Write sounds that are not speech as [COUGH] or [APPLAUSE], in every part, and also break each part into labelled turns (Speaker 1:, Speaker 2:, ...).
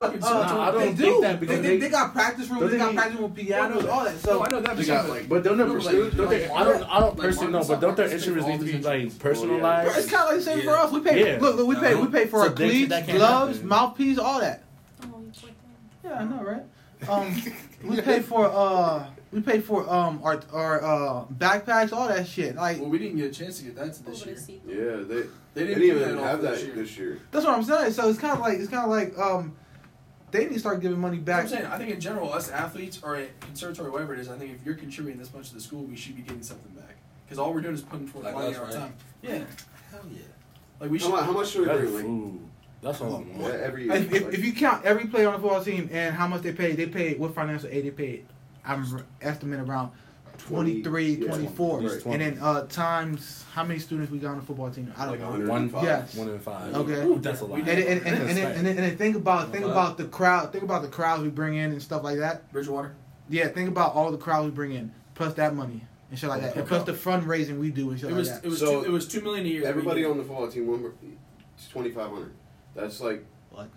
Speaker 1: fucking
Speaker 2: Nah,
Speaker 1: songs.
Speaker 2: I don't
Speaker 1: Oh, they
Speaker 2: think
Speaker 1: do.
Speaker 2: that because
Speaker 1: they, they,
Speaker 2: they- Oh,
Speaker 1: they got practice rooms.
Speaker 3: Don't
Speaker 1: They got
Speaker 3: they-
Speaker 1: practice room pianos, all that.
Speaker 3: No,
Speaker 1: So
Speaker 3: I know that.
Speaker 4: They got like,
Speaker 3: But don't their
Speaker 4: No, like,
Speaker 3: pursuits, don't
Speaker 4: like
Speaker 3: they,
Speaker 4: Marcus-
Speaker 3: I don't, I don't
Speaker 4: like
Speaker 3: personally know,
Speaker 4: Marcus
Speaker 3: but don't their
Speaker 4: Zuckerberg
Speaker 3: instruments
Speaker 4: all
Speaker 3: need to be
Speaker 4: these
Speaker 3: like
Speaker 1: Bro, it's
Speaker 3: personalized?
Speaker 1: kind of like the same
Speaker 4: Yeah.
Speaker 1: for us. We pay.
Speaker 3: Yeah.
Speaker 1: Look, look, we pay.
Speaker 4: No.
Speaker 1: We pay for
Speaker 2: So
Speaker 1: our
Speaker 2: they-
Speaker 1: cleats,
Speaker 2: that can't
Speaker 1: gloves,
Speaker 2: happen.
Speaker 1: mouthpiece, all that.
Speaker 5: Oh, you put that.
Speaker 1: Yeah, I know, [LAUGHS] right? Um, we pay for uh, we pay for um our our uh backpacks, all that shit. Like
Speaker 4: Well, we didn't get a chance to get that to
Speaker 5: Over
Speaker 4: this
Speaker 5: the
Speaker 4: year.
Speaker 5: seat.
Speaker 3: Yeah, they
Speaker 4: They
Speaker 3: they
Speaker 4: didn't
Speaker 3: didn't,
Speaker 4: do
Speaker 3: even
Speaker 4: that
Speaker 3: have
Speaker 4: all
Speaker 3: that
Speaker 4: this year.
Speaker 3: this year.
Speaker 1: that's what I'm saying. So it's kind of like it's kind of like um, they need to start giving money
Speaker 4: That's what
Speaker 1: back.
Speaker 4: I'm saying, I think in general, us athletes or at conservatory, whatever it is, I think if you're contributing this much to the school, we should be getting something back. Because all we're doing is putting forth
Speaker 6: Like
Speaker 4: money
Speaker 6: us,
Speaker 4: our
Speaker 6: right?
Speaker 4: time. Yeah.
Speaker 6: Hell yeah.
Speaker 4: Like we
Speaker 3: How
Speaker 4: should.
Speaker 3: much, how much should we
Speaker 2: That's
Speaker 3: bring? Like
Speaker 2: food. That's all I want.
Speaker 3: yeah, every year.
Speaker 1: If, if,
Speaker 3: like,
Speaker 1: if you count every player on the football team and how much they paid, they paid what financial aid they paid. I'm r- estimating around 23,
Speaker 3: 20, yeah,
Speaker 1: 24.
Speaker 3: right.
Speaker 1: And then uh, times how many students we got on the football team? I don't
Speaker 3: Like
Speaker 1: know.
Speaker 3: 100.
Speaker 2: One,
Speaker 1: Yes.
Speaker 2: one in five.
Speaker 1: Okay.
Speaker 2: Ooh, that's a lot.
Speaker 1: And, and, and, and, and,
Speaker 2: That's
Speaker 1: and, then- and then think about think about the crowd. Think about the crowds we bring in and stuff like that.
Speaker 4: Bridgewater.
Speaker 1: Yeah, think about all the crowds we bring in, plus that money and shit like that, and plus the fundraising we do and shit
Speaker 4: It was
Speaker 1: like that.
Speaker 4: it was
Speaker 3: So,
Speaker 4: two, it was two million a year.
Speaker 3: everybody on the football team, one, twenty five hundred. That's like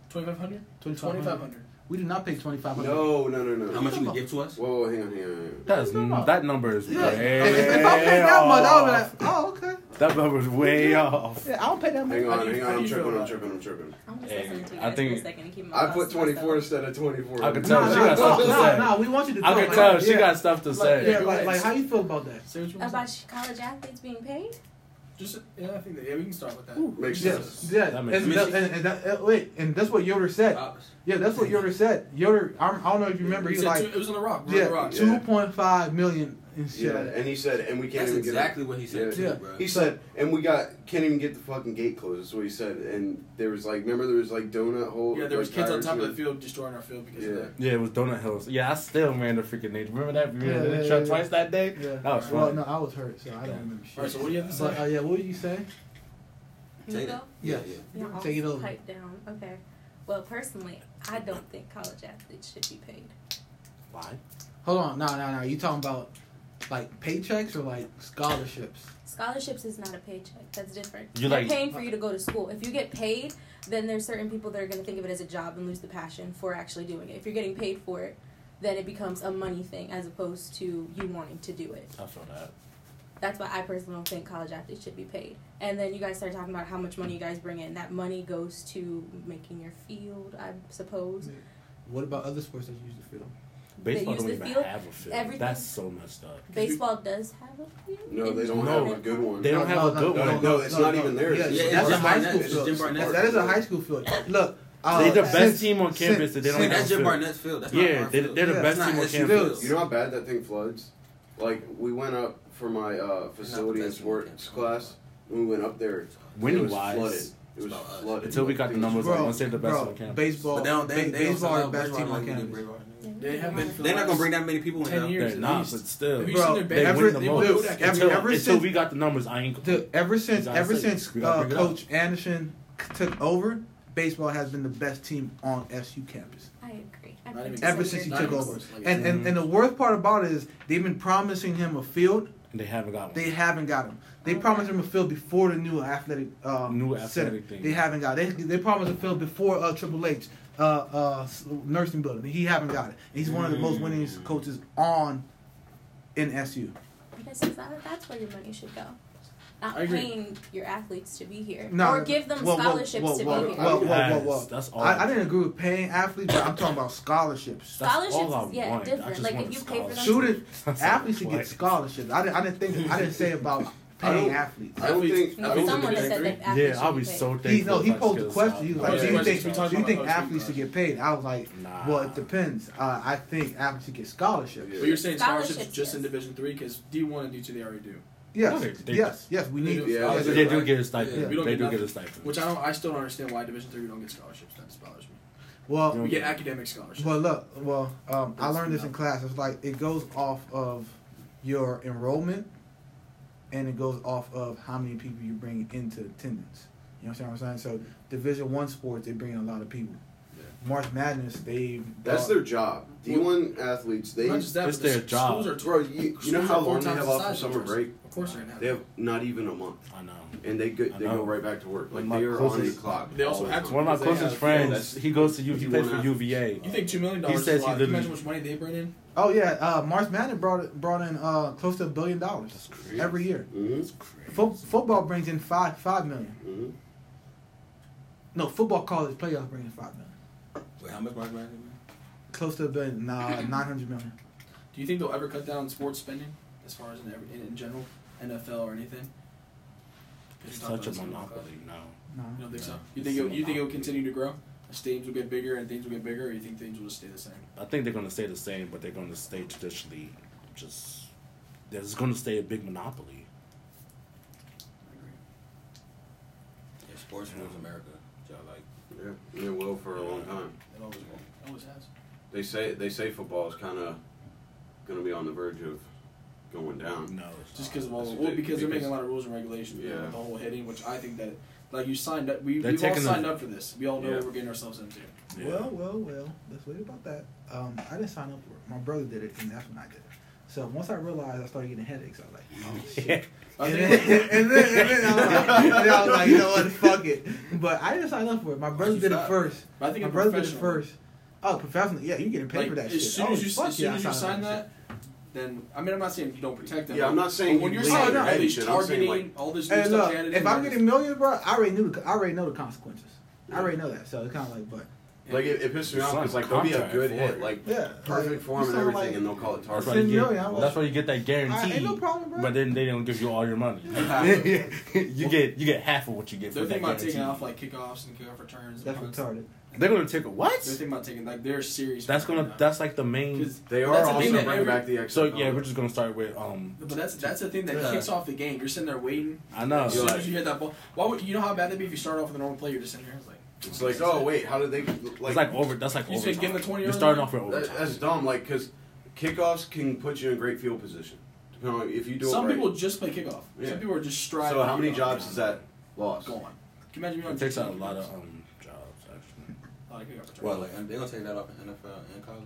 Speaker 4: twenty five hundred. Twenty five
Speaker 1: 2500
Speaker 4: hundred.
Speaker 1: We did not pay twenty five hundred.
Speaker 3: no, no, no, no.
Speaker 6: How much you give to us?
Speaker 3: Whoa, whoa, hang on, hang on, hang on.
Speaker 2: That's
Speaker 1: Yeah.
Speaker 2: that number is
Speaker 1: Yeah. [LAUGHS]
Speaker 2: way
Speaker 1: If, if I paid that much, I would
Speaker 2: off.
Speaker 1: be like, oh okay.
Speaker 2: That number is way off.
Speaker 1: Yeah, I don't pay that much.
Speaker 3: Hang
Speaker 4: How
Speaker 3: on,
Speaker 4: do you-
Speaker 3: hang
Speaker 4: how
Speaker 3: on.
Speaker 4: do
Speaker 3: I'm
Speaker 4: you feel
Speaker 3: tripping. I'm
Speaker 4: about
Speaker 3: tripping. I'm tripping.
Speaker 5: I'm just
Speaker 2: Hey,
Speaker 5: listening to you
Speaker 2: I
Speaker 5: guys
Speaker 2: think-
Speaker 5: for a second and keep my
Speaker 3: I
Speaker 5: thoughts
Speaker 3: put
Speaker 5: to myself.
Speaker 3: 24 instead of 24.
Speaker 2: I could
Speaker 1: No,
Speaker 2: tell
Speaker 1: no,
Speaker 2: she got
Speaker 1: no,
Speaker 2: stuff to
Speaker 1: no,
Speaker 2: say.
Speaker 1: no, we want you to
Speaker 2: I
Speaker 1: talk
Speaker 2: can
Speaker 1: like
Speaker 2: tell
Speaker 1: that.
Speaker 2: she
Speaker 1: yeah.
Speaker 2: got stuff to say.
Speaker 1: Yeah, like, like how you feel about that?
Speaker 4: Say what you want. to
Speaker 5: About
Speaker 4: say.
Speaker 5: college athletes being paid?
Speaker 4: Just yeah, I think that, yeah, we can start with that.
Speaker 3: Makes
Speaker 1: Yeah,
Speaker 3: sense.
Speaker 1: yeah.
Speaker 2: That
Speaker 1: And,
Speaker 2: makes
Speaker 1: that- and, and that, uh, wait, and that's what Yoder said.
Speaker 6: Pops.
Speaker 1: Yeah, that's what Yoder said. Yoder, I'm, I don't know if you remember.
Speaker 4: He
Speaker 1: He's
Speaker 4: said
Speaker 1: like,
Speaker 4: two, it was on the rock. We're on the
Speaker 1: yeah,
Speaker 4: rock.
Speaker 3: yeah.
Speaker 1: two point five million and shit.
Speaker 3: Yeah,
Speaker 1: like that.
Speaker 3: and he said, and we can't
Speaker 6: That's
Speaker 3: even
Speaker 6: exactly what he said
Speaker 3: Yeah.
Speaker 6: too, bro.
Speaker 3: get. He said, and we got can't even get the fucking gate closed. That's what he said. And there was like, remember there was like donut hole.
Speaker 4: Yeah, there was
Speaker 3: like,
Speaker 4: kids on
Speaker 3: tires
Speaker 4: top of
Speaker 3: and-
Speaker 4: the field destroying our field because of
Speaker 3: Yeah.
Speaker 4: that.
Speaker 2: Yeah, it was Donut Hills. Yeah, I still ran the freaking name. Remember that? We
Speaker 1: Yeah,
Speaker 2: ran
Speaker 1: yeah,
Speaker 2: the
Speaker 1: yeah,
Speaker 2: truck twice that day.
Speaker 1: Yeah.
Speaker 2: That was
Speaker 1: well,
Speaker 2: fun.
Speaker 1: no, I was hurt, so I don't remember shit.
Speaker 4: All right, so what do you have to
Speaker 1: But, uh,
Speaker 4: say?
Speaker 1: yeah, what did you say?
Speaker 5: You
Speaker 6: Take
Speaker 5: go?
Speaker 1: Yes.
Speaker 6: Yeah,
Speaker 5: You're all
Speaker 1: Take it over.
Speaker 5: Pipe down. Okay. Well, personally, I don't think college athletes should be paid.
Speaker 2: Why?
Speaker 1: Hold on, no, no, no. You talking about like paychecks or like scholarships?
Speaker 5: Scholarships is not a paycheck. That's different.
Speaker 2: You
Speaker 5: They're
Speaker 2: like-
Speaker 5: paying for you to go to school. If you get paid, then there's certain people that are going to think of it as a job and lose the passion for actually doing it. If you're getting paid for it, then it becomes a money thing as opposed to you wanting to do it.
Speaker 2: I feel that.
Speaker 5: That's why I personally don't think college athletes should be paid. And then you guys start talking about how much money you guys bring in. That money goes to making your field, I suppose.
Speaker 1: What about other sports that you use the field?
Speaker 2: Baseball
Speaker 5: use
Speaker 2: don't
Speaker 5: the
Speaker 2: even
Speaker 5: field,
Speaker 2: have a field.
Speaker 5: everything.
Speaker 2: That's so messed up.
Speaker 5: Baseball does have a field.
Speaker 3: No, they
Speaker 5: in
Speaker 3: don't
Speaker 2: No.
Speaker 3: have a good one.
Speaker 2: They don't have a good
Speaker 3: no,
Speaker 2: one.
Speaker 3: no, it's not even theirs.
Speaker 1: Yeah,
Speaker 3: It's
Speaker 6: Yeah,
Speaker 1: that's
Speaker 6: it's
Speaker 1: a
Speaker 6: Jim
Speaker 1: high
Speaker 6: Barnett.
Speaker 1: school
Speaker 6: It's
Speaker 1: field.
Speaker 6: Jim Barnett.
Speaker 1: That is a high school field. Look, uh,
Speaker 2: They're the best
Speaker 1: since-
Speaker 2: team on
Speaker 1: since-
Speaker 2: campus that they don't
Speaker 1: since-
Speaker 2: have.
Speaker 6: That's Jim Barnett's field. That's
Speaker 2: Yeah,
Speaker 6: not our
Speaker 2: they-
Speaker 6: field.
Speaker 2: they're
Speaker 1: the
Speaker 6: That's
Speaker 2: best
Speaker 6: not
Speaker 2: team on
Speaker 6: his
Speaker 2: campus.
Speaker 6: field.
Speaker 3: You know how bad that thing floods? Like, we went up for my uh, facility and
Speaker 6: best one,
Speaker 3: sports
Speaker 6: yeah.
Speaker 3: class. When we went up there, it
Speaker 2: Winning
Speaker 3: was flooded.
Speaker 2: wise,
Speaker 3: It was
Speaker 6: about us.
Speaker 3: flooded.
Speaker 2: Until we got the
Speaker 3: It was
Speaker 2: numbers
Speaker 1: Bro,
Speaker 2: up. Let's say the best
Speaker 1: bro,
Speaker 2: on campus.
Speaker 1: Baseball,
Speaker 6: But they don't. They,
Speaker 1: ba-
Speaker 6: they
Speaker 1: baseball
Speaker 6: don't
Speaker 1: are best team on
Speaker 6: They're
Speaker 1: campus.
Speaker 4: They have been. For the
Speaker 6: not
Speaker 4: last
Speaker 6: gonna bring that many people in.
Speaker 4: ten
Speaker 6: though.
Speaker 4: years.
Speaker 2: They're
Speaker 4: at
Speaker 2: not,
Speaker 4: least.
Speaker 2: but still.
Speaker 4: Have you
Speaker 1: Bro,
Speaker 4: seen their
Speaker 2: They
Speaker 4: band?
Speaker 1: every-
Speaker 2: win the
Speaker 4: They
Speaker 1: every-
Speaker 4: won
Speaker 2: most.
Speaker 4: Kodak
Speaker 1: every-
Speaker 2: until,
Speaker 4: Kodak.
Speaker 1: ever
Speaker 2: until
Speaker 1: since-
Speaker 2: we got the numbers, I ain't.
Speaker 1: Dude, ever since
Speaker 2: Exactly.
Speaker 1: ever since
Speaker 2: We gotta
Speaker 1: uh,
Speaker 2: bring it up.
Speaker 1: Coach Anderson c- took over, baseball has been the best team on SU campus.
Speaker 5: I agree. I
Speaker 4: Not even-
Speaker 1: Ever since he
Speaker 4: Not
Speaker 1: took
Speaker 4: even
Speaker 1: over,
Speaker 4: close. Like,
Speaker 1: and
Speaker 2: Mhm.
Speaker 1: and, and the worst part about it is they've been promising him a field
Speaker 2: They haven't got one.
Speaker 1: They haven't got him. They promised him a field before the new athletic um,
Speaker 2: New
Speaker 1: center.
Speaker 2: athletic thing.
Speaker 1: They haven't got it. They, they promised a field before uh, Triple H uh, uh, s- nursing building. He haven't got it. He's one of the most winningest coaches on in SU.
Speaker 5: Okay, so that, that's where your money should go. Not
Speaker 4: I agree.
Speaker 5: paying your athletes to be here.
Speaker 1: No,
Speaker 5: or give them
Speaker 1: whoa, whoa,
Speaker 5: scholarships
Speaker 1: whoa,
Speaker 5: to
Speaker 1: whoa,
Speaker 5: be here.
Speaker 1: whoa, whoa, whoa, whoa.
Speaker 2: Yes, that's all.
Speaker 1: I, I didn't agree with paying athletes, but I'm talking about scholarships.
Speaker 2: That's
Speaker 5: scholarships
Speaker 2: all I
Speaker 5: is yeah,
Speaker 2: want. I
Speaker 5: different.
Speaker 2: just
Speaker 5: like
Speaker 2: want
Speaker 5: if
Speaker 2: a
Speaker 5: you pay for them
Speaker 2: scholarship.
Speaker 1: Student
Speaker 2: [LAUGHS] That's
Speaker 1: athletes should
Speaker 2: what-
Speaker 1: get scholarships. I didn't, I didn't think. I didn't say about
Speaker 3: I
Speaker 1: paying
Speaker 3: don't-
Speaker 1: athletes.
Speaker 3: I don't think. I
Speaker 5: No,
Speaker 3: don't
Speaker 5: someone
Speaker 3: think
Speaker 5: has said
Speaker 3: they-
Speaker 5: that athletes
Speaker 2: Yeah, I'll
Speaker 5: should
Speaker 2: be
Speaker 5: paid.
Speaker 2: so thankful.
Speaker 1: He, no,
Speaker 2: if
Speaker 1: he
Speaker 2: I
Speaker 1: posed a
Speaker 2: still
Speaker 1: question.
Speaker 2: stop.
Speaker 1: He was
Speaker 4: Oh,
Speaker 1: like,
Speaker 4: yeah.
Speaker 1: "Do you
Speaker 4: Questions.
Speaker 1: think,
Speaker 4: We talked
Speaker 1: do you
Speaker 4: about
Speaker 1: think
Speaker 4: those two
Speaker 1: athletes should get paid?" I was like,
Speaker 2: Nah.
Speaker 1: "Well, it depends. Uh, I think athletes should get scholarships."
Speaker 3: Yeah.
Speaker 4: But you're saying scholarships,
Speaker 5: Scholarships,
Speaker 4: just in
Speaker 5: yes.
Speaker 4: Division Three because D one and D two they already do,
Speaker 1: Yes,
Speaker 2: No, they-
Speaker 1: yes, yes. We
Speaker 4: they
Speaker 1: need.
Speaker 4: do.
Speaker 3: Yeah,
Speaker 2: They
Speaker 4: Yeah.
Speaker 3: they-
Speaker 2: do get a stipend.
Speaker 6: Yeah.
Speaker 4: We don't
Speaker 2: They
Speaker 4: get
Speaker 2: do get
Speaker 4: nothing.
Speaker 2: a stipend.
Speaker 4: which I don't. I still don't understand why Division Three we don't get scholarships. That just bothers me.
Speaker 1: Well,
Speaker 4: We get academic scholarships.
Speaker 1: well, look. Well, um, I learned this in class. It's like it goes off of your enrollment, and it goes off of how many people you bring into attendance. You know what I'm saying? So Division One sports, they bring in a lot of people.
Speaker 4: Yeah.
Speaker 1: March Madness, they
Speaker 3: That's
Speaker 1: brought-
Speaker 3: their job. D1 athletes, they.
Speaker 4: Not just that,
Speaker 2: It's
Speaker 4: but the
Speaker 2: their job.
Speaker 4: schools are
Speaker 3: Bro, you, you know
Speaker 4: schools
Speaker 3: how
Speaker 4: are four
Speaker 3: long they
Speaker 4: times
Speaker 3: have
Speaker 4: the
Speaker 3: off for
Speaker 4: size of
Speaker 3: summer
Speaker 4: yours.
Speaker 3: break?
Speaker 4: Of course they're gonna have.
Speaker 3: They have not even a month.
Speaker 2: I know.
Speaker 3: And they go,
Speaker 2: I
Speaker 3: they
Speaker 2: know.
Speaker 3: go right back to work. Like,
Speaker 2: My
Speaker 3: they are on the
Speaker 2: closest-
Speaker 3: clock.
Speaker 4: They also
Speaker 3: all the
Speaker 4: have
Speaker 3: time.
Speaker 4: to.
Speaker 2: One of my
Speaker 4: Because they
Speaker 2: closest
Speaker 4: have-
Speaker 2: friends,
Speaker 3: that's-
Speaker 2: he goes to U. He
Speaker 3: you
Speaker 2: plays
Speaker 3: wanna
Speaker 2: for
Speaker 3: have-
Speaker 2: UVA.
Speaker 4: you think two million dollars? is
Speaker 2: says he
Speaker 4: a lot. Can you
Speaker 2: literally-
Speaker 4: imagine how much money they bring in?
Speaker 1: Oh yeah, uh, March Madness brought brought in uh, close to a billion dollars
Speaker 3: crazy.
Speaker 1: every year.
Speaker 3: Mhm,
Speaker 1: Fo- football brings in five five million.
Speaker 3: mhm.
Speaker 1: No, football college playoffs bring in five million.
Speaker 6: Wait, how much March Madness?
Speaker 1: Close to a billion, nah, nine hundred million.
Speaker 4: Do you think they'll ever cut down on sports spending, as far as in, every, in, in general, NFL or anything?
Speaker 2: It's
Speaker 4: Stop
Speaker 2: such a
Speaker 4: us.
Speaker 2: monopoly now.
Speaker 1: No.
Speaker 4: You don't think so?
Speaker 2: No,
Speaker 4: You
Speaker 2: it's
Speaker 4: think
Speaker 2: a
Speaker 4: it'll, you think it'll
Speaker 2: monopoly.
Speaker 4: continue to grow? As teams will get bigger and things will get bigger, or you think things will just stay the same?
Speaker 2: I think they're gonna stay the same, but they're gonna stay traditionally. Just there's gonna stay a big monopoly.
Speaker 6: Yeah, sports rules America. Which I like.
Speaker 3: Yeah, it will for a long time.
Speaker 4: It always will. It always has.
Speaker 3: They say they say football is kind of going to be on the verge of going down.
Speaker 2: No,
Speaker 4: Just because of all
Speaker 3: That's
Speaker 4: well,
Speaker 3: big-
Speaker 4: because they're making a
Speaker 3: because-
Speaker 4: lot of rules and regulations. Yeah.
Speaker 3: Yeah.
Speaker 4: The whole hitting, which I think that like you signed up, we
Speaker 2: They're
Speaker 4: we've all
Speaker 2: taking the-
Speaker 4: signed up for this. We all know
Speaker 3: Yeah.
Speaker 4: what we're getting ourselves
Speaker 1: [LAUGHS]
Speaker 4: into.
Speaker 2: Yeah.
Speaker 1: Well, well, well. Let's wait about that. Um, I didn't sign up for it. My brother did it, and that's when I did it. So once I realized, I started getting headaches. I was like,
Speaker 4: [LAUGHS]
Speaker 1: oh shit.
Speaker 4: I
Speaker 1: and,
Speaker 4: think-
Speaker 1: then, and, then, and then I was like, and then I was like, you know what, fuck it. But I didn't sign up for it. My brother
Speaker 6: you
Speaker 1: did it
Speaker 6: stop?
Speaker 1: first.
Speaker 4: But I think
Speaker 1: My
Speaker 4: a
Speaker 1: brother did it
Speaker 4: professional-
Speaker 1: first. Oh, professionally, yeah, you getting paid
Speaker 4: Like,
Speaker 1: for that
Speaker 4: as
Speaker 1: shit.
Speaker 4: soon
Speaker 1: oh,
Speaker 4: as you
Speaker 1: fuck
Speaker 4: as soon
Speaker 1: yeah,
Speaker 4: as
Speaker 1: I
Speaker 4: you sign
Speaker 1: signed up for
Speaker 4: that, then I mean I'm not saying you don't protect them.
Speaker 3: Yeah,
Speaker 4: but-
Speaker 3: I'm not saying
Speaker 4: but when
Speaker 3: you
Speaker 4: you're
Speaker 3: lean
Speaker 4: signing
Speaker 1: on
Speaker 4: all
Speaker 1: your
Speaker 4: these
Speaker 3: shit, I'm saying,
Speaker 4: targeting,
Speaker 3: like-
Speaker 4: all this new
Speaker 1: Hey,
Speaker 4: stuff.
Speaker 1: look,
Speaker 4: added
Speaker 1: if
Speaker 4: in
Speaker 1: I'm
Speaker 4: there,
Speaker 1: getting millions, bro, I already knew the, I already know the consequences. I already know that, so it's kind of like, but
Speaker 3: Like it, it pisses me off because like they'll be a good hit, like
Speaker 1: yeah,
Speaker 3: perfect form and everything, and they'll call it
Speaker 2: That's why,
Speaker 3: target.
Speaker 2: you
Speaker 1: Ten
Speaker 2: get,
Speaker 1: million, I was-
Speaker 2: that's why you get that
Speaker 1: I,
Speaker 2: guarantee.
Speaker 1: ain't no problem, bro.
Speaker 2: But then they don't give you all
Speaker 1: [LAUGHS]
Speaker 2: your money.
Speaker 6: Yeah.
Speaker 2: [LAUGHS] you get you get half of what you get
Speaker 4: they're
Speaker 2: for that
Speaker 4: thinking about
Speaker 2: guarantee.
Speaker 4: taking off like kickoffs and kickoff returns.
Speaker 1: that's
Speaker 4: punts.
Speaker 1: retarded.
Speaker 2: They're gonna take a what?
Speaker 4: They're thinking about taking like they're serious.
Speaker 2: That's
Speaker 4: right
Speaker 2: gonna
Speaker 4: now.
Speaker 2: that's like the main.
Speaker 4: 'Cause-
Speaker 3: They
Speaker 4: but
Speaker 3: are
Speaker 4: that's the thing
Speaker 3: also
Speaker 4: that
Speaker 3: bringing
Speaker 4: every-
Speaker 3: back the XFL.
Speaker 2: So yeah, we're just gonna start with um.
Speaker 4: But that's that's the thing that
Speaker 6: Yeah.
Speaker 4: kicks off the game. You're sitting there waiting.
Speaker 2: I know.
Speaker 4: As soon
Speaker 3: Right.
Speaker 4: as you hit that ball, why would you know how bad that'd be if you start off with a normal play? You're just sitting here it's like.
Speaker 3: it's like oh wait, how did they like?
Speaker 2: it's like over. That's like
Speaker 4: You
Speaker 2: overtime.
Speaker 4: said give them a 20
Speaker 2: You're
Speaker 4: early?
Speaker 2: starting off with
Speaker 3: that,
Speaker 2: overtime.
Speaker 3: that's dumb. Like because kickoffs can put you in great field position. Depending on if you do
Speaker 4: Some
Speaker 3: it right.
Speaker 4: people just play kickoff.
Speaker 3: Yeah.
Speaker 4: Some people are just striving.
Speaker 3: so how many
Speaker 4: kickoff.
Speaker 3: jobs is that lost?
Speaker 4: Go on. Can you imagine me on Oh,
Speaker 2: it takes out a
Speaker 4: 15
Speaker 2: lot of
Speaker 4: jobs?
Speaker 2: um jobs actually.
Speaker 4: A lot of kickoff returns.
Speaker 6: Well, like and they gonna take that off in NFL and college.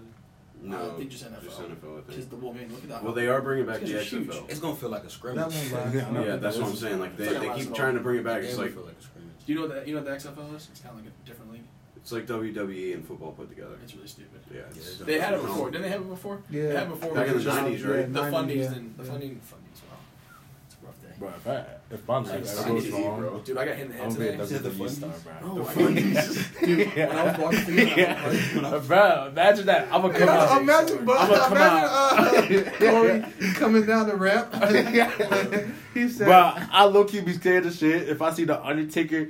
Speaker 3: No,
Speaker 4: I think just NFL.
Speaker 3: Just NFL. I
Speaker 4: Because
Speaker 3: think.
Speaker 4: the well, man, look at that.
Speaker 3: Well, they are bringing back
Speaker 4: These
Speaker 3: the
Speaker 4: guys are huge.
Speaker 3: XFL.
Speaker 6: It's gonna feel like a
Speaker 1: That
Speaker 6: scrimmage.
Speaker 1: one
Speaker 6: Yeah,
Speaker 1: lasts.
Speaker 2: Yeah, I know.
Speaker 3: Yeah, that's what I'm saying. Like they, they keep trying to bring it back. It's like
Speaker 6: feel like a scrimmage.
Speaker 4: Do you know that you know what the XFL is? It's kind of like a different league.
Speaker 3: it's like WWE and football put together.
Speaker 4: It's really stupid.
Speaker 3: Yeah, it's,
Speaker 4: They had it before. Didn't they have it before?
Speaker 1: Yeah.
Speaker 4: They had it before.
Speaker 3: Back in
Speaker 4: but
Speaker 3: the
Speaker 4: just-
Speaker 3: 90s, right?
Speaker 1: Yeah,
Speaker 4: The
Speaker 1: 90s,
Speaker 4: funding,
Speaker 1: yeah.
Speaker 4: the
Speaker 1: Yeah.
Speaker 4: funding, funding's wow. It's a rough day.
Speaker 2: Bro, if I if my life
Speaker 4: That's
Speaker 2: ever goes
Speaker 3: easy, bro.
Speaker 2: wrong,
Speaker 4: Dude, I got hit in the head
Speaker 2: I'm
Speaker 4: today.
Speaker 2: being WWE star,
Speaker 4: No,
Speaker 2: bro.
Speaker 4: I didn't.
Speaker 2: [LAUGHS]
Speaker 4: Dude, when I was walking through that,
Speaker 2: yeah. [LAUGHS] bro, imagine that. I'm gonna come out.
Speaker 1: imagine, but,
Speaker 2: I'ma come
Speaker 1: imagine uh, Corey coming down the [LAUGHS] ramp. he said,
Speaker 2: Bro, I low key be scared of shit if I see the Undertaker.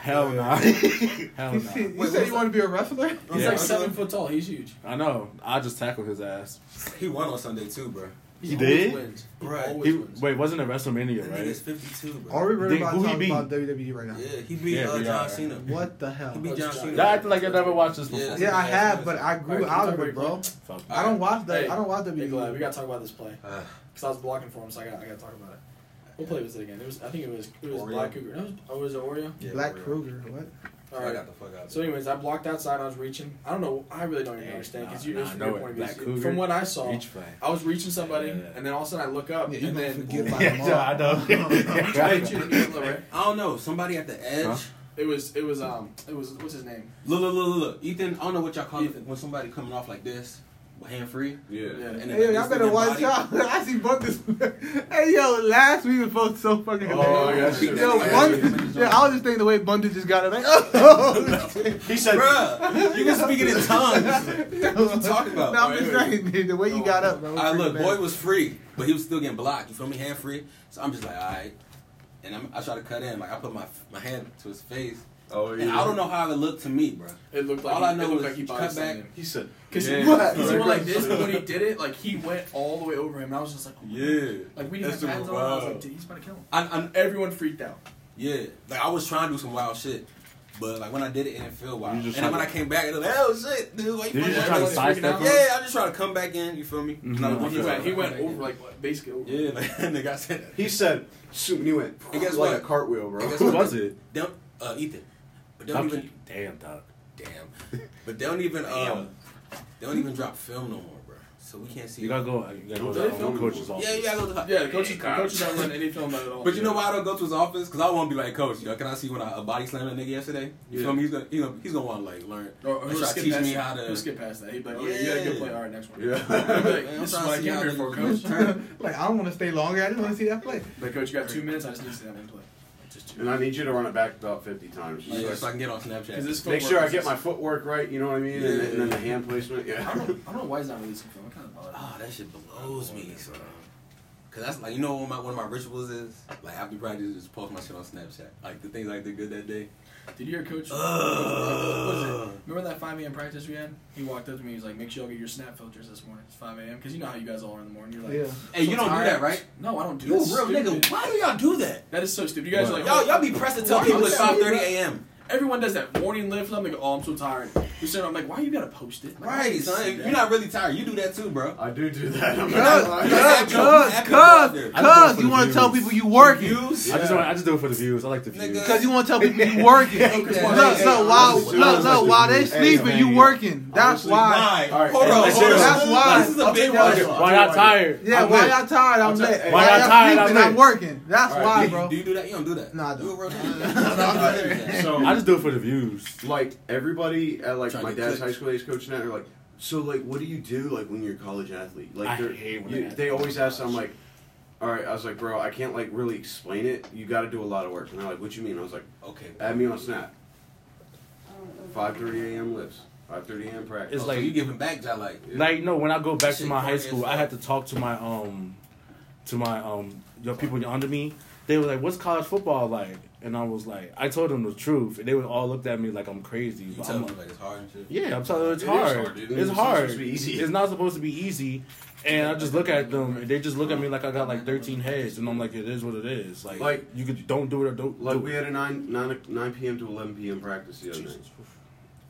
Speaker 2: Hell no. Hell
Speaker 1: he
Speaker 2: no.
Speaker 1: said, [LAUGHS] you
Speaker 6: Wait,
Speaker 1: said
Speaker 6: what's
Speaker 1: you want to be a wrestler?
Speaker 4: He's
Speaker 2: Yeah.
Speaker 4: like seven foot tall. He's huge.
Speaker 2: I know. I just tackled his ass.
Speaker 6: He won on Sunday too, bro.
Speaker 2: He
Speaker 4: always
Speaker 2: did?
Speaker 4: Wins.
Speaker 6: Right.
Speaker 4: He always
Speaker 2: He,
Speaker 4: wins.
Speaker 2: wait, wasn't it
Speaker 6: That
Speaker 2: WrestleMania,
Speaker 6: nigga's
Speaker 2: right?
Speaker 6: 52, bro.
Speaker 1: Are we really
Speaker 2: Think
Speaker 1: about
Speaker 2: who
Speaker 1: to
Speaker 2: he
Speaker 1: talk
Speaker 2: beat?
Speaker 1: about WWE right now?
Speaker 6: Yeah, he beat
Speaker 2: Yeah,
Speaker 6: uh,
Speaker 2: we
Speaker 6: John
Speaker 2: are.
Speaker 6: Cena.
Speaker 1: What the hell?
Speaker 6: He beat John Cena.
Speaker 2: Y'all acting like I never watched this before.
Speaker 6: Yeah.
Speaker 1: Yeah, I have, but I grew
Speaker 4: Alright,
Speaker 1: out of
Speaker 4: can we
Speaker 1: it,
Speaker 4: talk
Speaker 1: bro.
Speaker 4: about
Speaker 2: Fuck.
Speaker 1: I don't watch that.
Speaker 4: Hey,
Speaker 1: I don't watch E.
Speaker 4: Hey, Glad, we
Speaker 1: WWE.
Speaker 4: gotta talk about this play
Speaker 6: Uh,
Speaker 4: because I was blocking for him, so I got I gotta talk about it. What play was it again? It was I think it was it was
Speaker 6: Oreo.
Speaker 4: Black Cougar. No, it was, oh, it was an Oreo.
Speaker 6: yeah,
Speaker 1: Black
Speaker 6: bro.
Speaker 1: Kruger. What?
Speaker 4: All
Speaker 6: I
Speaker 4: right.
Speaker 6: got the fuck out.
Speaker 4: So, anyways, I blocked outside. I was reaching. I don't know. I really don't even
Speaker 2: Yeah,
Speaker 4: understand because
Speaker 2: nah,
Speaker 4: you
Speaker 2: nah,
Speaker 4: just
Speaker 2: I
Speaker 4: from
Speaker 2: know
Speaker 4: your
Speaker 2: it.
Speaker 4: point
Speaker 2: Black
Speaker 4: of view.
Speaker 2: Cougar.
Speaker 4: From what I saw,
Speaker 2: Each play.
Speaker 4: I was reaching somebody,
Speaker 2: Yeah, yeah.
Speaker 4: and then all of a sudden I look up,
Speaker 1: Yeah, you
Speaker 4: and
Speaker 1: gonna
Speaker 4: then
Speaker 1: forget about
Speaker 2: [LAUGHS] Yeah, I [LAUGHS]
Speaker 4: I hit you
Speaker 2: know.
Speaker 4: in the middle, right?
Speaker 6: I don't know. Somebody at the edge.
Speaker 2: Huh?
Speaker 4: It was it was um it was what's his name?
Speaker 6: Look, look, look, look, look. Ethan, I don't know what y'all call
Speaker 4: Ethan.
Speaker 6: it when somebody coming off like this, hand free.
Speaker 3: yeah.
Speaker 4: Yeah.
Speaker 6: And
Speaker 1: Hey, yo, y'all
Speaker 6: this
Speaker 1: better
Speaker 6: nigga
Speaker 1: watch
Speaker 6: body-
Speaker 1: out. [LAUGHS] I see both this. hey, yo, last week was both so fucking
Speaker 3: Oh, I
Speaker 1: hilarious.
Speaker 3: got you.
Speaker 1: Yo,
Speaker 3: Yeah,
Speaker 1: Bund- yeah, I was just thinking the way Bundy just got it. Like, [LAUGHS] oh, shit.
Speaker 3: He said,
Speaker 6: Bruh, you can speak it in
Speaker 1: [LAUGHS]
Speaker 6: tongues.
Speaker 1: what
Speaker 6: you talking about?
Speaker 1: No, I'm
Speaker 6: Wait,
Speaker 1: just
Speaker 6: wait.
Speaker 1: saying, dude, the way you got up, bro.
Speaker 6: All
Speaker 1: was
Speaker 6: right,
Speaker 1: pretty
Speaker 6: look,
Speaker 1: bad.
Speaker 6: boy was free, but he was still getting blocked. You feel me? Hand free. So I'm just like, all right. And I'm, I try to cut in. Like, I put my, my hand to his face.
Speaker 3: "Oh
Speaker 6: And I don't know how it looked to me, bro.
Speaker 4: It looked like
Speaker 6: All
Speaker 4: he,
Speaker 6: I know
Speaker 4: it looked
Speaker 6: is
Speaker 4: like he
Speaker 6: cut
Speaker 4: bought
Speaker 6: back.
Speaker 4: something.
Speaker 3: He said,
Speaker 4: Cause
Speaker 6: Yeah.
Speaker 4: he, what?
Speaker 1: Yeah.
Speaker 4: he went like this, and when he did it, like he went all the way over him, and I was just like, oh my God. like we didn't
Speaker 6: That's
Speaker 4: have hands on. him. I was
Speaker 6: wild.
Speaker 4: like, dude, he's about to kill him.
Speaker 6: I, I'm,
Speaker 4: Everyone freaked out.
Speaker 6: yeah. Like, I was trying to do some wild shit. But, like, when I did it, it didn't feel wild.
Speaker 2: You
Speaker 6: And
Speaker 2: just
Speaker 6: then when
Speaker 2: try
Speaker 6: I
Speaker 2: to-
Speaker 6: came back, it was like, oh, shit, dude. Wait,
Speaker 2: Did you just
Speaker 4: try to
Speaker 2: sidestep him?
Speaker 6: Yeah, I just try to come back in. You feel me?
Speaker 2: Mhm.
Speaker 6: And I was
Speaker 2: No,
Speaker 4: He
Speaker 2: Yeah.
Speaker 4: went, he went
Speaker 6: Come back
Speaker 4: over
Speaker 6: in.
Speaker 4: like what, basically over.
Speaker 6: Yeah, [LAUGHS] like, nigga, I said that.
Speaker 3: he said, shoot, and he went
Speaker 6: And guess
Speaker 3: like
Speaker 6: what?
Speaker 3: a cartwheel, bro.
Speaker 6: And guess
Speaker 2: Who was it?
Speaker 6: Don't, uh, Ethan. But don't
Speaker 2: I'm
Speaker 6: even,
Speaker 2: just- Damn, dog.
Speaker 6: damn. But they don't even um, they don't even drop film no more, bro. So we can't see.
Speaker 2: You gotta go. You gotta go
Speaker 3: Don't they
Speaker 2: to the
Speaker 3: film
Speaker 2: coach's
Speaker 3: people?
Speaker 2: office.
Speaker 6: yeah, you gotta go to the
Speaker 4: Yeah, the coaches, the
Speaker 6: Hey,
Speaker 4: coaches
Speaker 6: coach.
Speaker 4: don't run any film at all.
Speaker 6: [LAUGHS] But you know why I don't go to his office? Cause I want to be like, Coach, yo, can I see when I uh, body slammed a nigga yesterday? You
Speaker 3: Yeah.
Speaker 6: feel me? He's gonna, he's gonna, he's gonna want to like learn.
Speaker 4: Or, or
Speaker 6: And
Speaker 4: Oh, he'll
Speaker 6: try to
Speaker 4: skip
Speaker 6: teach
Speaker 4: past
Speaker 6: me
Speaker 4: that.
Speaker 6: how to-
Speaker 4: He'll skip past that. He'd be like, okay, you had a good
Speaker 6: Yeah.
Speaker 4: play. All right, next one. [LAUGHS]
Speaker 3: Yeah.
Speaker 4: He'd be like,
Speaker 6: Man,
Speaker 4: this
Speaker 6: I'm
Speaker 4: is
Speaker 6: trying
Speaker 4: what
Speaker 6: to
Speaker 4: I
Speaker 6: see
Speaker 4: came
Speaker 6: how
Speaker 4: here
Speaker 6: this
Speaker 4: for,
Speaker 6: dude's
Speaker 4: coach.
Speaker 6: [LAUGHS] turning.
Speaker 1: Like I don't want to stay longer. I just want to see that play.
Speaker 4: Like, coach, you got two minutes. I just need to see that one play. Like, Just two
Speaker 3: [LAUGHS] And I need you to run it back about 50 times. Just
Speaker 6: Oh, Yeah,
Speaker 3: like-
Speaker 6: so I can get on Snapchat.
Speaker 4: Because this
Speaker 3: make
Speaker 4: footwork
Speaker 3: sure I
Speaker 4: is
Speaker 3: get my
Speaker 4: just-
Speaker 3: footwork right, you know what I mean? And, then- and then the hand placement,
Speaker 4: I
Speaker 3: yeah.
Speaker 4: don't, know, I don't know why he's not releasing film. I'm kind of bothered.
Speaker 6: Oh, that shit blows me. son. Cause that's like you know what my one of my rituals is like after practice just post my shit on Snapchat like the things I did good that day.
Speaker 4: Did you hear Coach? what was
Speaker 6: Ugh.
Speaker 4: it? Remember that 5 a.m. practice we had? He walked up to me. He was like, "Make sure y'all get your snap filters this morning. It's 5 a.m. Because you know how you guys all are in the morning. You're like,
Speaker 1: Yeah.
Speaker 6: Hey, you don't do
Speaker 4: tired.
Speaker 6: that, right?
Speaker 4: No, I don't do
Speaker 6: You a
Speaker 4: that.
Speaker 6: real nigga. Why do y'all do that?
Speaker 4: That is so stupid. You guys are like,
Speaker 6: Y'all y'all be pressed to tell
Speaker 4: Why
Speaker 6: people
Speaker 4: you
Speaker 6: it's
Speaker 4: say
Speaker 6: five thirty
Speaker 4: that?
Speaker 6: a.m.
Speaker 4: Everyone does that morning lift. I'm like, oh, I'm so tired. You sit there, I'm like, why you gotta post it? Like, I
Speaker 6: Right,
Speaker 4: didn't see
Speaker 6: son.
Speaker 4: that.
Speaker 6: You're not really tired. You do that too, bro.
Speaker 3: [LAUGHS] I do do that. I'm not gonna
Speaker 1: Cuz,
Speaker 3: lie.
Speaker 1: cuz, cuz, cuz, cuz, you want to tell people you working.
Speaker 6: Views.
Speaker 2: I just want. I just do it for the views. I like the views.
Speaker 6: Nigga.
Speaker 1: Cause you want to tell people you working. Look, look, while look, look, while they sleeping, you working. That's why.
Speaker 6: Why?
Speaker 3: All right,
Speaker 6: Hold
Speaker 3: hey,
Speaker 6: on,
Speaker 3: let's
Speaker 6: hold
Speaker 3: hear
Speaker 6: on.
Speaker 3: it.
Speaker 1: That's why.
Speaker 6: This is a
Speaker 3: I'll
Speaker 6: big
Speaker 3: tell you
Speaker 6: one.
Speaker 3: what.
Speaker 2: Why y'all tired?
Speaker 1: Yeah,
Speaker 3: I'm
Speaker 1: why
Speaker 3: lit.
Speaker 1: y'all tired? I'm
Speaker 3: I'm tired.
Speaker 1: lit.
Speaker 3: Hey,
Speaker 1: Why
Speaker 2: y'all
Speaker 1: y'all
Speaker 2: tired? I'm
Speaker 1: sleeping? I'm
Speaker 2: lit.
Speaker 1: working. That's
Speaker 3: All
Speaker 1: why,
Speaker 3: right.
Speaker 1: bro.
Speaker 6: Do you do that? You don't do that.
Speaker 1: Nah, I don't.
Speaker 6: You a [LAUGHS] real
Speaker 3: All
Speaker 6: nigga.
Speaker 4: [LAUGHS]
Speaker 3: right, so-
Speaker 2: I just do it for the views.
Speaker 3: like everybody at like
Speaker 6: Trying
Speaker 3: my
Speaker 6: to
Speaker 3: dad's
Speaker 6: click.
Speaker 3: high school age coach now are like, so like what do you do like when you're a college athlete? Like
Speaker 2: I
Speaker 3: they're-
Speaker 2: hate when
Speaker 3: you-
Speaker 2: they ask
Speaker 3: they
Speaker 2: me
Speaker 3: always
Speaker 2: that.
Speaker 3: ask. I'm like, all right. I was like, bro, I can't like really explain it. You got to do a lot of work. And they're like, what you mean? I was like,
Speaker 6: Okay.
Speaker 3: add me on Snap. 5:30 a.m. lifts. 5:30 a.m. practice.
Speaker 2: It's
Speaker 6: It's
Speaker 2: like-
Speaker 6: like you giving back, Jai. Like
Speaker 2: Like no, when I go back to
Speaker 6: Shit
Speaker 2: my high
Speaker 6: corny as
Speaker 2: school, I
Speaker 6: fuck.
Speaker 2: had to talk to my um, to my um, your people under me. They were like, "What's college football like?" And I was like, I told them the truth, and they would all looked at me like I'm crazy.
Speaker 6: you
Speaker 2: But
Speaker 6: tell
Speaker 2: I'm
Speaker 6: them
Speaker 2: like,
Speaker 6: like it's hard and shit.
Speaker 2: yeah, I'm telling you, it's
Speaker 3: It is
Speaker 2: hard.
Speaker 3: hard, dude.
Speaker 2: It's,
Speaker 3: It's not
Speaker 2: hard.
Speaker 3: supposed to be easy.
Speaker 2: It's not supposed to be easy. And I just look at them, and they just look at me like I got like 13 heads, and I'm like, it is what it is. Like,
Speaker 3: Like-
Speaker 2: you could don't do it or don't.
Speaker 3: Like
Speaker 2: do
Speaker 3: we
Speaker 2: it.
Speaker 3: had a nine nine nine p.m. to eleven p.m. practice the other night.
Speaker 2: Jesus.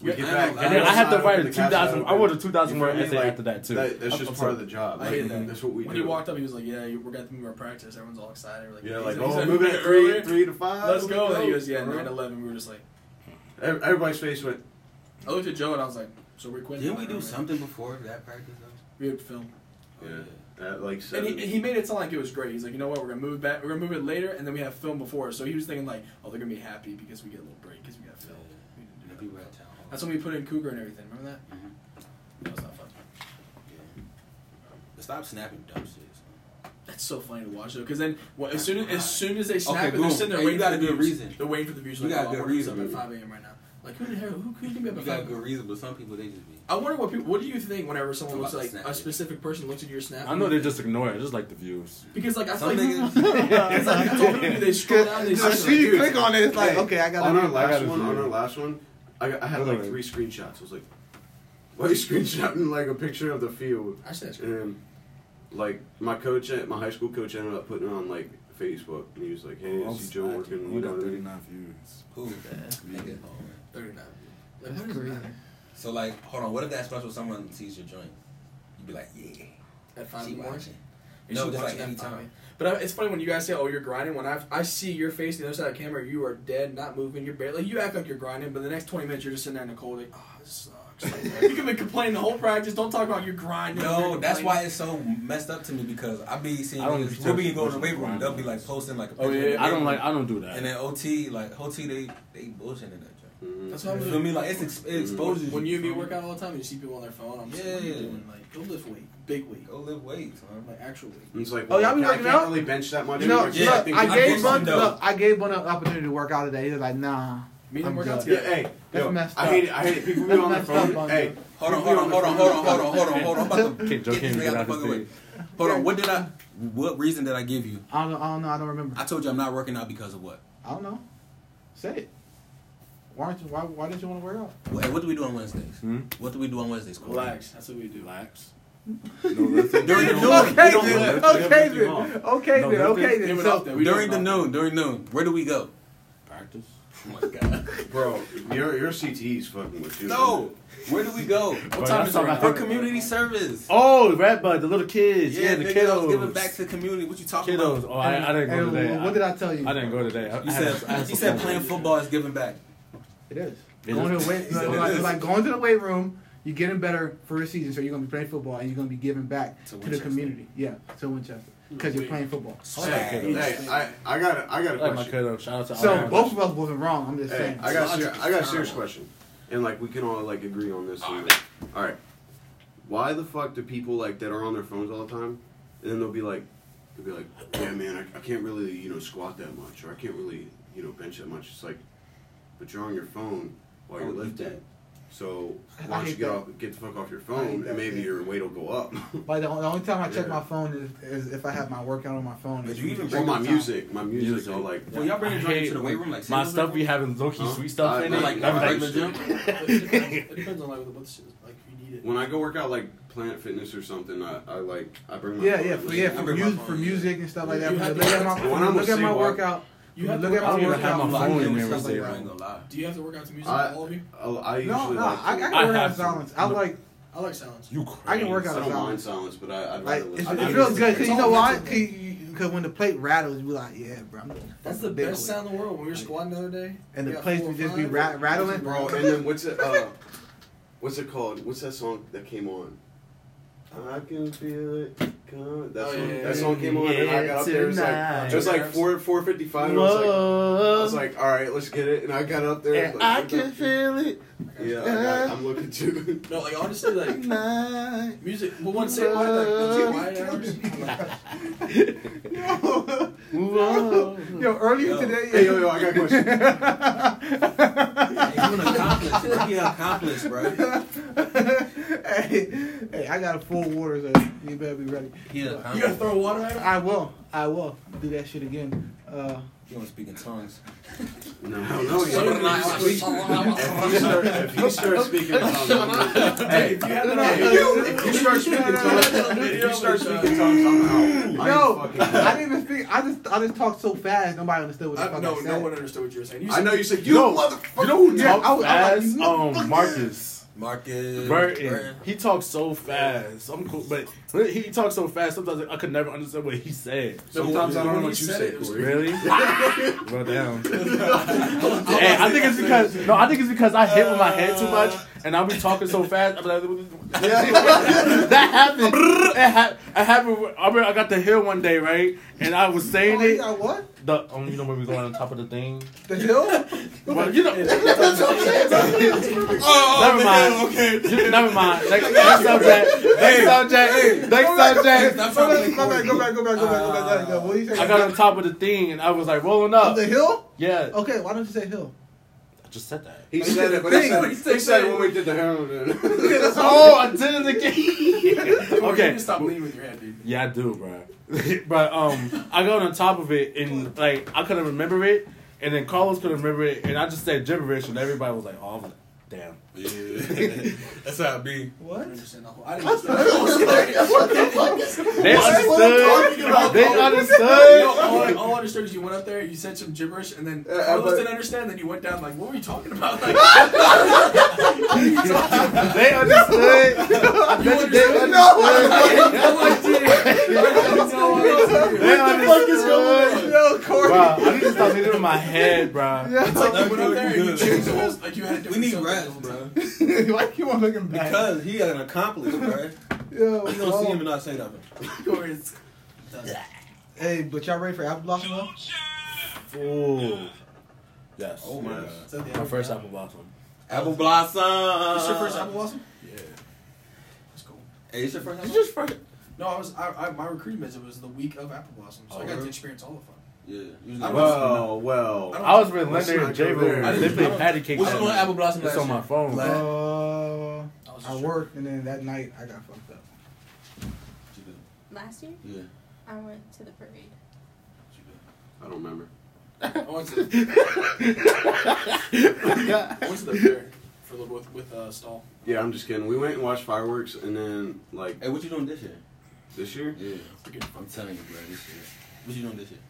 Speaker 3: We
Speaker 6: Yeah,
Speaker 3: get
Speaker 6: I
Speaker 3: back,
Speaker 6: know,
Speaker 2: And then I had to
Speaker 3: outside,
Speaker 2: write a
Speaker 3: open the couch
Speaker 2: 2,000. I
Speaker 3: open.
Speaker 2: wrote a 2,000
Speaker 3: You feel
Speaker 2: word
Speaker 3: me?
Speaker 2: essay
Speaker 3: Like,
Speaker 2: after that too.
Speaker 3: That, that's just
Speaker 2: I'm
Speaker 3: part
Speaker 2: sorry.
Speaker 3: of the job.
Speaker 4: I
Speaker 3: Like,
Speaker 4: hate that.
Speaker 3: That's what we
Speaker 4: when
Speaker 3: do.
Speaker 4: he walked up, he was like, "Yeah, you- we're going to move our practice. Everyone's all excited." We're like,
Speaker 3: Yeah,
Speaker 4: he's
Speaker 3: like,
Speaker 4: he's
Speaker 3: oh,
Speaker 4: like,
Speaker 3: move
Speaker 4: "Move
Speaker 3: it at
Speaker 4: earlier.
Speaker 3: three, three to five.
Speaker 4: Let's
Speaker 3: we
Speaker 4: go. And he goes, "Yeah,
Speaker 3: Bro.
Speaker 4: 9 11 We were just like,
Speaker 3: Every- Everybody's face went.
Speaker 4: I looked at Joe and I was like, "So we're quitting."
Speaker 6: Didn't we do
Speaker 4: Alright.
Speaker 6: something before that practice? Though? Oh,
Speaker 4: We had film.
Speaker 3: Yeah. At uh, like
Speaker 4: And
Speaker 3: seven.
Speaker 4: he, he made it sound like it was great. He's like, you know what? We're gonna move back. We're gonna move it later, and then we have film before. So he was thinking like, oh, they're gonna be happy because we get a little break because we got film. We didn't do
Speaker 6: You
Speaker 4: that.
Speaker 6: know, people at town hall.
Speaker 4: That's when we put in Cougar and everything. Remember that?
Speaker 6: Mhm.
Speaker 4: That was not fun.
Speaker 6: But stop snapping dumb shit. son.
Speaker 4: That's so funny to watch though, because then well, as soon as, as soon as they snap
Speaker 6: Ah. Okay,
Speaker 4: it, they're
Speaker 6: boom.
Speaker 4: sitting there
Speaker 6: Hey, you
Speaker 4: waiting
Speaker 6: got
Speaker 4: for
Speaker 6: a
Speaker 4: the
Speaker 6: good
Speaker 4: views.
Speaker 6: reason.
Speaker 4: They're waiting for the views.
Speaker 6: You
Speaker 4: Like,
Speaker 6: got a
Speaker 4: oh,
Speaker 6: good
Speaker 4: I wonder who's
Speaker 6: reason,
Speaker 4: Up at 5 a.m. right now. Like who the hell? Who could you be up
Speaker 6: You
Speaker 4: at
Speaker 6: got
Speaker 4: 5
Speaker 6: good
Speaker 4: a.m.?
Speaker 6: reason, but some people they just be.
Speaker 4: I wonder what people. What do you think whenever someone
Speaker 6: I'm
Speaker 4: looks
Speaker 6: about
Speaker 4: like
Speaker 6: to snap
Speaker 4: a
Speaker 6: it.
Speaker 4: specific person looks at your snap?
Speaker 2: I know they just ignore it. I just like the views.
Speaker 4: because like I feel
Speaker 6: Some
Speaker 4: like [LAUGHS]
Speaker 6: niggas.
Speaker 4: it's like I told them they scroll down. They
Speaker 1: As
Speaker 4: see
Speaker 1: soon as you
Speaker 4: it.
Speaker 1: click on it, it's like,
Speaker 3: Hey,
Speaker 1: okay, I
Speaker 3: on
Speaker 1: got
Speaker 3: our
Speaker 1: it.
Speaker 3: last
Speaker 2: gotta
Speaker 3: one,
Speaker 2: see
Speaker 3: on
Speaker 2: it.
Speaker 3: our last one, I, got, I had
Speaker 2: Hold
Speaker 3: like
Speaker 2: on.
Speaker 3: three screenshots. I was like, [LAUGHS] why are you screenshotting like a picture of the field?
Speaker 4: I said that.
Speaker 3: And like my coach, at, my high school coach, ended up putting it on like Facebook, and he was like, hey, I
Speaker 2: I'm
Speaker 3: see Joe
Speaker 2: slacking.
Speaker 3: working.
Speaker 2: We
Speaker 3: You know
Speaker 2: got
Speaker 3: what I mean?
Speaker 2: 39 views.
Speaker 6: Who? Nigga. Oh, man.
Speaker 4: Thirty-nine. Like, what does it matter?
Speaker 6: So like, hold on. What if that special someone sees your joint? You'd be like, yeah,
Speaker 4: At five in
Speaker 6: she
Speaker 4: the morning?
Speaker 6: watching.
Speaker 4: You
Speaker 6: No,
Speaker 4: should
Speaker 6: just
Speaker 4: watch
Speaker 6: like
Speaker 4: that
Speaker 6: any
Speaker 4: five.
Speaker 6: time.
Speaker 4: But I, it's funny when you guys say, "Oh, you're grinding." When I I see your face on the other side of the camera, you are dead, not moving. You're barely like you act like you're grinding, but the next twenty minutes you're just sitting there in the cold, like, "Oh, this sucks." Like, you can be complaining the whole practice. Don't talk about your grind.
Speaker 6: No, that's why it's so messed up to me because I be seeing
Speaker 2: I don't
Speaker 6: niggas.
Speaker 2: be
Speaker 6: We'll be
Speaker 2: touching
Speaker 6: going to the weight
Speaker 2: people's
Speaker 6: room. They'll be
Speaker 2: grinders.
Speaker 6: like posting like a
Speaker 4: Oh,
Speaker 6: picture of
Speaker 4: yeah,
Speaker 6: the
Speaker 2: I don't
Speaker 6: weight
Speaker 2: like. I don't do
Speaker 6: room.
Speaker 2: that.
Speaker 6: And then OT like OT they they bullshitting that joint.
Speaker 3: Mhm.
Speaker 4: That's what I'm
Speaker 6: You feel me? Like it's ex- it exposes
Speaker 4: When you and me
Speaker 6: feel me?
Speaker 4: work out all the time, and you see people on their phone. I'm just like, "What are you
Speaker 6: Yeah.
Speaker 4: doing? Like, go lift weight, big weight,
Speaker 6: Go lift weights, man.
Speaker 4: like actual weight."
Speaker 3: And It's like,
Speaker 1: Oh,
Speaker 3: well,
Speaker 1: y'all be
Speaker 3: I
Speaker 1: working
Speaker 3: can't
Speaker 1: out?
Speaker 3: really bench that much.
Speaker 1: You know,
Speaker 3: anymore, 'cause
Speaker 6: Yeah,
Speaker 1: look,
Speaker 3: think
Speaker 1: I
Speaker 3: we-
Speaker 1: gave
Speaker 6: one-
Speaker 1: Bun, look, I gave Bun an opportunity to work out today. He was like, nah.
Speaker 4: Me and him
Speaker 1: I'm
Speaker 4: work out
Speaker 1: good.
Speaker 3: Yeah,
Speaker 4: together.
Speaker 3: hey,
Speaker 1: That's
Speaker 3: yo,
Speaker 1: messed
Speaker 3: I
Speaker 1: up.
Speaker 3: hate it. I hate it. People be
Speaker 1: That's
Speaker 3: on the
Speaker 1: messed up,
Speaker 3: phone.
Speaker 1: Bun.
Speaker 3: Hey,
Speaker 6: Hold on,
Speaker 3: people
Speaker 6: hold
Speaker 3: be
Speaker 6: on, hold
Speaker 3: the
Speaker 6: on,
Speaker 3: phone.
Speaker 6: hold on, hold on, hold on, hold on. I'm about to
Speaker 2: Okay, Joe
Speaker 6: get this
Speaker 2: can't
Speaker 6: nigga
Speaker 2: get out
Speaker 6: out the
Speaker 2: of
Speaker 6: fucking
Speaker 2: the
Speaker 6: way. Hold on, what did I? What reason did I give you?
Speaker 1: I don't, I don't know. I don't remember.
Speaker 6: I told you I'm not working out because of what?
Speaker 1: I don't know. Say it. Why aren't you? Why, why didn't you want to work out?
Speaker 6: Wait, what do we do on Wednesdays?
Speaker 2: Hmm?
Speaker 6: What do we do on Wednesdays? Corey?
Speaker 4: Relax. That's what we do.
Speaker 2: relax. No, that's it.
Speaker 6: During the
Speaker 2: No,
Speaker 6: noon.
Speaker 2: that's
Speaker 1: [LAUGHS]
Speaker 2: it.
Speaker 1: Okay,
Speaker 6: don't
Speaker 1: then.
Speaker 2: lift.
Speaker 3: We don't
Speaker 1: Okay,
Speaker 3: lift
Speaker 1: then.
Speaker 3: them off.
Speaker 1: Okay,
Speaker 2: No,
Speaker 1: then.
Speaker 2: lift
Speaker 1: Okay,
Speaker 2: it.
Speaker 1: then.
Speaker 4: Even
Speaker 1: So,
Speaker 4: off there, we don't
Speaker 6: During the
Speaker 4: talk.
Speaker 6: noon, during noon, where do we go?
Speaker 2: Practice.
Speaker 6: Oh my god.
Speaker 3: Bro, your your CTE is fucking with you.
Speaker 6: No, where do we go?
Speaker 2: Bro,
Speaker 4: time
Speaker 2: y'all
Speaker 4: is
Speaker 2: talking
Speaker 4: it?
Speaker 2: about-
Speaker 6: For community service.
Speaker 2: [LAUGHS] Oh, Rat Bud, the little kids. Yeah,
Speaker 6: yeah,
Speaker 2: the
Speaker 6: nigga, I was giving
Speaker 2: kiddos.
Speaker 6: back to the community. What you talking
Speaker 2: kiddos.
Speaker 6: about?
Speaker 2: Oh, I, I didn't go
Speaker 1: and
Speaker 2: today.
Speaker 1: what did I tell you?
Speaker 2: I didn't go today. I,
Speaker 6: You
Speaker 2: I
Speaker 6: said
Speaker 2: had- I had some
Speaker 6: you said
Speaker 2: family
Speaker 6: playing
Speaker 2: issues.
Speaker 6: football is giving back.
Speaker 1: It is.
Speaker 2: They
Speaker 1: going to
Speaker 2: just-
Speaker 1: the weight, no, like, it's like going to the weight room. You're getting better for a season, so you're gonna be playing football and you're gonna be giving back to,
Speaker 6: To
Speaker 1: the
Speaker 6: Winchester.
Speaker 1: community. Yeah, to Winchester because you're playing football.
Speaker 2: I like my
Speaker 3: Hey,
Speaker 2: kid.
Speaker 3: hey, I, I got a, I got a
Speaker 2: I like my
Speaker 3: question.
Speaker 2: kid. though. Shout out to
Speaker 1: So
Speaker 2: Iron Man.
Speaker 1: both of us wasn't wrong. I'm just
Speaker 3: Hey,
Speaker 1: saying.
Speaker 3: I got a
Speaker 6: Logic
Speaker 3: ser- I
Speaker 6: is
Speaker 3: got a
Speaker 6: terrible.
Speaker 3: serious question, and like we can all like agree on this.
Speaker 6: Alright.
Speaker 3: all right, why the fuck do people like that are on their phones all the time, and then they'll be like, they'll be like, yeah, man, I, I can't really you know squat that much, or I can't really you know bench that much. It's like, but you're on your phone while you're
Speaker 6: Oh, you
Speaker 3: lifting.
Speaker 1: I-
Speaker 3: So
Speaker 1: I
Speaker 3: why don't you
Speaker 1: hate
Speaker 3: get
Speaker 1: that.
Speaker 3: off, get the fuck off your
Speaker 1: I hate
Speaker 3: phone,
Speaker 1: that,
Speaker 3: and maybe
Speaker 1: yeah.
Speaker 3: your weight will
Speaker 1: [LAUGHS]
Speaker 3: go up.
Speaker 1: Like the, the only time I check
Speaker 3: Yeah.
Speaker 1: my phone is, is if I have my workout on my phone.
Speaker 6: But you even
Speaker 3: or
Speaker 6: bring
Speaker 3: my
Speaker 6: up-
Speaker 3: music, my music,
Speaker 2: Music.
Speaker 3: I'll like.
Speaker 6: Well, y'all bring
Speaker 2: I
Speaker 6: your drink
Speaker 2: hate
Speaker 6: to the weight room like
Speaker 2: my
Speaker 6: singles
Speaker 2: stuff
Speaker 6: weight
Speaker 2: be
Speaker 6: room?
Speaker 2: having low key
Speaker 3: Huh?
Speaker 2: sweet stuff
Speaker 3: I-
Speaker 2: in
Speaker 3: I
Speaker 2: it.
Speaker 3: like-
Speaker 2: That'd be Uh,
Speaker 3: I
Speaker 2: like-
Speaker 3: like-
Speaker 4: it depends- it depends on like what the shit is like. If you need it.
Speaker 3: When I go work out like Planet Fitness or something, I, I like I bring my
Speaker 1: Yeah,
Speaker 3: phone
Speaker 1: yeah,
Speaker 3: and
Speaker 1: for,
Speaker 3: listen
Speaker 1: yeah,
Speaker 3: to
Speaker 1: for,
Speaker 6: bring my
Speaker 1: mu-
Speaker 6: phone,
Speaker 1: for music and stuff like that.
Speaker 4: You
Speaker 1: When I
Speaker 4: have
Speaker 1: look
Speaker 4: to-
Speaker 1: at my,
Speaker 3: When
Speaker 1: when I
Speaker 3: I'm
Speaker 1: look
Speaker 3: a
Speaker 1: at my
Speaker 3: C-walk,
Speaker 1: workout,
Speaker 4: You
Speaker 1: when I
Speaker 4: have to
Speaker 1: look
Speaker 4: work
Speaker 1: at my
Speaker 4: out
Speaker 2: I don't even have
Speaker 1: workout.
Speaker 2: my
Speaker 6: Locked
Speaker 2: phone
Speaker 6: in
Speaker 2: in
Speaker 6: with
Speaker 2: there
Speaker 6: stuff
Speaker 2: right there.
Speaker 6: like that, I ain't gonna lie.
Speaker 4: Do you have to work out to music?
Speaker 3: I,
Speaker 4: all of you?
Speaker 3: I, I usually
Speaker 1: No, no,
Speaker 3: like
Speaker 1: I, I
Speaker 3: to-
Speaker 1: can
Speaker 2: I
Speaker 1: work out
Speaker 2: have
Speaker 1: in
Speaker 2: to.
Speaker 1: silence. I
Speaker 2: No.
Speaker 1: like,
Speaker 4: I like silence.
Speaker 2: You
Speaker 1: I can work
Speaker 2: crazy.
Speaker 1: out
Speaker 3: I don't
Speaker 1: silence.
Speaker 3: mind silence, but I, I'd
Speaker 1: like
Speaker 3: rather
Speaker 1: it's,
Speaker 3: listen.
Speaker 1: it
Speaker 2: I-
Speaker 1: feels good. Cause
Speaker 4: it's
Speaker 1: you know
Speaker 4: all
Speaker 1: why?
Speaker 4: mental.
Speaker 1: Because when the plate rattles, you be like, yeah, bro.
Speaker 4: That's the
Speaker 1: Big
Speaker 4: best
Speaker 1: one.
Speaker 4: sound in the world. When we were squatting the other day,
Speaker 1: And
Speaker 4: we
Speaker 1: the
Speaker 4: got
Speaker 1: place
Speaker 4: four
Speaker 1: would
Speaker 4: or
Speaker 1: just be
Speaker 4: five.
Speaker 1: ra- rattling.
Speaker 3: Bro, and then what's it? Uh, what's it called? What's that song that came on? I can feel it. Come. That
Speaker 4: Oh,
Speaker 3: song,
Speaker 4: yeah, yeah,
Speaker 3: that song came on, and I got up there. It was like it was like four four fifty five. I was like, I was like, all right, let's get it. And I got up there.
Speaker 2: And
Speaker 3: like,
Speaker 2: I
Speaker 3: looked
Speaker 2: can
Speaker 3: up-
Speaker 2: feel it.
Speaker 3: [LAUGHS] Yeah, I got, I'm
Speaker 1: [LAUGHS]
Speaker 3: looking too. [LAUGHS]
Speaker 4: No, like honestly,
Speaker 2: [LAUGHS]
Speaker 4: like
Speaker 2: tonight.
Speaker 4: music. But one say why, like the wide hours.
Speaker 1: Yo, [LAUGHS]
Speaker 2: Move on.
Speaker 1: earlier
Speaker 6: Yo.
Speaker 1: today.
Speaker 3: hey, yo, yo, I got a question.
Speaker 6: Hey, you an accomplice, bro. You an accomplice, bro.
Speaker 1: [LAUGHS] hey, hey, I got a full water, so you better be ready.
Speaker 6: He an
Speaker 4: You
Speaker 6: [LAUGHS]
Speaker 4: gotta
Speaker 6: accomplice.
Speaker 4: throw water at him.
Speaker 1: I will. I will do that shit again. Uh,
Speaker 6: You don't speak in tongues.
Speaker 3: No, I don't know.
Speaker 4: So
Speaker 3: yet.
Speaker 4: did I.
Speaker 3: If you start, if you
Speaker 2: [LAUGHS]
Speaker 3: start speaking, tongues, I'm gonna- hey,
Speaker 4: If you had that
Speaker 1: No,
Speaker 4: on
Speaker 1: no,
Speaker 4: video,
Speaker 1: no,
Speaker 3: if you start speaking tongues, if you start speaking tongues, I'm out. I
Speaker 1: yo,
Speaker 3: ain't fucking-
Speaker 1: I didn't even speak. I just, I just talked so fast, nobody understood what the
Speaker 4: I,
Speaker 1: fuck
Speaker 4: no,
Speaker 1: I said.
Speaker 4: no one understood what you were saying. You
Speaker 3: I
Speaker 4: said,
Speaker 3: know you said
Speaker 2: You
Speaker 3: you
Speaker 2: know-
Speaker 3: motherfucker.
Speaker 2: You know who
Speaker 1: Yeah,
Speaker 2: talk
Speaker 1: I was- I was
Speaker 2: fast?
Speaker 1: like,
Speaker 2: um, Marcus
Speaker 6: Marcus.
Speaker 2: Burton. He talks so fast. I'm cool, but when he talks so fast. Sometimes I could never understand what he said.
Speaker 3: Sometimes I don't know
Speaker 4: When
Speaker 3: what
Speaker 4: he
Speaker 3: you
Speaker 4: said
Speaker 3: say,
Speaker 4: it, it was
Speaker 3: Corey.
Speaker 2: Really? [LAUGHS] well, [LAUGHS] damn. Hey, I think it's because no, I think it's because I hit with my head too much, and I'll be talking so fast. I'm like, [LAUGHS] that happened. It, ha- it happened. with- I remember I got the hill one day, right? And I was
Speaker 1: Oh,
Speaker 2: saying
Speaker 1: you
Speaker 2: it.
Speaker 1: got what?
Speaker 2: The um, you know where we going on top of the thing.
Speaker 1: The hill?
Speaker 2: Well, you know, [LAUGHS]
Speaker 6: Oh,
Speaker 2: never mind.
Speaker 6: okay.
Speaker 2: You- never mind. Next, [LAUGHS] next subject. Next subject. Next subject.
Speaker 6: That's
Speaker 1: Go back,
Speaker 6: not really
Speaker 1: go back,
Speaker 6: corny.
Speaker 1: go back, go back, go back, go back, go back, go back. What do you say?
Speaker 2: I got on top of the thing, and I was like rolling up.
Speaker 1: the hill?
Speaker 2: Yeah,
Speaker 1: Okay, why don't you say hill?
Speaker 2: I just said that.
Speaker 3: He said it, but he said, he said it when we did the [LAUGHS] heroin.
Speaker 2: Oh, I did it again.
Speaker 4: Corey, you
Speaker 2: [LAUGHS] okay.
Speaker 4: need to stop leaning with your head, dude.
Speaker 2: [LAUGHS] Yeah, I do, bro. but um, I got on top of it and like I couldn't remember it, and then Carlos couldn't remember it, and I just said gibberish, and everybody was like, "Oh, I was like, damn."
Speaker 6: Yeah. That's how it be.
Speaker 4: I
Speaker 1: What?
Speaker 4: didn't understand the whole. I didn't understand the whole story. [LAUGHS]
Speaker 2: They understood. They
Speaker 4: You know,
Speaker 2: understood.
Speaker 4: all, I, all I understood is you went up there, you said some gibberish, and then
Speaker 3: Uh, uh,
Speaker 4: Carlos
Speaker 3: but-
Speaker 4: didn't understand. Then you went down like, what were you talking about? Like,
Speaker 2: They understood. I bet you they understood. They understood.
Speaker 1: Yo, Corey.
Speaker 2: Bro, I need to stop hitting with my head,
Speaker 1: [LAUGHS]
Speaker 2: bro.
Speaker 4: you went up there and you
Speaker 6: Good.
Speaker 4: changed the whole. Like you had a different
Speaker 6: We need
Speaker 4: subject
Speaker 6: rest,
Speaker 4: the whole time.
Speaker 6: bro.
Speaker 1: Why you keep on looking back?
Speaker 6: Because he an accomplice, bro.
Speaker 1: Yo,
Speaker 6: You don't see him
Speaker 1: bro.
Speaker 6: and not say nothing.
Speaker 4: Corey, it's-
Speaker 1: Hey, but y'all ready for Apple Blossom? though?
Speaker 2: Ooh. Yes.
Speaker 6: Oh my god.
Speaker 4: Is that the
Speaker 2: My
Speaker 4: apple?
Speaker 2: first apple blossom.
Speaker 6: Apple blossom.
Speaker 4: It's your first apple blossom?
Speaker 2: Yeah.
Speaker 4: That's cool.
Speaker 6: Hey, it's your first apple.
Speaker 2: It's just first.
Speaker 4: No, I was. I, I, my recruiting visit was the week of apple blossom, so
Speaker 6: Oh,
Speaker 4: I got
Speaker 6: really?
Speaker 4: to experience all of them.
Speaker 6: Yeah.
Speaker 3: Well,
Speaker 4: I
Speaker 3: well.
Speaker 4: don't-
Speaker 2: I was with
Speaker 3: Let's
Speaker 2: Linda
Speaker 3: not
Speaker 2: and
Speaker 3: go
Speaker 2: J.
Speaker 3: there.
Speaker 2: They played patty cake.
Speaker 6: What's
Speaker 2: on
Speaker 6: on
Speaker 2: my-
Speaker 6: apple blossom?
Speaker 2: It's
Speaker 6: last
Speaker 2: on my
Speaker 6: year?
Speaker 2: phone.
Speaker 6: Black.
Speaker 1: Uh,
Speaker 4: I was
Speaker 1: I
Speaker 4: just-
Speaker 1: worked, and then that night I got fucked up.
Speaker 6: What you doing?
Speaker 5: Last year,
Speaker 6: Yeah.
Speaker 5: I went to the parade.
Speaker 6: What you doing?
Speaker 3: I don't remember.
Speaker 4: I went
Speaker 6: [LAUGHS]
Speaker 4: to the, I went to the fair for the, with with uh, stall.
Speaker 3: Yeah, I'm just kidding. We went and watched fireworks, and then like
Speaker 6: Hey, what you doing this year?
Speaker 3: this year,
Speaker 6: Yeah.
Speaker 4: Freaking
Speaker 6: I'm telling you, bro. This year. What you doing this year?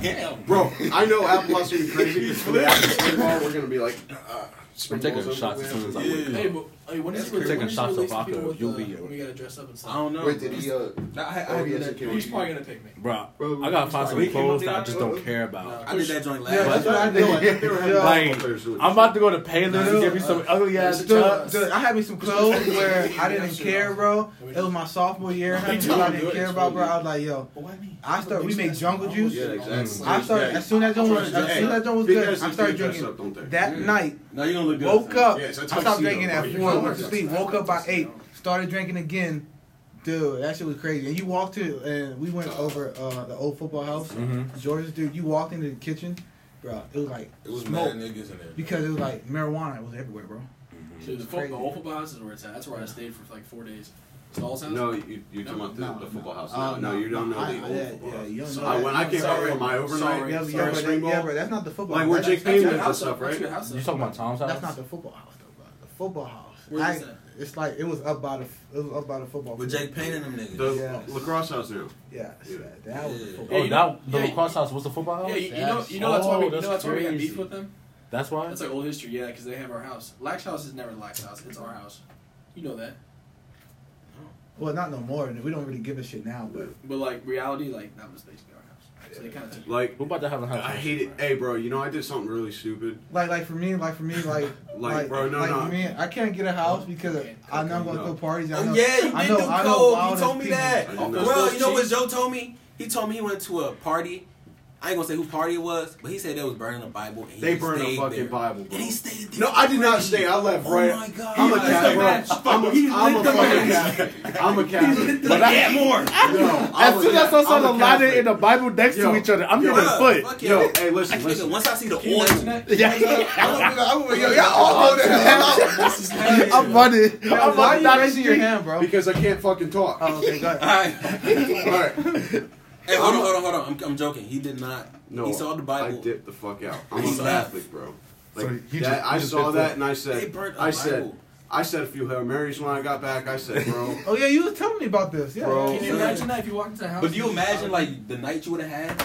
Speaker 6: Damn,
Speaker 3: bro. I know Apple [LAUGHS] Blossom is crazy. 'cause when we have the spring ball, we're gonna be like, uh,
Speaker 2: I'm
Speaker 3: spring
Speaker 2: taking
Speaker 3: balls
Speaker 2: shots
Speaker 3: over
Speaker 2: as soon as
Speaker 3: with.
Speaker 2: I
Speaker 6: Yeah.
Speaker 2: wake
Speaker 4: Hey,
Speaker 2: up.
Speaker 4: but Hey, when
Speaker 6: That's
Speaker 4: is it? When
Speaker 2: crazy.
Speaker 4: is it
Speaker 2: Taking
Speaker 4: released to
Speaker 2: shots of
Speaker 4: people
Speaker 2: vodka,
Speaker 4: with
Speaker 2: you'll
Speaker 4: the,
Speaker 2: be-
Speaker 4: when we gotta dress up and
Speaker 6: I
Speaker 4: stuff?
Speaker 6: don't know.
Speaker 3: Wait, did he? Uh,
Speaker 6: Nah, I, I,
Speaker 3: Oh,
Speaker 6: did
Speaker 3: yes,
Speaker 6: that-
Speaker 3: okay.
Speaker 4: He's probably gonna pick me.
Speaker 2: Bro,
Speaker 3: Bro,
Speaker 2: I gotta find some
Speaker 3: we came up
Speaker 2: clothes
Speaker 3: with
Speaker 2: that I
Speaker 3: the
Speaker 2: just
Speaker 3: idea.
Speaker 2: don't care about.
Speaker 4: No.
Speaker 6: I did that joint
Speaker 1: Yeah,
Speaker 6: last
Speaker 1: that's what
Speaker 6: night.
Speaker 1: I did. Yeah.
Speaker 2: Like, I'm about to go to Payless and
Speaker 1: Dude,
Speaker 2: get me some ugly ass
Speaker 4: dude,
Speaker 1: Dude,
Speaker 2: chucks.
Speaker 1: dude, I had me some clothes where I didn't care, bro. It was my sophomore year. and I, I didn't care about, bro. I was like, yo,
Speaker 4: But what I mean,
Speaker 1: I start- we
Speaker 4: Big
Speaker 1: make
Speaker 4: ass-
Speaker 1: jungle
Speaker 4: I
Speaker 1: juice.
Speaker 4: was-
Speaker 3: Yeah, exactly.
Speaker 1: I started as soon as that was, as soon as that was
Speaker 3: Big
Speaker 1: good,
Speaker 3: ass
Speaker 1: I
Speaker 3: dudes
Speaker 1: started
Speaker 3: do dress
Speaker 1: drinking.
Speaker 3: up, don't they?
Speaker 1: That night,
Speaker 6: No, you're gonna look good.
Speaker 1: woke
Speaker 6: son.
Speaker 1: up.
Speaker 3: Yeah,
Speaker 1: I
Speaker 3: it's a
Speaker 1: stopped
Speaker 3: tuxedo,
Speaker 1: drinking
Speaker 3: bro.
Speaker 1: at four.
Speaker 3: You can't
Speaker 1: Went to
Speaker 3: wear
Speaker 1: sleep.
Speaker 4: tuxedo.
Speaker 1: Woke up by eight. Started drinking again. Dude, that shit was crazy. And you walked to, and we went over uh, the old football house.
Speaker 2: Mhm.
Speaker 3: Mm-hmm.
Speaker 1: George's dude, you walked into the kitchen, bro. It was like
Speaker 6: It was
Speaker 1: smoke
Speaker 6: mad niggas in there.
Speaker 1: because it was like marijuana. It was everywhere, bro.
Speaker 4: Dude, the football, the whole football house is where it's at. That's where I stayed for like four days. Stall's house.
Speaker 3: No, you, you're talking about the,
Speaker 1: No,
Speaker 3: the football house.
Speaker 1: Uh,
Speaker 3: no, no, you don't know
Speaker 1: I-
Speaker 3: the
Speaker 1: I-
Speaker 3: old
Speaker 1: yeah,
Speaker 3: football
Speaker 1: yeah,
Speaker 3: house.
Speaker 1: you don't
Speaker 3: So
Speaker 1: know
Speaker 3: I-
Speaker 1: that.
Speaker 3: when I came
Speaker 4: Sorry.
Speaker 3: over from my
Speaker 4: Sorry.
Speaker 3: overnight,
Speaker 1: Yeah,
Speaker 4: Sorry,
Speaker 1: yeah, but,
Speaker 3: spring
Speaker 1: that- yeah,
Speaker 3: ball.
Speaker 1: bro, that's not the football.
Speaker 3: Like, where
Speaker 1: that's,
Speaker 3: Jake
Speaker 1: that's,
Speaker 4: That's
Speaker 3: Payne
Speaker 4: good
Speaker 1: that's,
Speaker 3: lives.
Speaker 4: house
Speaker 3: That's
Speaker 4: stuff.
Speaker 3: up, right?
Speaker 4: That's good house
Speaker 2: You
Speaker 4: stuff.
Speaker 2: talking about Tom's house?
Speaker 1: that's not the football house, though, bro. The football house.
Speaker 4: Where is
Speaker 1: I-
Speaker 4: that?
Speaker 1: It's like it was up by the it was up by the football.
Speaker 6: With
Speaker 1: field.
Speaker 6: Jake Payne and them niggas.
Speaker 3: the
Speaker 1: Yes.
Speaker 3: lacrosse house now.
Speaker 1: Yeah,
Speaker 3: Yeah.
Speaker 1: that, that was the
Speaker 6: Yeah.
Speaker 1: football.
Speaker 2: Oh,
Speaker 4: you know-
Speaker 2: that the
Speaker 4: yeah, you-
Speaker 2: lacrosse house was the football house.
Speaker 4: Yeah, you, you know, you know that's why we, you know that's why we got beef with them.
Speaker 2: That's why.
Speaker 4: That's like old history, yeah, because they have our house. Lax house is never Lax house; it's our house. You know that.
Speaker 1: Well, not no more. and We don't really give a shit now, but
Speaker 4: But like reality, like that was basically our house. So they kind of took.
Speaker 3: Like,
Speaker 2: We're about to have a house.
Speaker 3: I hate it. Hey, bro, you know I did something really stupid.
Speaker 1: like, like for me, like for me, like,
Speaker 3: Like, bro, no,
Speaker 1: like
Speaker 3: no.
Speaker 1: for me, I can't get a house because
Speaker 4: Okay,
Speaker 1: I know I'm gonna
Speaker 3: no.
Speaker 1: throw parties. I know,
Speaker 6: Oh yeah, you
Speaker 1: I
Speaker 6: been
Speaker 1: know,
Speaker 6: through
Speaker 1: I know
Speaker 6: cold.
Speaker 1: wild
Speaker 6: He
Speaker 1: ass
Speaker 6: told me
Speaker 1: people.
Speaker 6: that.
Speaker 3: I didn't know.
Speaker 6: Well, you know what
Speaker 4: Cheeks.
Speaker 6: Joe told me? He told me he went to a party. I ain't gonna say who party it was, but he said they was burning a Bible. And he
Speaker 3: They
Speaker 6: just
Speaker 3: burned a
Speaker 6: stayed
Speaker 3: fucking
Speaker 6: there.
Speaker 3: Bible, bro.
Speaker 6: And he stayed there.
Speaker 3: No, I did not
Speaker 6: crazy.
Speaker 3: stay. I left
Speaker 6: Oh
Speaker 3: right.
Speaker 6: my god.
Speaker 3: I'm a
Speaker 6: He lit
Speaker 3: Catholic. I'm
Speaker 6: the
Speaker 3: a,
Speaker 6: match.
Speaker 3: I'm a
Speaker 6: He lit the
Speaker 3: fucking
Speaker 6: match.
Speaker 3: Catholic. I'm a Catholic.
Speaker 6: [LAUGHS] But I get more.
Speaker 3: No, I'm
Speaker 2: As
Speaker 3: a
Speaker 2: soon as I
Speaker 3: Catholic.
Speaker 2: saw
Speaker 3: I'm a
Speaker 2: the Latin
Speaker 3: Catholic.
Speaker 2: and the Bible next
Speaker 3: Yo,
Speaker 2: to each other, I'm
Speaker 3: yo,
Speaker 2: getting foot.
Speaker 6: Fuck yeah.
Speaker 3: Yo, hey,
Speaker 6: I
Speaker 3: listen,
Speaker 6: think that
Speaker 3: listen.
Speaker 6: once I see the
Speaker 4: Can you
Speaker 6: oil,
Speaker 4: imagine that?
Speaker 2: Yeah, [LAUGHS] I'm
Speaker 3: [LAUGHS]
Speaker 6: [LAUGHS] I'm
Speaker 2: running.
Speaker 1: Yeah, [LAUGHS]
Speaker 2: I'm
Speaker 1: why
Speaker 2: running
Speaker 1: you
Speaker 2: down the
Speaker 1: raising your
Speaker 2: street.
Speaker 1: hand, bro?
Speaker 3: Because I can't fucking talk.
Speaker 1: Oh, okay, go
Speaker 6: [LAUGHS]
Speaker 1: ahead.
Speaker 6: Hey,
Speaker 3: All right.
Speaker 6: hold
Speaker 2: Um,
Speaker 6: on, hold on, hold on. I'm, I'm joking. He did not.
Speaker 3: No,
Speaker 6: he saw the Bible.
Speaker 3: I dipped the fuck
Speaker 6: [LAUGHS]
Speaker 3: out. I'm
Speaker 6: He
Speaker 3: a
Speaker 6: saw
Speaker 3: Catholic, bro. Like
Speaker 2: So he
Speaker 3: that,
Speaker 2: just- he
Speaker 3: I
Speaker 2: just
Speaker 3: saw
Speaker 2: bit
Speaker 3: that
Speaker 2: foot.
Speaker 3: and I
Speaker 6: They
Speaker 3: said,
Speaker 6: burnt a
Speaker 3: I said,
Speaker 6: Bible.
Speaker 3: I said a few Hail Marys when I got back. I said,
Speaker 6: [LAUGHS]
Speaker 3: bro,
Speaker 1: Oh yeah, you was telling me about this. Yeah,
Speaker 3: Bro.
Speaker 1: yeah,
Speaker 4: Can
Speaker 1: yeah.
Speaker 4: you imagine that if you walked into the house?
Speaker 6: But do you imagine like the night you would have had?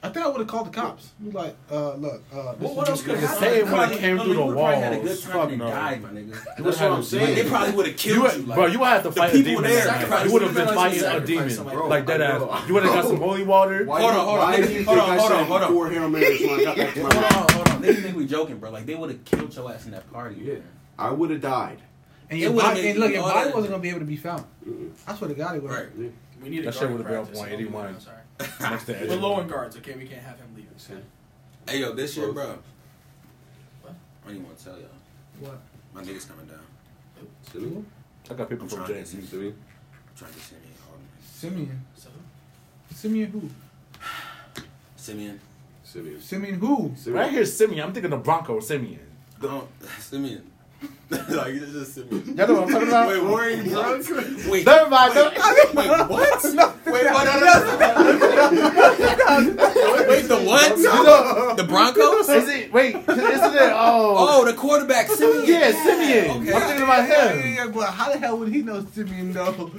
Speaker 1: I think I would have called the cops. You like, uh, look, uh, this
Speaker 4: Well,
Speaker 1: is
Speaker 4: what else
Speaker 1: just-
Speaker 4: could
Speaker 2: The
Speaker 4: happen?
Speaker 2: same when
Speaker 6: Like,
Speaker 2: it came
Speaker 6: no,
Speaker 2: through
Speaker 6: you
Speaker 2: the
Speaker 6: would've probably had a good
Speaker 2: walls.
Speaker 6: time
Speaker 2: Fuck
Speaker 6: and
Speaker 2: no.
Speaker 6: died, my nigga.
Speaker 2: You
Speaker 3: That's
Speaker 2: would've had
Speaker 3: what I'm
Speaker 2: a
Speaker 3: saying.
Speaker 6: They
Speaker 2: demon.
Speaker 6: probably would have
Speaker 2: You
Speaker 6: killed you,
Speaker 2: would, bro,
Speaker 6: like.
Speaker 2: you would have to fight a
Speaker 6: people
Speaker 2: demon.
Speaker 6: there
Speaker 2: Like,
Speaker 6: sacrificed-
Speaker 2: you would have
Speaker 4: you
Speaker 2: been
Speaker 4: would've had to
Speaker 2: fighting a
Speaker 4: sacrifice
Speaker 2: demon,
Speaker 4: somebody.
Speaker 2: like that
Speaker 3: Bro, I
Speaker 2: ass.
Speaker 3: know.
Speaker 2: You would have got some holy water.
Speaker 3: why
Speaker 6: Hold
Speaker 3: do-
Speaker 6: on, hold on,
Speaker 3: why
Speaker 6: nigga.
Speaker 3: do you
Speaker 6: Hold
Speaker 3: think I
Speaker 6: on, hold
Speaker 3: said
Speaker 6: on, hold on.
Speaker 3: four Hail Marys when I got back to my
Speaker 6: [LAUGHS] Hold on,
Speaker 3: mom?
Speaker 6: hold on. They think we joking, bro. Like they would have killed your ass in that party.
Speaker 3: Yeah,
Speaker 6: man.
Speaker 3: I would have died.
Speaker 1: And your
Speaker 6: It would've
Speaker 1: body,
Speaker 6: made
Speaker 1: and look,
Speaker 6: you
Speaker 1: your
Speaker 6: all
Speaker 1: body
Speaker 6: that-
Speaker 1: wasn't gonna be able to be found.
Speaker 3: Mm-mm.
Speaker 1: I swear to God, it
Speaker 6: Right.
Speaker 1: would.
Speaker 4: We need a
Speaker 2: That shit
Speaker 4: guard
Speaker 2: would've been up
Speaker 4: practice.
Speaker 2: 181.
Speaker 4: I'm sorry.
Speaker 2: Next to
Speaker 4: We're
Speaker 2: Edgewood.
Speaker 4: low on guards, okay? We can't have him leave.
Speaker 6: Hey yo, this shit,
Speaker 3: Bro.
Speaker 6: bro.
Speaker 4: What?
Speaker 6: I don't even want to tell y'all.
Speaker 1: What?
Speaker 6: My niggas coming down.
Speaker 3: See me?
Speaker 2: I got people
Speaker 6: I'm
Speaker 2: from
Speaker 6: trying to
Speaker 2: James.
Speaker 6: see.
Speaker 3: See me?
Speaker 6: trying to send me all the
Speaker 1: Simeon.
Speaker 4: So,
Speaker 1: Simeon who?
Speaker 6: Simeon.
Speaker 3: See me?
Speaker 1: Simeon who?
Speaker 3: See
Speaker 2: When I
Speaker 3: me?
Speaker 2: hear Simeon, I'm thinking of Bronco Simeon.
Speaker 6: Don't [LAUGHS] Simeon. like it's just Simeon.
Speaker 2: Y'all know what I'm talking about?
Speaker 6: Wait, were you drunk? Wait,
Speaker 2: Never mind. Never
Speaker 6: wait,
Speaker 2: [LAUGHS]
Speaker 6: what? Wait, what? No, no, no. Wait, the what? The Broncos?
Speaker 2: Is it? Wait, isn't it? Oh,
Speaker 6: Oh, the quarterback Simeon.
Speaker 2: yeah, Simeon.
Speaker 6: okay.
Speaker 2: I'm thinking
Speaker 1: Yeah,
Speaker 2: about
Speaker 1: yeah,
Speaker 2: him.
Speaker 1: yeah, but how the hell would he know Simeon though?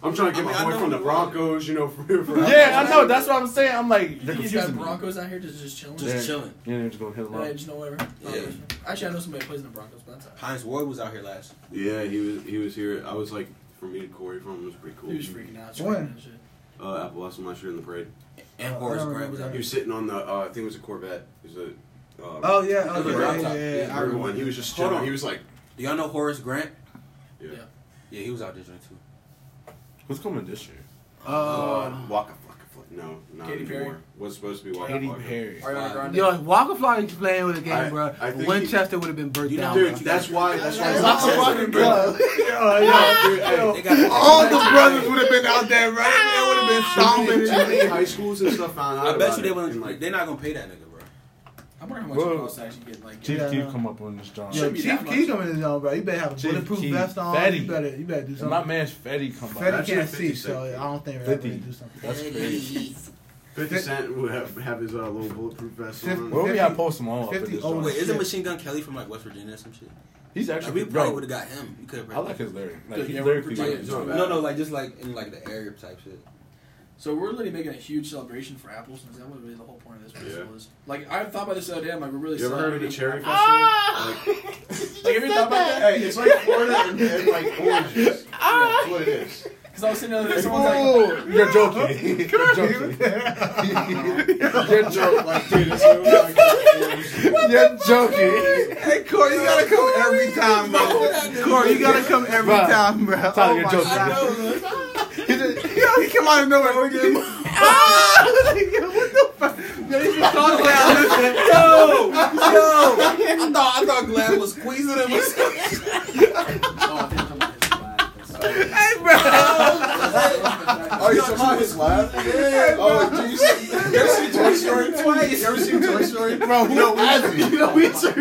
Speaker 3: I'm trying to get
Speaker 6: I mean,
Speaker 3: my
Speaker 6: I
Speaker 3: boy
Speaker 6: know
Speaker 3: from the
Speaker 6: you are.
Speaker 3: Broncos, you know, for, for
Speaker 2: Yeah, I know. That's what I'm saying. I'm like,
Speaker 4: you
Speaker 2: they're
Speaker 4: think he's got
Speaker 2: confusing me.
Speaker 4: Broncos out here just, just chilling?
Speaker 6: Just
Speaker 2: Yeah.
Speaker 6: chilling.
Speaker 2: Yeah, they're just gonna hit him
Speaker 4: Uh,
Speaker 2: up.
Speaker 4: just know whatever.
Speaker 6: Yeah.
Speaker 4: Actually, I know somebody who plays in the Broncos, but that's all right.
Speaker 6: Heinz Ward was out here last.
Speaker 3: Yeah, he was he was here. I was like, from me to Corey from him was pretty cool.
Speaker 4: He was freaking out.
Speaker 1: When?
Speaker 4: screaming and shit.
Speaker 3: Uh, Apple lost my shirt in the parade.
Speaker 6: And
Speaker 1: Oh,
Speaker 6: Horace
Speaker 1: I don't
Speaker 6: Grant was out
Speaker 1: remember
Speaker 3: He
Speaker 6: here.
Speaker 3: was sitting on the, uh, I think it was a Corvette. It was a, uh,
Speaker 1: Oh yeah, oh,
Speaker 6: Look
Speaker 1: yeah, yeah,
Speaker 6: at Rob Top.
Speaker 1: yeah, yeah, I
Speaker 3: everyone.
Speaker 1: remember.
Speaker 3: He was just
Speaker 6: Hold
Speaker 3: chilling.
Speaker 6: on.
Speaker 3: He was like,
Speaker 6: Do y'all know Horace Grant?
Speaker 3: yeah.
Speaker 4: Yeah.
Speaker 6: Yeah, he was out there drunk too.
Speaker 2: Who's coming this year?
Speaker 3: Uh, Waka Flocka Flocka. No, not
Speaker 4: Katy Perry?
Speaker 3: anymore. Was supposed to be Waka
Speaker 2: Katy
Speaker 3: Flocka.
Speaker 2: Perry.
Speaker 4: Ariana
Speaker 6: Uh,
Speaker 4: Grande.
Speaker 1: Yo, Walker Fly is playing with a game,
Speaker 3: I-
Speaker 1: bro.
Speaker 3: I think he-
Speaker 1: Winchester would have been burnt
Speaker 6: You know-
Speaker 1: down.
Speaker 3: Dude,
Speaker 1: bro.
Speaker 3: that's why. That's why.
Speaker 1: That's
Speaker 3: Waka
Speaker 1: a
Speaker 3: Flocka
Speaker 1: fucking
Speaker 3: Flocka.
Speaker 1: club.
Speaker 3: Yeah, yeah, dude, hey.
Speaker 6: They got
Speaker 1: All the brothers would have been out there, right? They would have been
Speaker 3: Too
Speaker 1: stomping.
Speaker 3: many high schools and stuff found out.
Speaker 6: I bet
Speaker 3: about
Speaker 6: you they
Speaker 3: it,
Speaker 6: wouldn't.
Speaker 3: and, like,
Speaker 6: they're not gonna pay that nigga, bro.
Speaker 4: I wonder how much
Speaker 2: Bro.
Speaker 4: it costs to actually get like.
Speaker 2: Chief
Speaker 1: Yeah,
Speaker 2: Keef
Speaker 1: no.
Speaker 2: come up on this joint.
Speaker 1: Yo,
Speaker 4: Shouldn't be
Speaker 1: Chief
Speaker 4: that much.
Speaker 1: Keef coming in zone, bro. You better have a
Speaker 2: Chief
Speaker 1: bulletproof
Speaker 2: Keef.
Speaker 1: vest on.
Speaker 2: Fatty.
Speaker 1: You better, you better do
Speaker 2: And my
Speaker 1: something.
Speaker 2: man's Fetty come
Speaker 1: Fetty
Speaker 2: up.
Speaker 3: That's
Speaker 1: can't
Speaker 3: what 50
Speaker 1: see, so
Speaker 3: said.
Speaker 1: I don't think they're ever
Speaker 2: 50.
Speaker 1: gonna do something.
Speaker 2: That's crazy.
Speaker 3: 50 Cent would have, have his uh, little bulletproof vest
Speaker 1: Fif-
Speaker 3: on.
Speaker 2: Where we at? Post Malone up
Speaker 1: 50
Speaker 2: in this
Speaker 1: old-
Speaker 2: joint.
Speaker 6: Oh, Wait, isn't
Speaker 1: shit.
Speaker 6: Machine Gun Kelly from like West Virginia or some shit?
Speaker 2: He's
Speaker 6: Like,
Speaker 2: actually
Speaker 6: we probably
Speaker 2: bro.
Speaker 6: would have got him. We could
Speaker 2: I
Speaker 6: have.
Speaker 2: like his lyric. Like
Speaker 4: Yeah,
Speaker 2: he's
Speaker 4: we're
Speaker 2: lyrically.
Speaker 4: pretty-
Speaker 2: like-
Speaker 3: yeah,
Speaker 6: No, no, like just like in like the Arab type shit.
Speaker 4: So we're literally making a huge celebration for apples, and that was really the whole point of this festival
Speaker 3: Yeah.
Speaker 4: is. Like I thought about this the other day. I'm like, we're really.
Speaker 3: You ever heard of the
Speaker 4: celebrating
Speaker 3: cherry
Speaker 4: apples.
Speaker 3: festival? Like,
Speaker 4: Like, have you thought about that?
Speaker 3: hey, it's like Florida and, and like oranges. That's what it is.
Speaker 4: Because I was sitting there, and someone's like, "Oh,
Speaker 2: Ooh, [LAUGHS] you're joking. You're joking. You're
Speaker 3: [LAUGHS]
Speaker 2: joking.
Speaker 3: Like, dude, [LAUGHS] it's really like
Speaker 2: You're joking.
Speaker 1: Hey, Corey, you gotta come every time, bro. Corey, you gotta come every
Speaker 2: Bruh.
Speaker 1: time, bro. Oh
Speaker 2: Tyler, you're
Speaker 1: my
Speaker 2: joking.
Speaker 1: God.
Speaker 2: He just-
Speaker 1: Yo, he came out of nowhere. what the fuck? Yo, he's just talking about this. Yo, yo.
Speaker 6: I thought I thought Glenn was squeezing him. or something.
Speaker 4: oh, I think I'm gonna hit
Speaker 1: Hey, bro.
Speaker 3: [LAUGHS] Oh, you saw his laugh? Oh, do you see? You ever seen Toy Story [LAUGHS] twice? You ever seen Toy Story? [LAUGHS]
Speaker 2: Bro, who asked me?
Speaker 3: You know Weezer?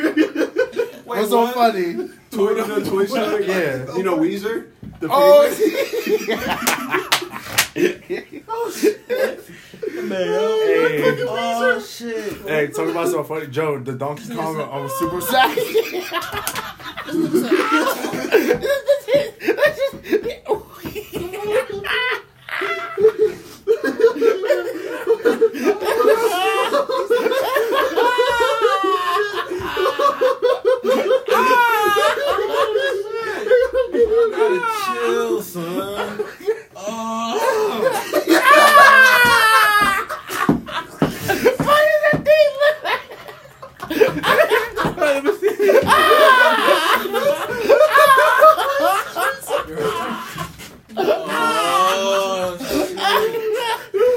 Speaker 2: [LAUGHS] What's so funny?
Speaker 3: Toy, you know Toy Story?
Speaker 2: Yeah.
Speaker 3: You know Weezer? The
Speaker 2: Oh,
Speaker 3: [LAUGHS] favorite?
Speaker 2: Hey,
Speaker 1: Oh shit.
Speaker 2: hey, talk about something funny. Joe, the Donkey Kong on Super Sack.
Speaker 3: [LAUGHS]
Speaker 6: Chill, son.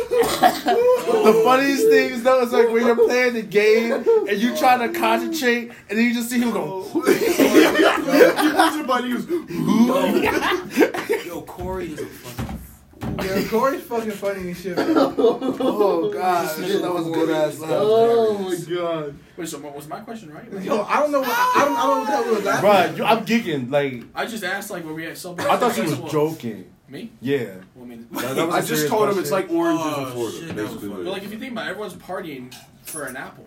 Speaker 2: The funniest thing is though, it's like when you're playing the game and you trying to concentrate, and then you just see him go.
Speaker 3: You lose your buddy who's.
Speaker 6: [LAUGHS] Yo, Corey is a fucking.
Speaker 1: Yo, Corey's fucking funny and shit. Bro.
Speaker 2: Oh
Speaker 3: [LAUGHS]
Speaker 2: god, shit, that was a good ass laugh.
Speaker 3: Oh my god.
Speaker 4: Wait, so what was my question right?
Speaker 1: [LAUGHS] Yo, I don't know. What, I don't. I don't know what that was. Laughing.
Speaker 2: Bruh, you, I'm gigging. Like
Speaker 4: I just asked like, were we at celebrating?
Speaker 2: I thought you was
Speaker 4: festival?
Speaker 2: joking.
Speaker 4: Me?
Speaker 2: Yeah.
Speaker 4: Well, I mean,
Speaker 2: That- that was a
Speaker 3: I just
Speaker 2: serious
Speaker 3: told him
Speaker 2: question.
Speaker 3: it's like oranges in
Speaker 6: Oh,
Speaker 3: Florida.
Speaker 6: shit, that was
Speaker 3: basically.
Speaker 6: funny.
Speaker 4: but like if you think about, it, everyone's partying for an apple.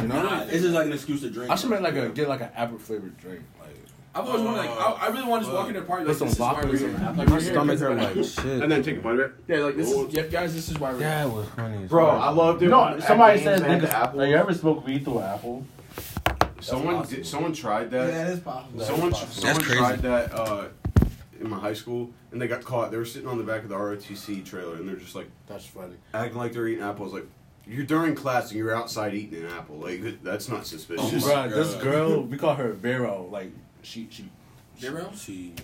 Speaker 2: You
Speaker 6: Nah,
Speaker 2: know?
Speaker 6: it's just like an excuse to drink.
Speaker 2: I should make like a get like an apple flavored drink. Like
Speaker 4: I've always wanted like, I, I really want to just walk into a party like
Speaker 2: with
Speaker 4: this
Speaker 2: some
Speaker 4: is why
Speaker 2: vodka
Speaker 4: we're
Speaker 2: or
Speaker 4: here.
Speaker 2: something.
Speaker 4: Like, we're
Speaker 2: My
Speaker 4: here
Speaker 2: stomach
Speaker 4: because
Speaker 2: hurt
Speaker 4: of
Speaker 6: [LAUGHS]
Speaker 2: like shit.
Speaker 3: and then take a bite of it.
Speaker 4: Yeah, like this
Speaker 2: Oh.
Speaker 4: is, yep, guys, this is why we're here.
Speaker 6: was funny.
Speaker 2: Bro,
Speaker 3: I loved it.
Speaker 2: No,
Speaker 3: At
Speaker 2: somebody
Speaker 3: Games
Speaker 2: said
Speaker 3: Man,
Speaker 2: niggas.
Speaker 3: the apple.
Speaker 2: Like, you ever smoked weed through an apple?
Speaker 3: Someone
Speaker 6: That's
Speaker 3: did, someone tried
Speaker 1: Yeah,
Speaker 3: that.
Speaker 1: that is possible.
Speaker 3: someone
Speaker 2: possible.
Speaker 3: someone
Speaker 6: That's crazy.
Speaker 3: tried that uh, in my high school, and they got caught. They were sitting on the back of the ROTC trailer, and they're just like
Speaker 2: That's funny.
Speaker 3: acting like they're eating apples. Like you're during class and you're outside eating an apple. Like th- that's not suspicious.
Speaker 6: Oh my-
Speaker 2: Bruh, this
Speaker 6: God.
Speaker 2: girl, we call her Vero. Like, she she
Speaker 4: Zero?
Speaker 6: She,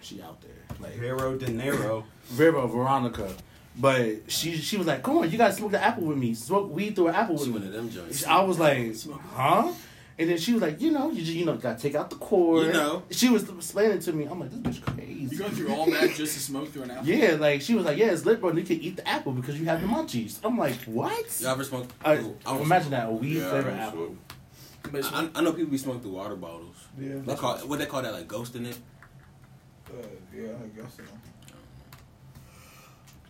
Speaker 2: she out there. Like
Speaker 3: Vero De Niro.
Speaker 2: Vera Veronica. But she she was like, Come on, you gotta smoke the apple with me. Smoke weed through an apple with
Speaker 6: she
Speaker 2: me.
Speaker 6: one of them joints.
Speaker 2: I was like, huh? And then she was like, you know, you just, you know, gotta take out the cord.
Speaker 6: You know.
Speaker 2: She was explaining to me. I'm like, this bitch
Speaker 4: You
Speaker 2: crazy.
Speaker 4: go through all that just to smoke through an apple?
Speaker 2: Yeah, like she was like, yeah, it's lit, bro. and You can eat the apple because you have the munchies. I'm like, what?
Speaker 6: Y'all ever smoked?
Speaker 2: I,
Speaker 6: Ooh, I don't
Speaker 2: imagine
Speaker 6: smoke.
Speaker 2: that a weed
Speaker 3: Yeah, I
Speaker 2: flavored
Speaker 3: don't
Speaker 2: apple.
Speaker 3: smoke.
Speaker 4: But it's-
Speaker 6: I, I know people be smoking through water bottles.
Speaker 1: Yeah.
Speaker 6: They call what they call that like ghosting it.
Speaker 1: Uh, yeah, I guess so.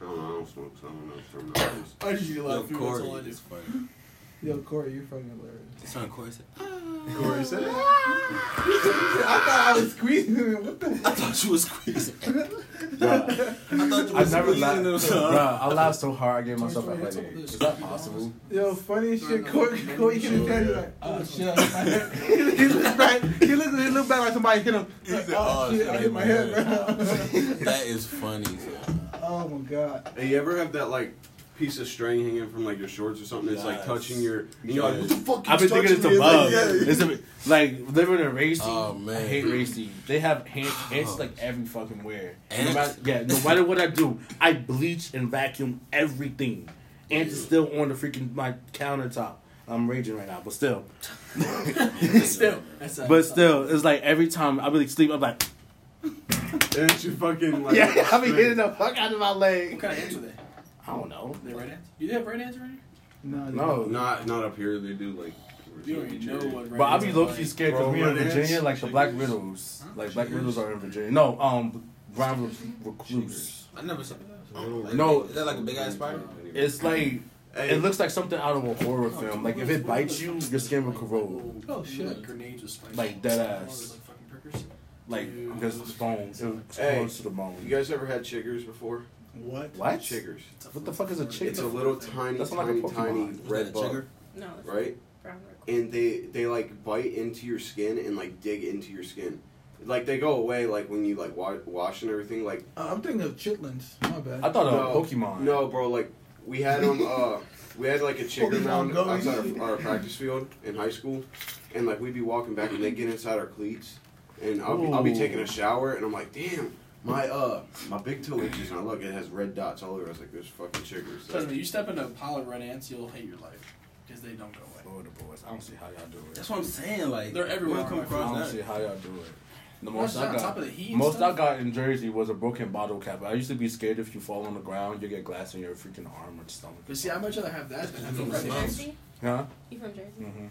Speaker 3: I don't know. I don't smoke. So I don't know. if I'm not honest.
Speaker 4: I just eat a lot
Speaker 6: Yo,
Speaker 4: of food. That's
Speaker 6: Corey
Speaker 4: all I do.
Speaker 6: is funny.
Speaker 1: Yo, Corey, you're fucking hilarious.
Speaker 6: Son, Corey said,
Speaker 3: Corey said it.
Speaker 1: [LAUGHS] I thought I was squeezing him. What the?
Speaker 6: "I thought you was squeezing.
Speaker 2: Bruh,
Speaker 6: I thought you
Speaker 2: I
Speaker 6: was
Speaker 2: never
Speaker 6: squeezing them,
Speaker 2: laughed.
Speaker 6: son."
Speaker 2: Bruh, I laughed so hard I gave myself a
Speaker 4: Sorry, sorry,
Speaker 2: headache.
Speaker 4: I told
Speaker 2: Is
Speaker 4: this.
Speaker 2: that possible?
Speaker 1: [LAUGHS] Yo, funny as shit. Corey, Corey can tell you like,
Speaker 4: Uh, [LAUGHS]
Speaker 1: oh shit. I- he looked back. He looked. He looked back like somebody hit him.
Speaker 6: He said,
Speaker 1: oh, shit, I hit my head. bro." [LAUGHS]
Speaker 6: That is funny. son.
Speaker 1: oh my god.
Speaker 3: Hey, you ever have that like piece of string hanging from like your shorts or something? It's like
Speaker 6: Yes.
Speaker 3: touching your. and You're like, what the fuck?
Speaker 2: I've been
Speaker 3: keeps
Speaker 2: thinking it's a
Speaker 3: touching me?"
Speaker 2: bug.
Speaker 3: Like, yeah.
Speaker 2: It's a, like living in racy.
Speaker 6: Oh, man.
Speaker 2: I hate racy. They have ants, ants like every fucking where. No
Speaker 6: Ants?
Speaker 2: matter, yeah, no matter what I do, I bleach and vacuum everything. Ants is still on the freaking my countertop. I'm raging right now, but still,
Speaker 4: Still. That's a,
Speaker 2: but still, it's like every time I really sleep, I'm like,
Speaker 3: And it's your fucking like.
Speaker 2: [LAUGHS] yeah,
Speaker 3: [LAUGHS]
Speaker 2: I be
Speaker 3: string.
Speaker 2: hitting the fuck out of my
Speaker 4: What
Speaker 2: leg.
Speaker 4: kind of ants are they?
Speaker 2: I don't know.
Speaker 4: Are they right ants? Do they have right ants right here?
Speaker 1: No,
Speaker 2: No,
Speaker 3: Not not up here. They do like.
Speaker 4: You don't even know what right
Speaker 2: But I
Speaker 4: ants
Speaker 2: be
Speaker 4: are
Speaker 2: low
Speaker 4: like.
Speaker 2: key scared because
Speaker 3: Bro,
Speaker 2: we in
Speaker 3: red ants,
Speaker 2: Virginia, like the Black Widows,
Speaker 4: Huh?
Speaker 2: like Black Widows are in Virginia. No, um, brown recluse.
Speaker 6: I never saw that. Like,
Speaker 2: No.
Speaker 6: is that like a big ass spider?
Speaker 2: It's like
Speaker 3: Hey,
Speaker 2: It looks like something out of a horror film. Like if it bites you, your skin will corrode.
Speaker 4: Oh
Speaker 1: shit.
Speaker 4: Like grenades with spikes.
Speaker 2: Like dead ass.
Speaker 4: Like fucking prickers.
Speaker 2: Like because it's bones. It was
Speaker 3: Hey.
Speaker 2: close to the
Speaker 3: You
Speaker 2: bone.
Speaker 3: guys ever had chiggers before?
Speaker 1: What?
Speaker 2: What?
Speaker 3: Chiggers.
Speaker 2: What the fuck is a chicken?
Speaker 3: It's a little tiny,
Speaker 2: That's not like a
Speaker 3: tiny,
Speaker 2: Pokemon.
Speaker 3: tiny
Speaker 2: Is
Speaker 6: that a
Speaker 3: red bug,
Speaker 6: chigger?
Speaker 5: No, it's
Speaker 3: right?
Speaker 5: brown record.
Speaker 3: And they they like bite into your skin and like dig into your skin. Like they go away like when you like wa- wash and everything. Like
Speaker 1: Uh, I'm thinking of chitlins. My bad.
Speaker 2: I thought
Speaker 3: no,
Speaker 2: of Pokemon.
Speaker 3: No, bro. Like we had them. Uh, we had like
Speaker 2: [LAUGHS]
Speaker 3: a chigger
Speaker 1: Pokemon
Speaker 3: mound
Speaker 1: Go.
Speaker 3: outside of our practice field in high school, and like we'd be walking back and they would get inside our cleats, and I'll be, I'll be
Speaker 2: Ooh.
Speaker 3: taking a shower and I'm like, damn. My uh, my big toe itches, and I look, it has red dots all over. I was like, "There's fucking chiggers."
Speaker 4: Trust me, you step into a pile of red ants, you'll hate your life because they don't go away.
Speaker 2: Florida Oh, boys. I don't see how y'all do it.
Speaker 6: That's what I'm saying. Like
Speaker 4: They're everywhere.
Speaker 6: we'll come
Speaker 2: I don't
Speaker 6: across
Speaker 2: see
Speaker 6: that.
Speaker 2: how y'all do it. The
Speaker 4: Most
Speaker 2: most I
Speaker 4: on top
Speaker 2: got,
Speaker 4: of the heat. and
Speaker 2: most I
Speaker 4: stuff.
Speaker 2: got in Jersey was a broken bottle cap. I used to be scared if you fall on the ground, you get glass in your freaking arm or stomach.
Speaker 4: But see, I'd much rather have that than
Speaker 6: You
Speaker 4: have
Speaker 6: from
Speaker 4: red
Speaker 5: You from
Speaker 4: ants.
Speaker 5: Jersey?
Speaker 2: Huh?
Speaker 5: You from Jersey?
Speaker 2: Mm-hmm.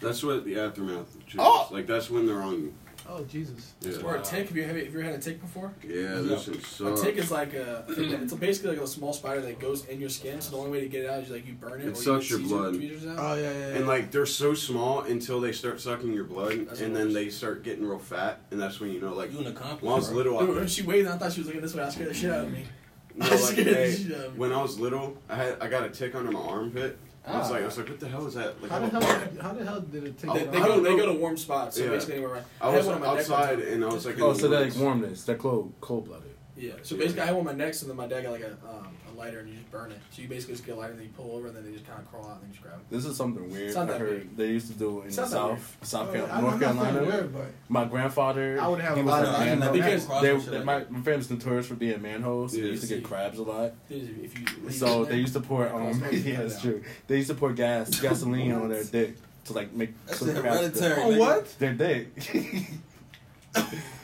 Speaker 3: That's what the aftermath. Of chiggers.
Speaker 1: Oh!
Speaker 3: like that's when they're on you.
Speaker 1: oh Jesus.
Speaker 3: Yeah,
Speaker 4: Or a tick. Have you, have you ever had a tick before?
Speaker 3: yeah this shit
Speaker 4: A
Speaker 3: sucks.
Speaker 4: tick is like a, it's basically like a small spider that goes in your skin. So the only way to get it out is like you burn it.
Speaker 3: It
Speaker 4: or
Speaker 3: sucks
Speaker 4: you
Speaker 3: your
Speaker 4: get Caesar
Speaker 3: blood. Ah,
Speaker 4: tweezers out.
Speaker 1: Oh yeah, yeah. yeah.
Speaker 3: And like they're so small until they start sucking your blood,
Speaker 4: That's
Speaker 3: and
Speaker 4: the
Speaker 3: then
Speaker 4: worst.
Speaker 3: they start getting real fat, and that's when you know like.
Speaker 6: You an accomplice?
Speaker 3: When I was
Speaker 6: bro.
Speaker 3: little, I,
Speaker 4: Dude, when she waved, I thought she was looking this way. I scared the shit out of me.
Speaker 2: [LAUGHS]
Speaker 3: no,
Speaker 4: I
Speaker 3: like,
Speaker 4: scared the
Speaker 3: hey,
Speaker 4: shit out of me.
Speaker 3: when I was little, I had I got a tick under my armpit. I was
Speaker 2: Ah.
Speaker 3: like, I was like, what the hell is that? Like,
Speaker 1: how the
Speaker 3: I,
Speaker 1: hell? How the hell did it take?
Speaker 3: Oh,
Speaker 4: They,
Speaker 1: that
Speaker 4: they
Speaker 1: off?
Speaker 3: I
Speaker 4: go,
Speaker 3: don't
Speaker 4: they
Speaker 3: know.
Speaker 4: go to warm spots. So
Speaker 3: Yeah.
Speaker 4: basically, anywhere around.
Speaker 3: I was
Speaker 4: had one on my neck one
Speaker 3: outside,
Speaker 4: time.
Speaker 3: and I was like, in
Speaker 2: Oh,
Speaker 3: the
Speaker 2: so that like
Speaker 3: woods.
Speaker 2: warmness, that cold, cold blooded.
Speaker 4: Yeah. So basically, I had one on my neck, so then my dad got like a, um, a lighter, and you just burn it. So you basically just get a lighter, and then you pull over, and then they just kind of crawl out, and then you just grab it.
Speaker 2: This is something weird.
Speaker 4: It's not
Speaker 2: I
Speaker 4: that
Speaker 2: heard
Speaker 4: big.
Speaker 2: they used to do in
Speaker 4: It's
Speaker 2: the
Speaker 4: not that
Speaker 2: South, South
Speaker 1: Oh,
Speaker 2: Carolina,
Speaker 1: I-
Speaker 2: North
Speaker 1: I'm not saying
Speaker 2: Carolina.
Speaker 1: weird, but
Speaker 2: My grandfather,
Speaker 1: I would have
Speaker 2: he
Speaker 1: a
Speaker 2: was
Speaker 1: lot
Speaker 6: No,
Speaker 1: of
Speaker 6: I
Speaker 2: man
Speaker 1: man
Speaker 6: never
Speaker 1: hole.
Speaker 6: came
Speaker 4: Because
Speaker 6: across
Speaker 2: They,
Speaker 6: that shit
Speaker 2: they,
Speaker 6: like
Speaker 2: my,
Speaker 6: that.
Speaker 2: my family's notorious for being manholes. They
Speaker 3: Yeah.
Speaker 2: used to get crabs a lot,
Speaker 4: If you leave
Speaker 2: so
Speaker 4: it in
Speaker 2: they used to pour. Um, [LAUGHS]
Speaker 1: Crossbones
Speaker 2: yeah,
Speaker 1: right
Speaker 2: that's
Speaker 1: out.
Speaker 2: true. They used to pour gas, gasoline on their dick to like make
Speaker 6: That's
Speaker 2: cook crabs
Speaker 6: hereditary.
Speaker 2: good.
Speaker 1: Oh, what?
Speaker 2: Their dick.
Speaker 1: [LAUGHS]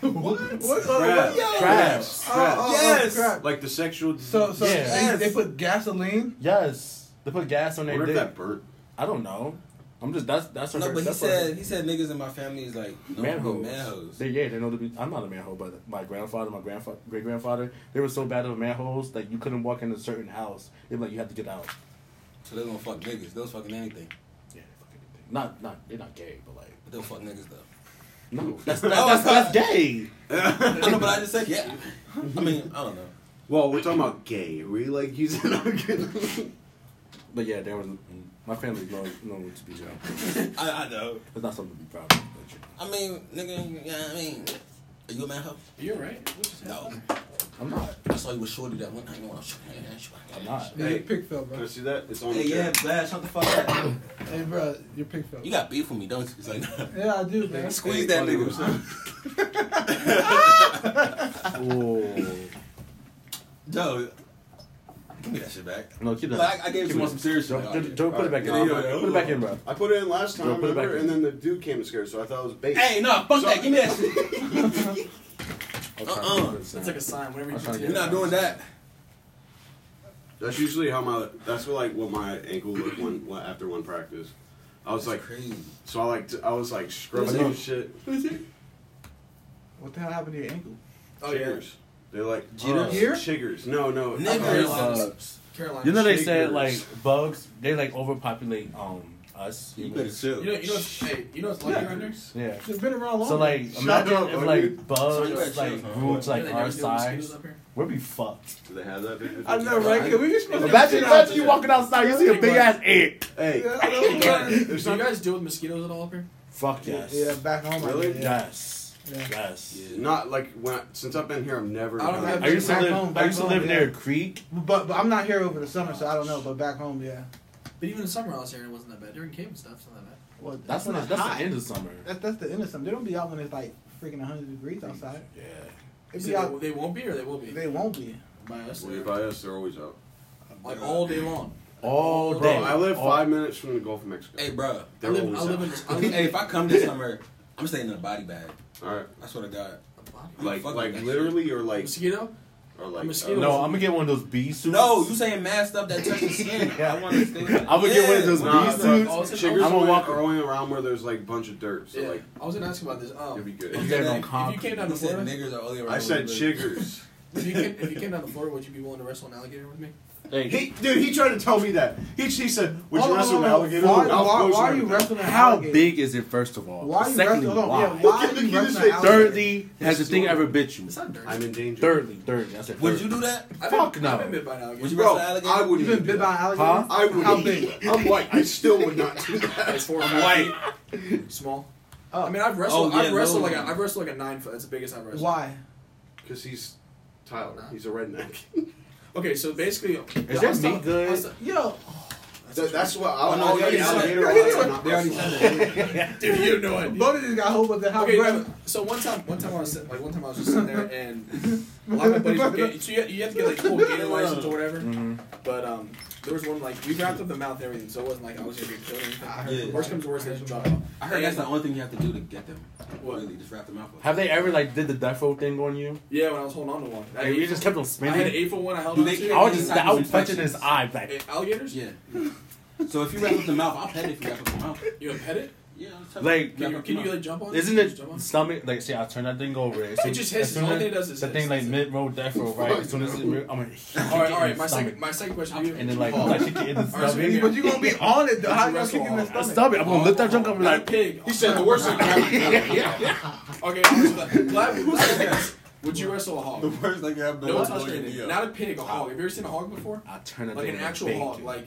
Speaker 1: What? What?
Speaker 2: Oh,
Speaker 3: Crabs.
Speaker 1: Yo.
Speaker 2: crabs.
Speaker 1: Oh, oh,
Speaker 6: Yes.
Speaker 1: Oh, crap.
Speaker 3: like the sexual.
Speaker 1: So, so
Speaker 2: Yeah.
Speaker 1: they- they, put gasoline.
Speaker 2: [LAUGHS] Yes, they put gas on
Speaker 3: I
Speaker 2: their
Speaker 3: wonder if
Speaker 2: dick.
Speaker 3: that burnt.
Speaker 2: I don't know. I'm just that's that's what
Speaker 6: No,
Speaker 2: her,
Speaker 6: but he
Speaker 2: that's what her-
Speaker 6: said he said niggas in my family is like no
Speaker 2: manholes.
Speaker 6: manholes.
Speaker 2: They, yeah, they know to be. I'm not a manhole, but my grandfather, my grandfather, great grandfather, they were so bad of manholes that you couldn't walk in a certain house. They were like you had to get out.
Speaker 6: So they're gonna fuck niggas. They'll fucking anything.
Speaker 2: Yeah, fucking thing. not not they're not gay, but like
Speaker 6: But they'll fuck niggas though. [LAUGHS]
Speaker 2: no, that's
Speaker 6: Oh,
Speaker 2: that's, that's, that's gay.
Speaker 6: I know, but I just said yeah. I mean, I don't know.
Speaker 3: Well, we're talking about gay. We like [LAUGHS] using.
Speaker 2: But yeah, there was my family's known known to be gay.
Speaker 6: I, I know.
Speaker 2: It's not something to be proud of. But you
Speaker 6: I mean, nigga, yeah, I mean, are you a manhole?
Speaker 4: You're right. What just
Speaker 6: No.
Speaker 4: happened?
Speaker 2: I'm not.
Speaker 6: I saw you with Shorty that one night. You know,
Speaker 2: I'm not.
Speaker 1: Yeah,
Speaker 3: Hey.
Speaker 1: your pick fell,
Speaker 3: Can I
Speaker 1: bro.
Speaker 3: see that? It's on.
Speaker 6: Hey,
Speaker 3: the
Speaker 6: yeah,
Speaker 3: chair.
Speaker 6: Blash, shut the fuck up.
Speaker 1: Hey, bro, your pick fell.
Speaker 6: [COUGHS] You got beef with me, don't you? It's like, [LAUGHS]
Speaker 1: Yeah, I do, man.
Speaker 6: squeeze that
Speaker 3: funny.
Speaker 6: nigga.
Speaker 2: Oh
Speaker 6: Yo, give me that shit back.
Speaker 2: no, keep that.
Speaker 6: Like, I gave
Speaker 2: keep
Speaker 6: someone
Speaker 2: it.
Speaker 6: some serious shit.
Speaker 2: Joe, Joe, Joe, put it back in.
Speaker 3: Alright. [LAUGHS] Yeah, yeah,
Speaker 2: Put it back in, bro.
Speaker 3: I put it in last time,
Speaker 2: Yo, put it back
Speaker 3: remember?
Speaker 2: in.
Speaker 3: And then the dude came and scared, so I thought it was bait.
Speaker 6: Hey, no, fuck
Speaker 3: So-
Speaker 6: that. Give me that shit. Uh-uh.
Speaker 4: That's like a sign. Whenever you
Speaker 2: I'm trying to
Speaker 6: You're
Speaker 4: do
Speaker 2: get
Speaker 6: not doing that.
Speaker 3: That's usually how my. That's what like what my ankle looked when, when after one practice. I was like,
Speaker 6: crazy.
Speaker 3: so I like t- I was like scrubbing
Speaker 2: Listen.
Speaker 3: and shit.
Speaker 1: What the hell happened to your ankle?
Speaker 4: Oh yeah,
Speaker 3: Chiggers. They're like
Speaker 6: Jitters?
Speaker 3: uh,
Speaker 1: Here?
Speaker 3: chiggers. No, no.
Speaker 6: Niggers.
Speaker 2: Uh,
Speaker 4: Carolina.
Speaker 2: You know they
Speaker 3: Shakers.
Speaker 2: said like bugs, they like overpopulate um us.
Speaker 6: You better
Speaker 2: humans.
Speaker 6: chill.
Speaker 4: You know, you know, what's, hey, you know what's like right there?
Speaker 2: Yeah.
Speaker 1: It's been around long.
Speaker 2: So like
Speaker 3: Shut
Speaker 2: imagine
Speaker 3: up,
Speaker 2: if
Speaker 3: Odie.
Speaker 2: like
Speaker 6: So
Speaker 2: bugs
Speaker 6: you better
Speaker 2: like grew
Speaker 6: chill,
Speaker 2: to
Speaker 4: You
Speaker 2: like
Speaker 4: know
Speaker 2: our
Speaker 4: they never do mosquitoes
Speaker 2: size,
Speaker 4: up
Speaker 2: [LAUGHS]
Speaker 4: here?
Speaker 2: we'd be fucked.
Speaker 3: Do they have that? picture?
Speaker 1: I know, right? Can we just
Speaker 2: [LAUGHS] Imagine imagine you walking outside, you see a big ass ant.
Speaker 3: Hey,
Speaker 4: Do you
Speaker 3: [LAUGHS] there's not,
Speaker 4: guys deal with mosquitoes at all up here?
Speaker 2: Fuck yes.
Speaker 1: Yeah, back home. I
Speaker 3: Really?
Speaker 1: did, Yeah.
Speaker 2: Yes.
Speaker 1: Yeah.
Speaker 2: Yes.
Speaker 3: not like when I, since I've been here, I've never.
Speaker 4: I don't
Speaker 3: done
Speaker 4: have-
Speaker 2: I used to
Speaker 1: Back
Speaker 2: live.
Speaker 1: home,
Speaker 2: I
Speaker 1: back
Speaker 2: used to
Speaker 1: home,
Speaker 2: live
Speaker 1: yeah.
Speaker 2: near a creek.
Speaker 1: But, but I'm not here over the summer, so I don't know. But back home, yeah.
Speaker 4: But even in the summer, I was here, it wasn't that bad. During camp and stuff, it's not that bad.
Speaker 1: Well,
Speaker 2: That's
Speaker 1: when
Speaker 2: not.
Speaker 1: it's
Speaker 2: That's
Speaker 1: hot.
Speaker 2: the end of summer.
Speaker 1: That's, that's the end of summer. They don't be out when it's like freaking 100 degrees outside.
Speaker 2: Yeah.
Speaker 1: They
Speaker 4: So
Speaker 1: be out.
Speaker 4: they, they won't be or they will be?
Speaker 1: They won't be.
Speaker 4: By us,
Speaker 1: [LAUGHS]
Speaker 3: Well,
Speaker 4: they're-
Speaker 3: by us, they're always out.
Speaker 4: like all day long.
Speaker 2: All
Speaker 3: Bro,
Speaker 2: day.
Speaker 3: I live
Speaker 2: All-
Speaker 3: five minutes from the Gulf of Mexico.
Speaker 6: Hey, bro. [LAUGHS]
Speaker 4: I
Speaker 3: They're
Speaker 4: live,
Speaker 3: always
Speaker 4: I live
Speaker 3: out.
Speaker 4: in this.
Speaker 2: [LAUGHS]
Speaker 4: I live
Speaker 6: Hey, if I come this summer, I'm staying in a body bag.
Speaker 3: All right,
Speaker 6: I swear to God.
Speaker 3: like
Speaker 6: Fuck
Speaker 3: like
Speaker 6: that
Speaker 3: literally or like
Speaker 4: mosquito,
Speaker 3: or like.
Speaker 4: mosquito.
Speaker 3: [LAUGHS]
Speaker 2: No, I'm gonna get one of those bee suits.
Speaker 6: No, you saying mad stuff that [LAUGHS] touches skin.
Speaker 2: Yeah.
Speaker 6: [LAUGHS] I want to stay.
Speaker 2: I'm gonna get one of those
Speaker 3: Nah,
Speaker 2: bee
Speaker 3: bro.
Speaker 2: suits.
Speaker 4: All
Speaker 3: Chiggers
Speaker 4: I'm
Speaker 2: gonna
Speaker 3: only-
Speaker 2: walk-
Speaker 3: are only around where there's like a bunch of dirt, so
Speaker 4: yeah,
Speaker 3: like
Speaker 4: I was gonna ask about this. Um,
Speaker 3: it'd be good.
Speaker 2: You guys on
Speaker 4: if you
Speaker 2: concrete.
Speaker 4: came down
Speaker 6: He
Speaker 4: to
Speaker 6: said
Speaker 4: Florida,
Speaker 3: [LAUGHS]
Speaker 6: niggers are only around.
Speaker 3: I said
Speaker 6: the-
Speaker 3: chiggers.
Speaker 4: if you came, if you came down to Florida, would you be willing to wrestle an alligator with me?
Speaker 2: Hey.
Speaker 3: He, dude, he tried to tell me that. He, he said, "Would
Speaker 1: Hold
Speaker 3: you
Speaker 1: on,
Speaker 3: wrestle an
Speaker 1: hold on,
Speaker 3: alligator?"
Speaker 1: hold on.
Speaker 3: I'll
Speaker 1: Why, why,
Speaker 3: close
Speaker 1: why are
Speaker 3: my
Speaker 1: you
Speaker 3: mouth.
Speaker 1: wrestling an
Speaker 2: How
Speaker 1: alligator?
Speaker 2: big is it, first of all?
Speaker 1: Why are you
Speaker 2: Secondly,
Speaker 1: wrestling?
Speaker 2: why?
Speaker 1: Yeah, why
Speaker 3: [LAUGHS] Look
Speaker 1: are
Speaker 3: at
Speaker 1: you wrestling
Speaker 3: the
Speaker 1: an
Speaker 3: kid's face.
Speaker 1: alligator?
Speaker 2: Thirdly, has the thing ever bit you?
Speaker 4: It's not dirty.
Speaker 3: I'm in danger.
Speaker 2: Thirdly, thirdly. I said
Speaker 6: Would you
Speaker 2: thirdly.
Speaker 6: do that?
Speaker 4: I've
Speaker 2: Fuck
Speaker 4: been,
Speaker 2: no.
Speaker 4: I've been bit by an alligator.
Speaker 6: Would you
Speaker 3: Bro,
Speaker 6: wrestle
Speaker 3: I
Speaker 6: an alligator?
Speaker 3: wouldn't.
Speaker 1: You've
Speaker 3: even
Speaker 1: been bit
Speaker 3: do
Speaker 1: by
Speaker 3: that.
Speaker 1: an alligator?
Speaker 2: Huh?
Speaker 3: I would.
Speaker 1: How big?
Speaker 3: I'm white. I still would not do [LAUGHS]
Speaker 4: [LAUGHS]
Speaker 3: that.
Speaker 4: It's four or five
Speaker 6: White.
Speaker 4: feet. Small. I mean, I've wrestled.
Speaker 6: Oh, yeah,
Speaker 4: I've wrestled
Speaker 6: no.
Speaker 4: like a, I've wrestled like a nine foot. That's the biggest I've wrestled.
Speaker 1: Why?
Speaker 3: Because he's Tyler. He's a redneck.
Speaker 4: Okay, so basically,
Speaker 2: Is
Speaker 4: I'm
Speaker 2: that
Speaker 4: still-
Speaker 2: meat good?
Speaker 1: Yo,
Speaker 3: [LAUGHS] That, that's what I
Speaker 6: Oh,
Speaker 3: would
Speaker 6: no, they already said
Speaker 3: alligator.
Speaker 6: it.
Speaker 3: wrestle,
Speaker 1: They
Speaker 3: not
Speaker 6: already
Speaker 3: wrestle.
Speaker 4: [LAUGHS] Dude, you have no idea.
Speaker 1: both of these got hope of the house.
Speaker 4: Okay, no, so one time, one time I was sitting, like one time I was just sitting there, and a lot of my buddies. Were gay. So you, you have to get like full gator license or whatever. But um, there was one like we wrapped up the mouth and everything, so it wasn't like I was gonna get killed or anything.
Speaker 6: Yeah.
Speaker 4: Worst comes to worst, they should drop out.
Speaker 6: I heard that's the only thing you have to do to get them.
Speaker 4: What?
Speaker 6: Really, just wrap them up.
Speaker 2: Have they ever like did the death row thing on you?
Speaker 4: Yeah, when I was holding on to one, I,
Speaker 2: Like, you just kept on spinning.
Speaker 4: I had an eight foot one. I held
Speaker 6: Do
Speaker 4: on
Speaker 6: they-
Speaker 4: to.
Speaker 2: I was just I was
Speaker 6: Infections.
Speaker 2: touching his eye like
Speaker 4: Eh, alligators.
Speaker 6: Yeah. so if you wrap up the mouth, I'll pet it if you wrap up the mouth.
Speaker 4: You gonna pet it?
Speaker 6: Yeah. I'll tell
Speaker 2: Like,
Speaker 6: you,
Speaker 4: Can
Speaker 6: wrap
Speaker 4: you,
Speaker 6: up
Speaker 4: can
Speaker 6: the
Speaker 4: you
Speaker 6: mouth.
Speaker 4: like jump on? it?
Speaker 2: Isn't
Speaker 4: Can you just
Speaker 2: it
Speaker 4: jump
Speaker 2: [LAUGHS]
Speaker 4: on
Speaker 2: stomach? Like, see, I turn that thing over. It
Speaker 4: just hisses. The only thing it does is
Speaker 2: the
Speaker 4: hiss.
Speaker 2: thing like
Speaker 4: That's it.
Speaker 2: mid road death row, right? As soon as it, I'm like,
Speaker 4: All right, all right. My second, my second question. to you-
Speaker 2: and then like,
Speaker 4: Paul. [LAUGHS]
Speaker 2: I kick it in the
Speaker 4: All right, so
Speaker 2: stomach.
Speaker 1: But you gonna be on
Speaker 2: [LAUGHS]
Speaker 1: it though. How you gonna
Speaker 4: Wrestle
Speaker 1: kick in the
Speaker 4: all-
Speaker 2: The
Speaker 1: stomach?
Speaker 2: stomach. I'm gonna lift that junk up and be
Speaker 4: Not a
Speaker 2: like,
Speaker 4: pig.
Speaker 3: He said the worst thing.
Speaker 2: yeah.
Speaker 4: Okay,
Speaker 2: [LAUGHS]
Speaker 4: I'm glad. glad- Would you wrestle a hog?
Speaker 6: worst thing I've
Speaker 4: No one's listening. Not a pig, a hog. Have you ever seen a hog before?
Speaker 2: I turn that
Speaker 4: Like
Speaker 2: thing
Speaker 4: an
Speaker 2: into a
Speaker 4: actual
Speaker 2: big
Speaker 4: hog.
Speaker 2: dude.
Speaker 4: Like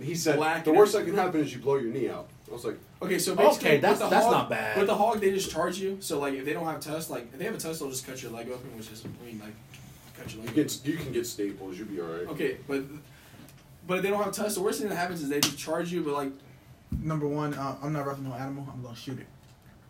Speaker 3: He said
Speaker 4: Black
Speaker 3: the
Speaker 4: and
Speaker 3: worst that
Speaker 4: everything.
Speaker 3: can happen is you blow your knee out. I was like,
Speaker 4: okay, so basically
Speaker 2: Okay, that's-
Speaker 4: with the
Speaker 2: that's
Speaker 4: hog,
Speaker 2: not bad.
Speaker 4: With the hog, they just charge you. So like, if they don't have test, like if they have a test, they'll just cut your leg open, which is I mean like cut your
Speaker 3: you
Speaker 4: leg.
Speaker 3: can you can get staples. You'll be all right.
Speaker 4: open. Okay, but but if they don't have test, the worst thing that happens is they just charge you. But like,
Speaker 1: Number one, uh, I'm not wrestling no animal. I'm gonna shoot it.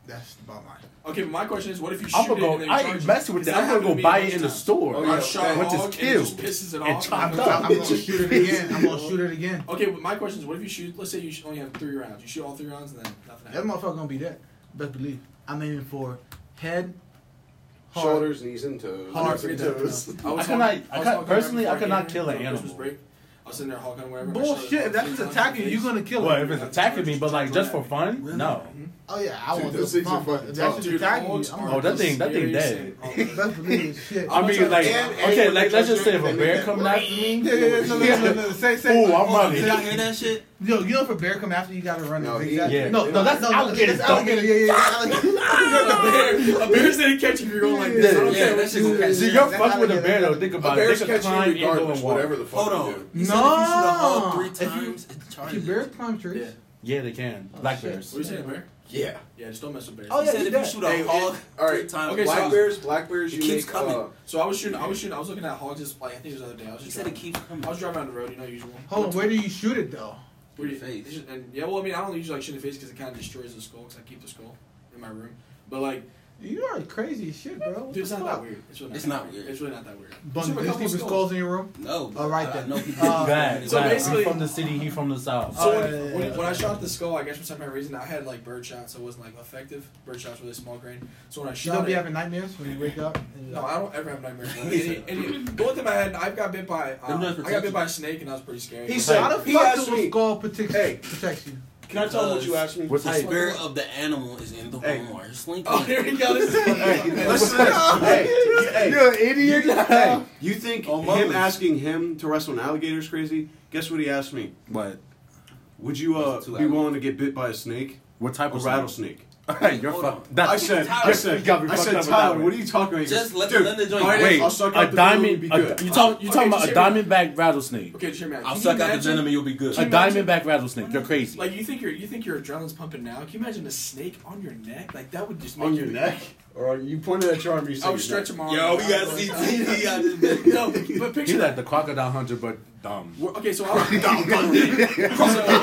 Speaker 1: That's the bottom line.
Speaker 4: okay, but my question is, what if you shoot
Speaker 2: I'm gonna
Speaker 4: it
Speaker 2: go.
Speaker 4: and they
Speaker 2: I
Speaker 4: charge
Speaker 2: ain't
Speaker 4: you?
Speaker 2: messing with
Speaker 4: Because
Speaker 2: that. I'm
Speaker 4: happened
Speaker 2: gonna
Speaker 4: to
Speaker 2: go
Speaker 4: me
Speaker 2: buy
Speaker 4: a
Speaker 2: it
Speaker 4: bunch
Speaker 2: in the
Speaker 4: of times.
Speaker 2: store.
Speaker 3: Oh,
Speaker 4: I
Speaker 3: yeah.
Speaker 4: shot a
Speaker 2: What is
Speaker 4: hog and it just
Speaker 2: killed?
Speaker 4: pisses it
Speaker 2: And
Speaker 4: off.
Speaker 2: chopped
Speaker 1: I'm,
Speaker 2: up.
Speaker 1: I'm gonna shoot it again. I'm gonna shoot it again.
Speaker 4: Okay, but my question is, what if you shoot? Let's say you sh- only have three rounds. You shoot all three rounds and then nothing
Speaker 1: That
Speaker 4: happens.
Speaker 1: motherfucker gonna be dead. Best believe. I'm aiming for head, heart.
Speaker 3: Shoulders, knees, and toes.
Speaker 1: Hard
Speaker 3: Knees and
Speaker 1: to get that
Speaker 3: toes.
Speaker 4: I was
Speaker 2: I could
Speaker 4: hawking-
Speaker 2: not-
Speaker 4: was
Speaker 2: I could-
Speaker 4: hawking
Speaker 2: personally,
Speaker 4: around
Speaker 2: I could not
Speaker 4: before
Speaker 2: kill an
Speaker 4: Christmas
Speaker 2: animal.
Speaker 4: break. I was sitting there hawking whatever. my
Speaker 1: Bullshit.
Speaker 4: shirt-
Speaker 1: If that's
Speaker 4: my
Speaker 1: attacking you,
Speaker 4: face.
Speaker 1: you're gonna kill
Speaker 2: Well,
Speaker 1: it.
Speaker 2: if it's attacking me, but like just for fun, no.
Speaker 1: Oh yeah, I
Speaker 3: Dude,
Speaker 1: want
Speaker 3: those
Speaker 1: this
Speaker 3: things are
Speaker 1: pump.
Speaker 3: fucking
Speaker 1: If
Speaker 3: tough.
Speaker 1: that's
Speaker 4: Dude,
Speaker 1: attacking
Speaker 4: hogs
Speaker 1: you,
Speaker 4: are
Speaker 1: I'm
Speaker 2: Oh,
Speaker 1: gonna
Speaker 2: that thing- that thing
Speaker 4: serious
Speaker 2: dead.
Speaker 4: and-
Speaker 1: best believe it's shit.
Speaker 2: I mean, like,
Speaker 3: And- and
Speaker 2: okay,
Speaker 3: with
Speaker 2: like
Speaker 3: the
Speaker 2: let's just say if a
Speaker 3: judgment,
Speaker 2: bear
Speaker 3: they
Speaker 2: coming
Speaker 3: make
Speaker 2: after me,
Speaker 1: Yeah, yeah, yeah, no, no, no, no, no. Say, say.
Speaker 2: Ooh, I'm
Speaker 1: hold on,
Speaker 2: running.
Speaker 1: say
Speaker 6: Did
Speaker 1: that-
Speaker 6: y'all hear that shit?
Speaker 1: Yo, you know if a bear come after you, you gotta run.
Speaker 3: No,
Speaker 1: it.
Speaker 3: he-
Speaker 1: exactly.
Speaker 2: Yeah.
Speaker 1: No, no, that's
Speaker 2: No,
Speaker 1: alligator.
Speaker 2: alligators
Speaker 1: That's alligator. Yeah, yeah, yeah. alligator.
Speaker 4: [LAUGHS] A bear, a bear's gonna catch you if you're going like this. I don't
Speaker 6: Yeah,
Speaker 4: care
Speaker 6: that
Speaker 4: what
Speaker 6: shit
Speaker 4: you
Speaker 6: gonna catch
Speaker 2: See,
Speaker 6: you.
Speaker 2: you're
Speaker 1: That's
Speaker 2: fucking with a
Speaker 1: alligator.
Speaker 2: bear though. Think
Speaker 3: A
Speaker 2: about it.
Speaker 3: bears
Speaker 2: They can
Speaker 3: catch
Speaker 2: climb
Speaker 3: you
Speaker 2: and go
Speaker 3: regardless,
Speaker 2: and walk.
Speaker 3: whatever the fuck
Speaker 6: Hold
Speaker 3: you
Speaker 6: on.
Speaker 3: do.
Speaker 6: You said if you shoot a hog
Speaker 1: No.
Speaker 6: three
Speaker 1: If you-
Speaker 6: times, it
Speaker 1: If you
Speaker 6: charges.
Speaker 1: bear climb trees.
Speaker 4: Yeah.
Speaker 2: Yeah, they can. Black
Speaker 1: shit.
Speaker 2: bears.
Speaker 4: What you saying, bear?
Speaker 3: Yeah.
Speaker 4: Yeah, just don't mess with bears.
Speaker 1: Oh,
Speaker 6: He
Speaker 1: yeah.
Speaker 6: said if
Speaker 1: that.
Speaker 6: you shoot a
Speaker 3: Hey,
Speaker 6: hog
Speaker 3: it- all right.
Speaker 6: three times,
Speaker 4: Okay, so I-
Speaker 6: it
Speaker 3: Black
Speaker 6: charges.
Speaker 3: bears, black bears,
Speaker 6: It
Speaker 3: you
Speaker 6: keeps
Speaker 3: make,
Speaker 6: coming.
Speaker 3: uh,
Speaker 4: So I was shooting. I was shooting. I was looking at hogs. Just like I think it was the other day. I was
Speaker 6: He
Speaker 4: just.
Speaker 6: said it
Speaker 4: Driving,
Speaker 6: keeps coming.
Speaker 4: I was driving down the road. You know, usual.
Speaker 1: Hold on, where do you shoot it though?
Speaker 4: Where you,
Speaker 6: In the face.
Speaker 4: it's just- And yeah, well, I mean, I don't usually like shoot in the face because it kind of destroys the skull. Because I keep the skull in my room. But like,
Speaker 1: You are crazy as shit, bro. What
Speaker 4: dude, it's
Speaker 1: the
Speaker 4: not
Speaker 1: fuck?
Speaker 4: that weird. It's really not.
Speaker 6: It's
Speaker 4: that
Speaker 6: not weird.
Speaker 4: It's really not that weird.
Speaker 1: Bun,
Speaker 4: Just have a
Speaker 1: do you
Speaker 4: couple
Speaker 1: keep the
Speaker 4: skulls.
Speaker 1: skulls in your room?
Speaker 6: No. but
Speaker 1: All right,
Speaker 6: I- I
Speaker 1: then.
Speaker 6: know people-
Speaker 1: Uh,
Speaker 2: Bad,
Speaker 4: So
Speaker 2: bad.
Speaker 4: basically-
Speaker 2: I'm from the city. He from the south.
Speaker 4: So when,
Speaker 1: Oh, yeah, yeah,
Speaker 4: when,
Speaker 1: yeah.
Speaker 4: when I shot the skull, I guess for some reason I had like bird shots, so it wasn't like effective. Bird shots really small grain. So when I
Speaker 1: You
Speaker 4: shot
Speaker 1: don't be
Speaker 4: it,
Speaker 1: having nightmares when you wake up. and you're
Speaker 4: no,
Speaker 1: like,
Speaker 4: I don't ever have
Speaker 1: [LAUGHS]
Speaker 4: nightmares. Like, any, any, the one thing I had, I got bit by,
Speaker 6: Them
Speaker 4: uh,
Speaker 6: nuts
Speaker 4: I got
Speaker 6: protect you.
Speaker 4: bit by a snake, and that was pretty scary.
Speaker 3: He
Speaker 2: said-
Speaker 3: said,
Speaker 1: How the
Speaker 3: he
Speaker 1: fuck
Speaker 3: asked
Speaker 1: do a
Speaker 3: me-
Speaker 1: skull protect,
Speaker 3: Hey.
Speaker 1: protects you?
Speaker 3: Can I tell him what you asked me?
Speaker 2: What's
Speaker 6: The
Speaker 2: his-
Speaker 6: spirit of the animal is in the
Speaker 3: Hey.
Speaker 6: Walmart. It's linking.
Speaker 4: oh, here we go. This is
Speaker 3: Listen, hey, hey,
Speaker 2: an idiot.
Speaker 3: hey, you think
Speaker 6: On
Speaker 3: him
Speaker 6: Mondays.
Speaker 3: asking him to wrestle an alligator is crazy? Guess what he asked me?
Speaker 2: What?
Speaker 3: Would you uh,
Speaker 6: Two
Speaker 3: be willing to get bit by a snake?
Speaker 2: What type
Speaker 3: A
Speaker 2: of
Speaker 3: rattlesnake.
Speaker 2: Hey, you're
Speaker 6: Hold
Speaker 2: fucked.
Speaker 6: on.
Speaker 2: That-
Speaker 3: I said,
Speaker 6: Tyler,
Speaker 3: I
Speaker 2: you
Speaker 3: said,
Speaker 2: got me
Speaker 3: I
Speaker 2: fucked
Speaker 3: said,
Speaker 2: up with
Speaker 3: Tyler,
Speaker 2: that one.
Speaker 3: what are you talking about? He
Speaker 6: Just
Speaker 3: goes,
Speaker 6: let-
Speaker 3: Dude,
Speaker 6: let the joint
Speaker 3: all right,
Speaker 6: go.
Speaker 2: Wait,
Speaker 3: I'll suck out
Speaker 2: a
Speaker 3: the
Speaker 2: diamond.
Speaker 3: Be
Speaker 2: A,
Speaker 3: good.
Speaker 2: you talk,
Speaker 4: Okay,
Speaker 2: you talking about
Speaker 4: just
Speaker 2: a
Speaker 4: hear me.
Speaker 2: diamondback rattlesnake?
Speaker 4: Okay, just hear me out.
Speaker 6: I'll
Speaker 4: Can you
Speaker 6: suck out the
Speaker 4: imagine-
Speaker 6: venom and you'll be good.
Speaker 2: A
Speaker 4: you imagine-
Speaker 2: diamondback rattlesnake. You're crazy.
Speaker 4: Like you think your you think your adrenaline's pumping now? Can you imagine a snake on your neck? Like that would just make
Speaker 3: on
Speaker 4: you
Speaker 3: your neck, or you pointed at your arm. You
Speaker 4: I
Speaker 3: said,
Speaker 4: would stretch them arm.
Speaker 6: Yo, we got CTV out this bitch.
Speaker 4: No, but picture
Speaker 2: He's like
Speaker 4: that.
Speaker 2: the crocodile hunter, but dumb.
Speaker 4: We're- Okay, [LAUGHS]
Speaker 3: [LAUGHS]
Speaker 4: so I was
Speaker 6: I've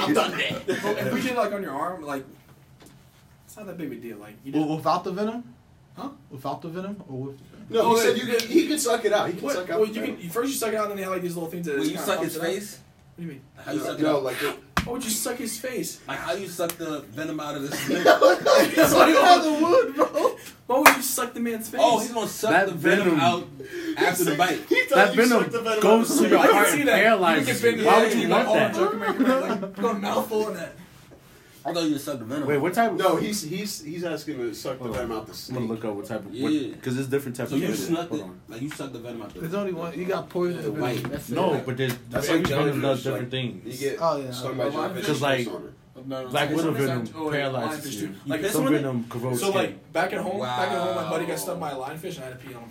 Speaker 4: so,
Speaker 6: done that.
Speaker 4: if we did like on your arm, like it's not that big of a deal. Like you
Speaker 1: Well,
Speaker 4: did,
Speaker 1: without the venom?
Speaker 4: Huh?
Speaker 1: Without the venom or [LAUGHS] with the venom?
Speaker 3: No,
Speaker 4: Oh,
Speaker 3: he said
Speaker 4: wait.
Speaker 3: you could, he could suck it out. He could
Speaker 4: what,
Speaker 3: suck out.
Speaker 4: well,
Speaker 3: the
Speaker 4: you
Speaker 3: venom.
Speaker 4: can first you suck it out, and then they have like these little things that
Speaker 6: When
Speaker 4: just
Speaker 6: you
Speaker 4: kinda
Speaker 6: suck his
Speaker 4: pumps it out.
Speaker 6: face,
Speaker 4: What do you mean?
Speaker 6: how you suck it
Speaker 3: no,
Speaker 6: out?
Speaker 3: like it,
Speaker 4: Why would you suck his
Speaker 6: [LAUGHS]
Speaker 4: face?
Speaker 6: Like how you suck the venom out of the snake?
Speaker 4: That's what I would, bro. Why would you suck the man's face?
Speaker 6: Oh, he's gonna suck
Speaker 2: That
Speaker 6: the venom,
Speaker 2: venom.
Speaker 6: out after the bite.
Speaker 2: That venom goes to your
Speaker 4: I
Speaker 2: heart
Speaker 4: can see
Speaker 2: and
Speaker 4: that. You
Speaker 2: paralyzes
Speaker 4: can bend it
Speaker 2: you. Why
Speaker 4: down
Speaker 2: would
Speaker 4: and
Speaker 2: you
Speaker 4: go,
Speaker 2: want
Speaker 4: "Oh,
Speaker 2: that?
Speaker 4: Joker, make your man," like, Go mouthful on that.
Speaker 6: I thought you just sucked the venom.
Speaker 2: Wait,
Speaker 6: out.
Speaker 2: what type?
Speaker 3: No, he's he's he's asking to suck the
Speaker 2: Hold
Speaker 3: venom
Speaker 2: on.
Speaker 3: out the
Speaker 2: I'm gonna
Speaker 3: snake.
Speaker 2: look up what type of.
Speaker 6: Yeah.
Speaker 2: Because there's different types
Speaker 6: So
Speaker 2: of.
Speaker 6: you
Speaker 2: venom.
Speaker 6: snuck
Speaker 2: Hold
Speaker 6: it,
Speaker 2: on.
Speaker 6: like you sucked the venom out. the-
Speaker 1: There's only one. You got poison.
Speaker 6: The white.
Speaker 4: That's
Speaker 2: No,
Speaker 4: it.
Speaker 2: but there's
Speaker 6: That's
Speaker 2: every
Speaker 6: like
Speaker 2: venom does
Speaker 6: jellyfish,
Speaker 2: different
Speaker 6: like-
Speaker 3: You
Speaker 2: things.
Speaker 3: get
Speaker 1: Oh, yeah.
Speaker 3: stung by
Speaker 4: A lot of
Speaker 3: jellyfish.
Speaker 2: Because, like-
Speaker 3: it's on it.
Speaker 4: No, no,
Speaker 2: Like
Speaker 4: it's-
Speaker 2: Widow
Speaker 4: it's not-
Speaker 2: Venom
Speaker 4: oh, yeah, lionfish,
Speaker 2: paralyzes you.
Speaker 4: too. Like this
Speaker 2: Some
Speaker 4: one.
Speaker 2: venom corrodes
Speaker 4: So
Speaker 2: skin.
Speaker 4: like back at home, back at home, my buddy
Speaker 6: Wow.
Speaker 4: got stung by a lionfish and I had to pee on him.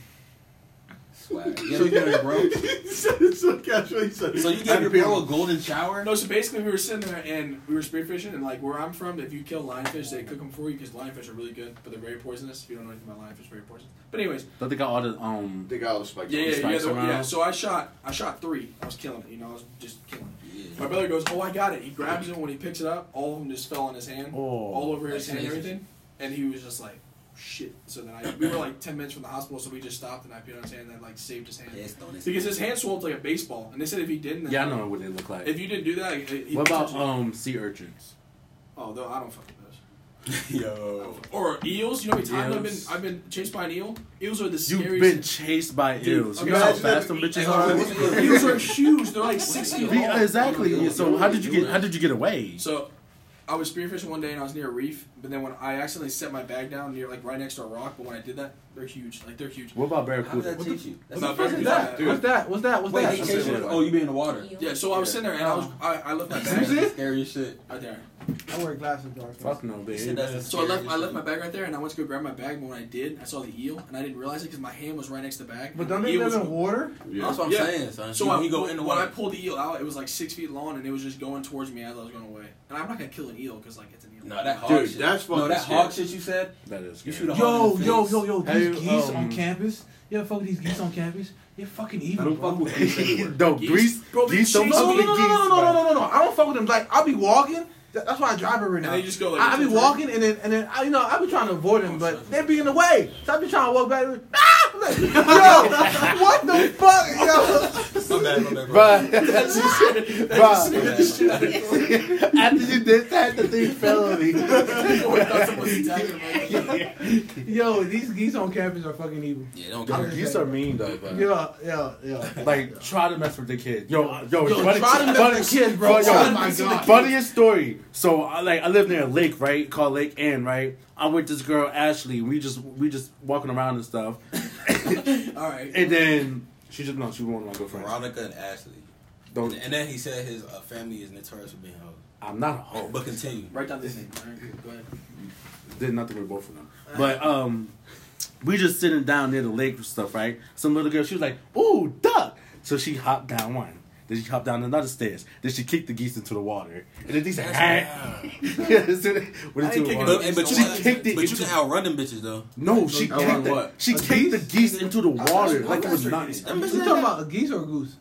Speaker 6: [LAUGHS] Swag. You had to give your bro.
Speaker 3: it's so casual. He said,
Speaker 6: So you
Speaker 3: "I
Speaker 6: gave your
Speaker 3: feel
Speaker 6: bro a golden shower?
Speaker 4: No, so basically we were sitting there and we were spearfishing and like where I'm from, if you kill lionfish, they cook them for you because lionfish are really good, but they're very poisonous. If you don't know anything about lionfish, very poisonous. But anyways,
Speaker 2: Don't they got all the um.
Speaker 3: They got all the spikes.
Speaker 4: yeah,
Speaker 3: on
Speaker 4: yeah,
Speaker 3: it.
Speaker 4: yeah,
Speaker 2: spikes
Speaker 4: the-
Speaker 2: around.
Speaker 4: yeah. So I shot, I shot three. I was killing it, you know, I was just killing. it.
Speaker 6: Yeah.
Speaker 4: My brother goes, "Oh, I got it." He grabs it. When he picks it up, all of them just fell on his hand,
Speaker 2: Oh.
Speaker 4: all over his hand,
Speaker 6: That's
Speaker 4: and
Speaker 6: amazing.
Speaker 4: everything. And he was just like, "Shit!" So then I, we were like ten minutes from the hospital, so we just stopped and I peed on his hand and like saved his hand
Speaker 6: Yeah, it's on his-
Speaker 4: because his hand swelled like a baseball. And they said if he didn't,
Speaker 2: Yeah, I know what they look like.
Speaker 4: If you didn't do that, it- it-
Speaker 2: What about
Speaker 4: oh,
Speaker 2: um sea urchins?
Speaker 4: though I don't fuck with those.
Speaker 6: [LAUGHS] Yo.
Speaker 4: Or eels? You know, how many times I've been
Speaker 2: Eels.
Speaker 4: I've been chased by an eel. Eels are the scariest.
Speaker 2: You've been chased by
Speaker 4: Dude,
Speaker 2: eels.
Speaker 4: okay,
Speaker 2: You know how
Speaker 4: so-
Speaker 2: fast them bitches
Speaker 6: Hey,
Speaker 2: are.
Speaker 6: hold on.
Speaker 4: eels are huge. They're like six feet
Speaker 2: Be-
Speaker 4: long.
Speaker 2: Exactly. So how did you get? How did you get away?
Speaker 4: So, I was spearfishing one day and I was near a reef, but then when I accidentally set my bag down near like right next to a rock, but when I did that, they're huge. Like they're huge.
Speaker 2: What about
Speaker 6: How did
Speaker 2: barracuda?
Speaker 6: that teach you? That's
Speaker 4: What
Speaker 6: not
Speaker 4: the fuck
Speaker 6: very
Speaker 4: is
Speaker 6: good.
Speaker 4: that?
Speaker 3: Dude.
Speaker 1: What's that? What's that? What's
Speaker 6: Wait,
Speaker 1: that?
Speaker 6: they chased you. Oh, you be in the water.
Speaker 4: Yeah. So I was sitting there and I was I, I left my
Speaker 6: That's
Speaker 4: bag
Speaker 6: the scariest shit.
Speaker 4: right there.
Speaker 1: I wear glasses, dark.
Speaker 2: Fuck no,
Speaker 6: He said that's the
Speaker 2: baby.
Speaker 4: So I left I
Speaker 6: scariest
Speaker 4: left my
Speaker 6: shit.
Speaker 4: bag right there and I went to go grab my bag, but when I did, I saw the eel and I didn't realize it because my hand was right next to the bag.
Speaker 1: But
Speaker 4: the
Speaker 1: don't they
Speaker 4: eel
Speaker 1: live
Speaker 4: was-
Speaker 1: in water?
Speaker 3: Yeah.
Speaker 6: That's what I'm
Speaker 4: Yeah.
Speaker 6: saying, son.
Speaker 4: So
Speaker 6: So when
Speaker 4: I,
Speaker 6: you go in the
Speaker 4: when I
Speaker 6: water,
Speaker 4: pulled the eel out, it was like six feet long, and it was just going towards me as I was going away. And I'm not gonna kill an eel because like it's an eel.
Speaker 6: no, that hog
Speaker 3: Dude,
Speaker 6: shit.
Speaker 3: that's
Speaker 6: no,
Speaker 3: fucking
Speaker 6: that
Speaker 3: scary.
Speaker 6: hog shit
Speaker 4: [LAUGHS]
Speaker 6: you said.
Speaker 2: That is.
Speaker 6: You
Speaker 2: scary.
Speaker 6: should have-
Speaker 1: Yo,
Speaker 6: Hard
Speaker 1: yo,
Speaker 6: face.
Speaker 1: yo, yo,
Speaker 2: Have
Speaker 1: these
Speaker 2: you,
Speaker 1: geese on
Speaker 2: um,
Speaker 1: campus. You ever fuck with these geese on campus? You're fucking
Speaker 3: I
Speaker 1: evil,
Speaker 3: don't fuck
Speaker 1: bro.
Speaker 3: with
Speaker 1: [LAUGHS]
Speaker 3: geese anywhere.
Speaker 2: No,
Speaker 4: Geese?
Speaker 2: Greece.
Speaker 4: Bro, they
Speaker 2: Greece don't
Speaker 4: chase-
Speaker 1: No,
Speaker 2: fuck
Speaker 1: no,
Speaker 2: with
Speaker 1: no,
Speaker 2: the
Speaker 1: no, no, no, no, no,
Speaker 2: geese.
Speaker 1: no, no. I don't fuck with them. Like, I'll be walking. Th- That's why I drive every now.
Speaker 4: they just go like-
Speaker 1: I, I be walking, and then, and then, I, you know, I be trying to avoid them, but they be in the way. So I be trying to walk back. and- Ah! I'm like, [LAUGHS] yo, what the fuck,
Speaker 6: My bad, my bad, bro.
Speaker 1: [LAUGHS]
Speaker 2: Bruh. Bruh. After you did that, the thing fell on me.
Speaker 4: I thought someone was attacking me.
Speaker 1: yo? Yo, these geese on campus are fucking evil.
Speaker 6: Yeah, don't
Speaker 1: Yo,
Speaker 6: care.
Speaker 1: you
Speaker 2: Geese are mean though, bro.
Speaker 1: Yeah, yeah, yeah.
Speaker 2: Like try to mess with the kid. Yo, uh, yo,
Speaker 1: Yo,
Speaker 2: funny,
Speaker 1: try to mess
Speaker 2: funny-
Speaker 1: with kids, [LAUGHS] bro.
Speaker 2: yo,
Speaker 1: Oh my god.
Speaker 2: Funniest story. So I like I live near a lake, right? Called Lake Ann, right? I'm with this girl Ashley. We just we just walking around and stuff,
Speaker 1: [LAUGHS]
Speaker 4: All right.
Speaker 2: and then she just no, she wasn't my girlfriend.
Speaker 6: Veronica and Ashley.
Speaker 2: Don't
Speaker 6: And then he said his uh, family is notorious for being hoes.
Speaker 2: I'm not a
Speaker 6: Oh,
Speaker 2: hoe.
Speaker 6: but continue.
Speaker 4: Write down this name. All right, go ahead.
Speaker 2: Did nothing with both of them, but um, we just sitting down near the lake and stuff, right? Some little girl, she was like, "Ooh, duck!" So she hopped down one. Then she hopped down another stairs. Then she kicked the geese into the water, and the geese like, "Ah." [LAUGHS] yeah, so they went
Speaker 4: I ain't
Speaker 2: into the
Speaker 4: kicking
Speaker 2: water.
Speaker 6: But, hey, but
Speaker 2: she
Speaker 6: you, can-
Speaker 2: kicked it.
Speaker 6: but you
Speaker 2: into-
Speaker 6: can outrun them bitches though.
Speaker 2: no, she
Speaker 3: Outrun
Speaker 2: kicked the,
Speaker 3: what?
Speaker 2: She kicked the geese into the water like it was nice.
Speaker 6: Them
Speaker 1: You
Speaker 6: bitches
Speaker 1: talking about a geese or a goose?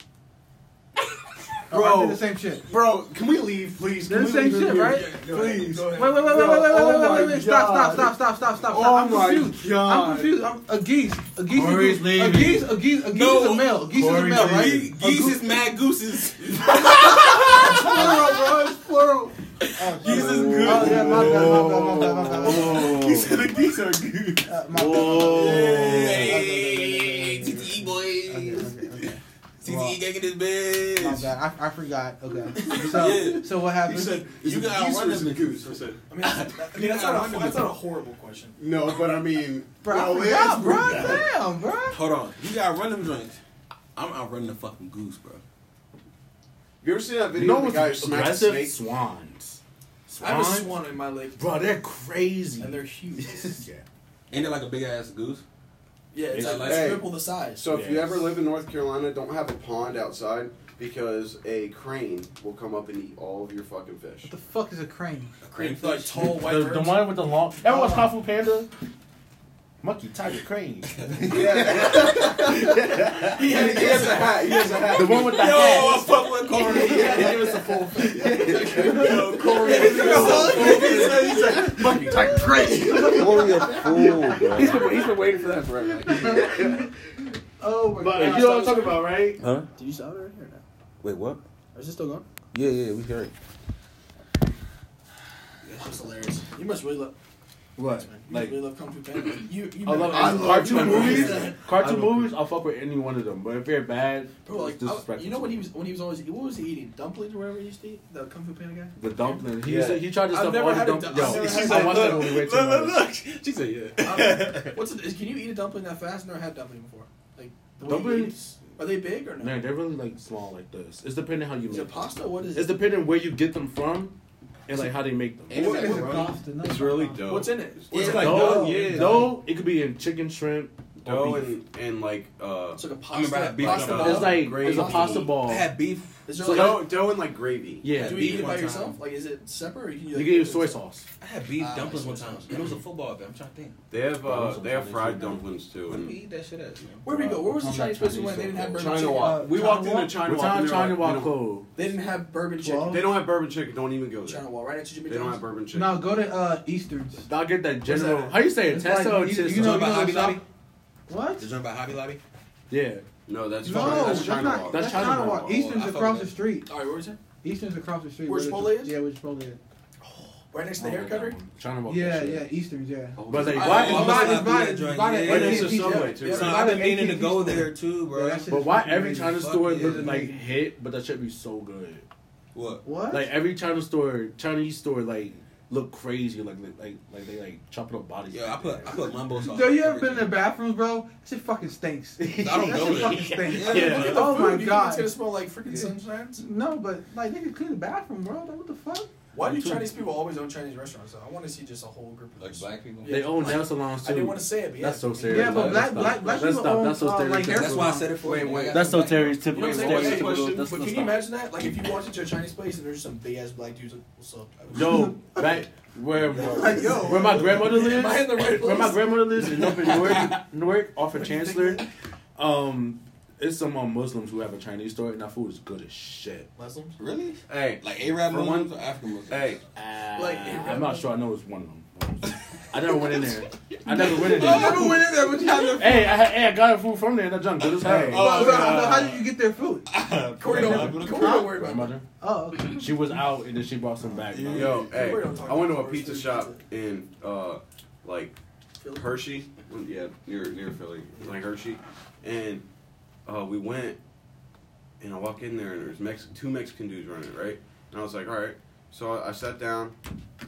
Speaker 3: Bro.
Speaker 1: Oh, I did the same shit.
Speaker 3: Bro, can we leave, please?
Speaker 1: They're
Speaker 3: Can
Speaker 1: the
Speaker 3: we
Speaker 1: same
Speaker 3: leave
Speaker 1: shit,
Speaker 3: here?
Speaker 1: right?
Speaker 4: Go ahead. Go ahead.
Speaker 1: Wait, wait, wait, wait, wait, wait,
Speaker 3: Bro,
Speaker 1: wait,
Speaker 3: oh
Speaker 1: wait, wait,
Speaker 3: my
Speaker 1: wait, stop,
Speaker 3: God.
Speaker 1: stop, stop, stop, stop, stop,
Speaker 3: Oh
Speaker 1: stop. I'm
Speaker 3: my
Speaker 1: confused.
Speaker 3: God.
Speaker 1: I'm confused. I'm a geese. A geese.
Speaker 2: Corey's
Speaker 1: is, a
Speaker 2: leaving.
Speaker 1: geese. A geese. A geese is
Speaker 6: No.
Speaker 1: a male. A geese is a
Speaker 2: Corey's
Speaker 1: male, right?
Speaker 2: leaving.
Speaker 1: A
Speaker 6: Geese
Speaker 1: goose-
Speaker 2: [LAUGHS]
Speaker 6: is mad gooses.
Speaker 1: plural, bro. It's plural.
Speaker 6: Geese is good.
Speaker 1: Oh yeah, my bad, my bad, my bad, my bad.
Speaker 2: Whoa.
Speaker 6: the geese are good.
Speaker 1: Uh, my bad.
Speaker 6: Oh. Hey,
Speaker 1: Okay,
Speaker 6: TTE
Speaker 1: okay,
Speaker 6: boys.
Speaker 1: okay, okay.
Speaker 6: TTE E gang in this
Speaker 1: My
Speaker 6: bitch.
Speaker 1: bad. I, I forgot. [LAUGHS] Okay. So,
Speaker 6: Yeah.
Speaker 1: so what
Speaker 3: He
Speaker 1: happened?
Speaker 3: said,
Speaker 6: [LAUGHS] You
Speaker 3: is it
Speaker 6: gotta
Speaker 3: geese or
Speaker 6: run
Speaker 3: is
Speaker 6: them
Speaker 3: it goose? I said,
Speaker 4: I mean, that's, I mean, that's, not, a, that's not a horrible question.
Speaker 3: no, but I mean,
Speaker 1: bro,
Speaker 3: no,
Speaker 1: I
Speaker 3: it
Speaker 1: forgot,
Speaker 3: is
Speaker 1: bro.
Speaker 3: pretty bad.
Speaker 1: Damn, bro.
Speaker 6: Hold on. You gotta run them joints. I'm outrunning the fucking goose, bro.
Speaker 3: Have you ever seen that
Speaker 2: You
Speaker 3: video
Speaker 2: know
Speaker 3: of the guy who
Speaker 2: what's
Speaker 3: smacks a
Speaker 2: aggressive?
Speaker 3: snake?
Speaker 2: Swans.
Speaker 4: I have a
Speaker 2: Swans.
Speaker 4: swan in my lake,
Speaker 2: Bro, they're crazy.
Speaker 4: and they're [LAUGHS]
Speaker 2: [LAUGHS]
Speaker 4: huge.
Speaker 2: yeah.
Speaker 6: Ain't it like a big ass [LAUGHS] goose?
Speaker 4: Yeah, it's like, like
Speaker 3: Hey.
Speaker 4: triple the size.
Speaker 3: So if you
Speaker 2: Yes.
Speaker 3: ever live in North Carolina, don't have a pond outside because a crane will come up and eat all of your fucking fish.
Speaker 1: What the fuck is a crane?
Speaker 6: A
Speaker 4: Like,
Speaker 6: cranefish?
Speaker 4: like tall white
Speaker 2: the,
Speaker 4: birds.
Speaker 2: the one with the long. Everyone's Kung Fu Panda. Monkey, tiger, [LAUGHS] crane.
Speaker 3: Yeah,
Speaker 4: He
Speaker 3: he
Speaker 4: had- he
Speaker 3: has a hat. He has a hat.
Speaker 2: the one with the
Speaker 6: Yo, I
Speaker 2: hat.
Speaker 6: fuck with Corey.
Speaker 4: Give us the full thing.
Speaker 6: Yo, Corey. He's like,
Speaker 2: Monkey, tiger, crane.
Speaker 4: He's been, he's been waiting for that forever.
Speaker 1: Oh my
Speaker 2: But you know what I'm talking about, right?
Speaker 6: Huh?
Speaker 4: Did you stop it right here or
Speaker 6: Wait, what?
Speaker 4: no? Is it still going?
Speaker 6: Yeah, yeah, we hear it.
Speaker 4: That's hilarious. You must really love.
Speaker 7: What?
Speaker 4: Like,
Speaker 7: Like,
Speaker 4: really love Kung Fu Panda. You, you
Speaker 2: I love,
Speaker 4: I
Speaker 2: it.
Speaker 4: love
Speaker 2: cartoon
Speaker 4: Kung Fu
Speaker 2: movies.
Speaker 4: Panda.
Speaker 2: Cartoon
Speaker 7: I love-
Speaker 2: movies. I'll fuck with any one of them, but if they're bad,
Speaker 4: Bro, like,
Speaker 2: it's disrespectful.
Speaker 4: I, you know what he was when he was always what was he eating? Dumplings or whatever he used to eat? The Kung Fu Panda guy?
Speaker 2: The dumpling. He
Speaker 7: Yeah.
Speaker 2: used to, he tried to
Speaker 4: I've
Speaker 2: stuff
Speaker 4: never
Speaker 2: all the
Speaker 4: had a
Speaker 2: dumplings.
Speaker 4: du- I've
Speaker 2: Yo,
Speaker 4: never had
Speaker 2: I
Speaker 4: a
Speaker 2: watched that movie way too much.
Speaker 7: look. She said, yeah.
Speaker 4: [LAUGHS] Um, What's it, is, can you eat a dumpling that fast? I've never had dumpling before. Like the [LAUGHS] way he
Speaker 2: Dumplings-
Speaker 4: eats. Are they big or no?
Speaker 2: Man, they're really like small like this. It's depending how you
Speaker 4: Is
Speaker 2: make.
Speaker 4: it
Speaker 2: Them.
Speaker 4: pasta? What is
Speaker 2: It's
Speaker 4: it?
Speaker 2: depending where you get them from, and like how they make them.
Speaker 6: It's like
Speaker 1: It's
Speaker 6: raw.
Speaker 1: pasta, no,
Speaker 3: It's really
Speaker 1: pasta.
Speaker 3: dope.
Speaker 4: What's in it?
Speaker 7: It's
Speaker 6: Yeah.
Speaker 7: like,
Speaker 2: no,
Speaker 7: no, yeah.
Speaker 2: no, it could be in chicken shrimp.
Speaker 3: dough
Speaker 2: Or beef.
Speaker 3: and, and like uh,
Speaker 4: It's like a
Speaker 6: I remember I
Speaker 4: pasta.
Speaker 6: had beef
Speaker 4: pasta
Speaker 6: dumplings.
Speaker 4: ball.
Speaker 2: It's like
Speaker 3: Gravy.
Speaker 2: it's a pasta
Speaker 7: I
Speaker 2: ball.
Speaker 7: had beef.
Speaker 4: Is there
Speaker 3: so
Speaker 4: like-
Speaker 3: dough, dough and like gravy.
Speaker 4: do
Speaker 2: Yeah, you
Speaker 4: we eat
Speaker 6: beef
Speaker 4: it
Speaker 6: one
Speaker 4: by
Speaker 6: time.
Speaker 4: yourself? Like, is it separate? Or you can
Speaker 2: can get it with soy sauce.
Speaker 7: I had beef
Speaker 6: Ah,
Speaker 7: dumplings one
Speaker 6: like
Speaker 7: time.
Speaker 6: It was a football event. I'm trying to think.
Speaker 3: They have
Speaker 2: Bro,
Speaker 3: uh,
Speaker 2: those
Speaker 3: they have
Speaker 2: are
Speaker 3: fried
Speaker 2: Chinese, man.
Speaker 3: dumplings too.
Speaker 6: What do we
Speaker 3: And
Speaker 6: eat that shit at? man?
Speaker 4: Where we go? Where was the
Speaker 2: I'm not
Speaker 4: Chinese place we
Speaker 2: Chinese,
Speaker 4: went? They didn't have
Speaker 3: so-
Speaker 4: bourbon
Speaker 3: China
Speaker 4: chicken.
Speaker 3: Walk. We
Speaker 1: China
Speaker 3: walked into
Speaker 1: Walk?
Speaker 3: China
Speaker 2: We're
Speaker 3: Walk.
Speaker 2: trying
Speaker 3: and they were
Speaker 2: trying to
Speaker 3: like,
Speaker 2: walk
Speaker 3: "We don't-
Speaker 2: cold.
Speaker 4: They didn't have bourbon chicken.
Speaker 1: Well,
Speaker 3: They don't have bourbon chicken. Don't even go there.
Speaker 4: China Wall, right next to Jimmy
Speaker 3: They don't have
Speaker 4: John's.
Speaker 3: bourbon chicken.
Speaker 1: No, go to uh, Easterns.
Speaker 2: I'll get that general.
Speaker 4: that?
Speaker 2: How you say it?
Speaker 1: It's
Speaker 2: Tessa
Speaker 1: like-
Speaker 2: or
Speaker 1: you-
Speaker 2: Chissa?
Speaker 1: you
Speaker 6: You
Speaker 1: know-
Speaker 6: know about Hobby Lobby?
Speaker 1: What?
Speaker 6: Did you know about Hobby Lobby?
Speaker 2: yeah.
Speaker 3: No, that's
Speaker 1: No,
Speaker 3: China, that's
Speaker 1: that's,
Speaker 3: China
Speaker 1: not.
Speaker 3: Walk.
Speaker 1: That's, China, Walk.
Speaker 6: Walk.
Speaker 1: Eastern's
Speaker 6: I fuck
Speaker 1: across
Speaker 6: with
Speaker 1: the
Speaker 6: that.
Speaker 1: street.
Speaker 4: All right, where was it?
Speaker 1: Eastern's across the street.
Speaker 4: Where
Speaker 1: the-
Speaker 4: Chipotle is?
Speaker 1: Yeah, where Chipotle is.
Speaker 4: Right next to the hair cutter.
Speaker 2: Trying to walk.
Speaker 1: Yeah,
Speaker 2: that shit.
Speaker 1: yeah, Eastern's, yeah.
Speaker 2: But like,
Speaker 4: I-
Speaker 2: why?
Speaker 4: I-
Speaker 1: Buy
Speaker 6: I-
Speaker 1: it, buy it,
Speaker 6: I-
Speaker 1: buy it,
Speaker 6: Yeah,
Speaker 1: buy it,
Speaker 6: it's
Speaker 1: AT&T
Speaker 3: a Subway, too.
Speaker 1: Yeah,
Speaker 6: So
Speaker 1: buy
Speaker 6: I've
Speaker 1: the
Speaker 6: been meaning to
Speaker 1: AT&T
Speaker 6: go
Speaker 1: store.
Speaker 6: there too,
Speaker 1: Yeah,
Speaker 6: bro.
Speaker 1: that shit-
Speaker 2: But why every China
Speaker 6: Fuck
Speaker 2: store
Speaker 6: yeah.
Speaker 2: look like hit, but that shit be so good.
Speaker 6: What?
Speaker 1: What?
Speaker 2: Like every China store, Chinese store like look crazy, like like like, like they like chopping up bodies.
Speaker 6: Yeah, I put I put mumbo sauce.
Speaker 1: Yo, you
Speaker 6: on
Speaker 1: ever been in the
Speaker 6: everything.
Speaker 1: bathrooms, bro? That shit fucking stinks. [LAUGHS]
Speaker 6: I don't
Speaker 1: that
Speaker 6: go
Speaker 1: shit
Speaker 6: there.
Speaker 1: fucking stinks.
Speaker 6: Yeah.
Speaker 4: Look
Speaker 2: Yeah.
Speaker 4: at the
Speaker 1: Oh
Speaker 4: food.
Speaker 1: my
Speaker 4: You think
Speaker 1: God.
Speaker 4: It's gonna smell like freaking
Speaker 1: Yeah.
Speaker 4: sunshines.
Speaker 1: No, but like nigga, clean the bathroom, bro. Like, what the fuck?
Speaker 4: Why do
Speaker 2: Too.
Speaker 4: Chinese people always own Chinese restaurants? though? I want to see just a whole group of
Speaker 6: Like
Speaker 4: us.
Speaker 6: black people.
Speaker 2: They own nail salons too.
Speaker 4: I didn't want to say it, but yeah.
Speaker 2: That's so serious.
Speaker 1: Yeah, but
Speaker 2: Like,
Speaker 1: black,
Speaker 2: that's
Speaker 1: black,
Speaker 2: not-
Speaker 1: black
Speaker 2: that's
Speaker 1: people
Speaker 2: not-
Speaker 1: own
Speaker 2: that's so
Speaker 1: uh, like
Speaker 2: stereotypical.
Speaker 1: their
Speaker 6: That's why I said it for
Speaker 3: Wait,
Speaker 6: you.
Speaker 3: wait.
Speaker 6: I got
Speaker 8: That's so
Speaker 6: some black people.
Speaker 8: stereotypical.
Speaker 4: You know what I'm saying?
Speaker 3: Wait, wait,
Speaker 8: stereotypical.
Speaker 3: question.
Speaker 8: That's not
Speaker 4: But can you
Speaker 8: stop.
Speaker 4: imagine that? Like if you walked into a Chinese place and there's some big ass black dudes like, "What's up?"
Speaker 2: Yo,
Speaker 1: [LAUGHS]
Speaker 2: back where
Speaker 4: Like, yo.
Speaker 2: where my grandmother lives.
Speaker 4: Am I in the right
Speaker 2: Where my
Speaker 4: place?
Speaker 2: grandmother lives
Speaker 1: [LAUGHS]
Speaker 2: in North Newark, Newark off of Chancellor. Um, it's some um, Muslims who have a Chinese store, and that food is good as shit.
Speaker 4: Muslims.
Speaker 6: Really?
Speaker 3: Hey,
Speaker 6: Like Arab
Speaker 3: For
Speaker 6: Muslims or African Muslims?
Speaker 3: hey,
Speaker 4: Like,
Speaker 2: Ah, I'm not sure. I know it's one of them. I never went in there. I never
Speaker 1: [LAUGHS]
Speaker 2: went in there.
Speaker 1: went in there, but you had their
Speaker 2: Hey, I, had- hey, I got food from there. and That junk good as hell.
Speaker 1: Bro,
Speaker 6: Oh,
Speaker 1: bro,
Speaker 6: yeah.
Speaker 1: how did you get their food?
Speaker 4: Corey, don't, Corey, don't worry about that.
Speaker 2: Grandmother,
Speaker 1: Oh, okay.
Speaker 2: she was out, and then she brought some back.
Speaker 3: yo, hey.
Speaker 4: We're not talking
Speaker 3: I went to a
Speaker 4: about
Speaker 3: pizza
Speaker 4: first
Speaker 3: shop
Speaker 4: pizza.
Speaker 3: in uh, like Hershey. Yeah, near near Philly, like Hershey, and uh, we went, and I walk in there and there's Mex- two Mexican dudes running it, right, and I was like, all right, so I sat down,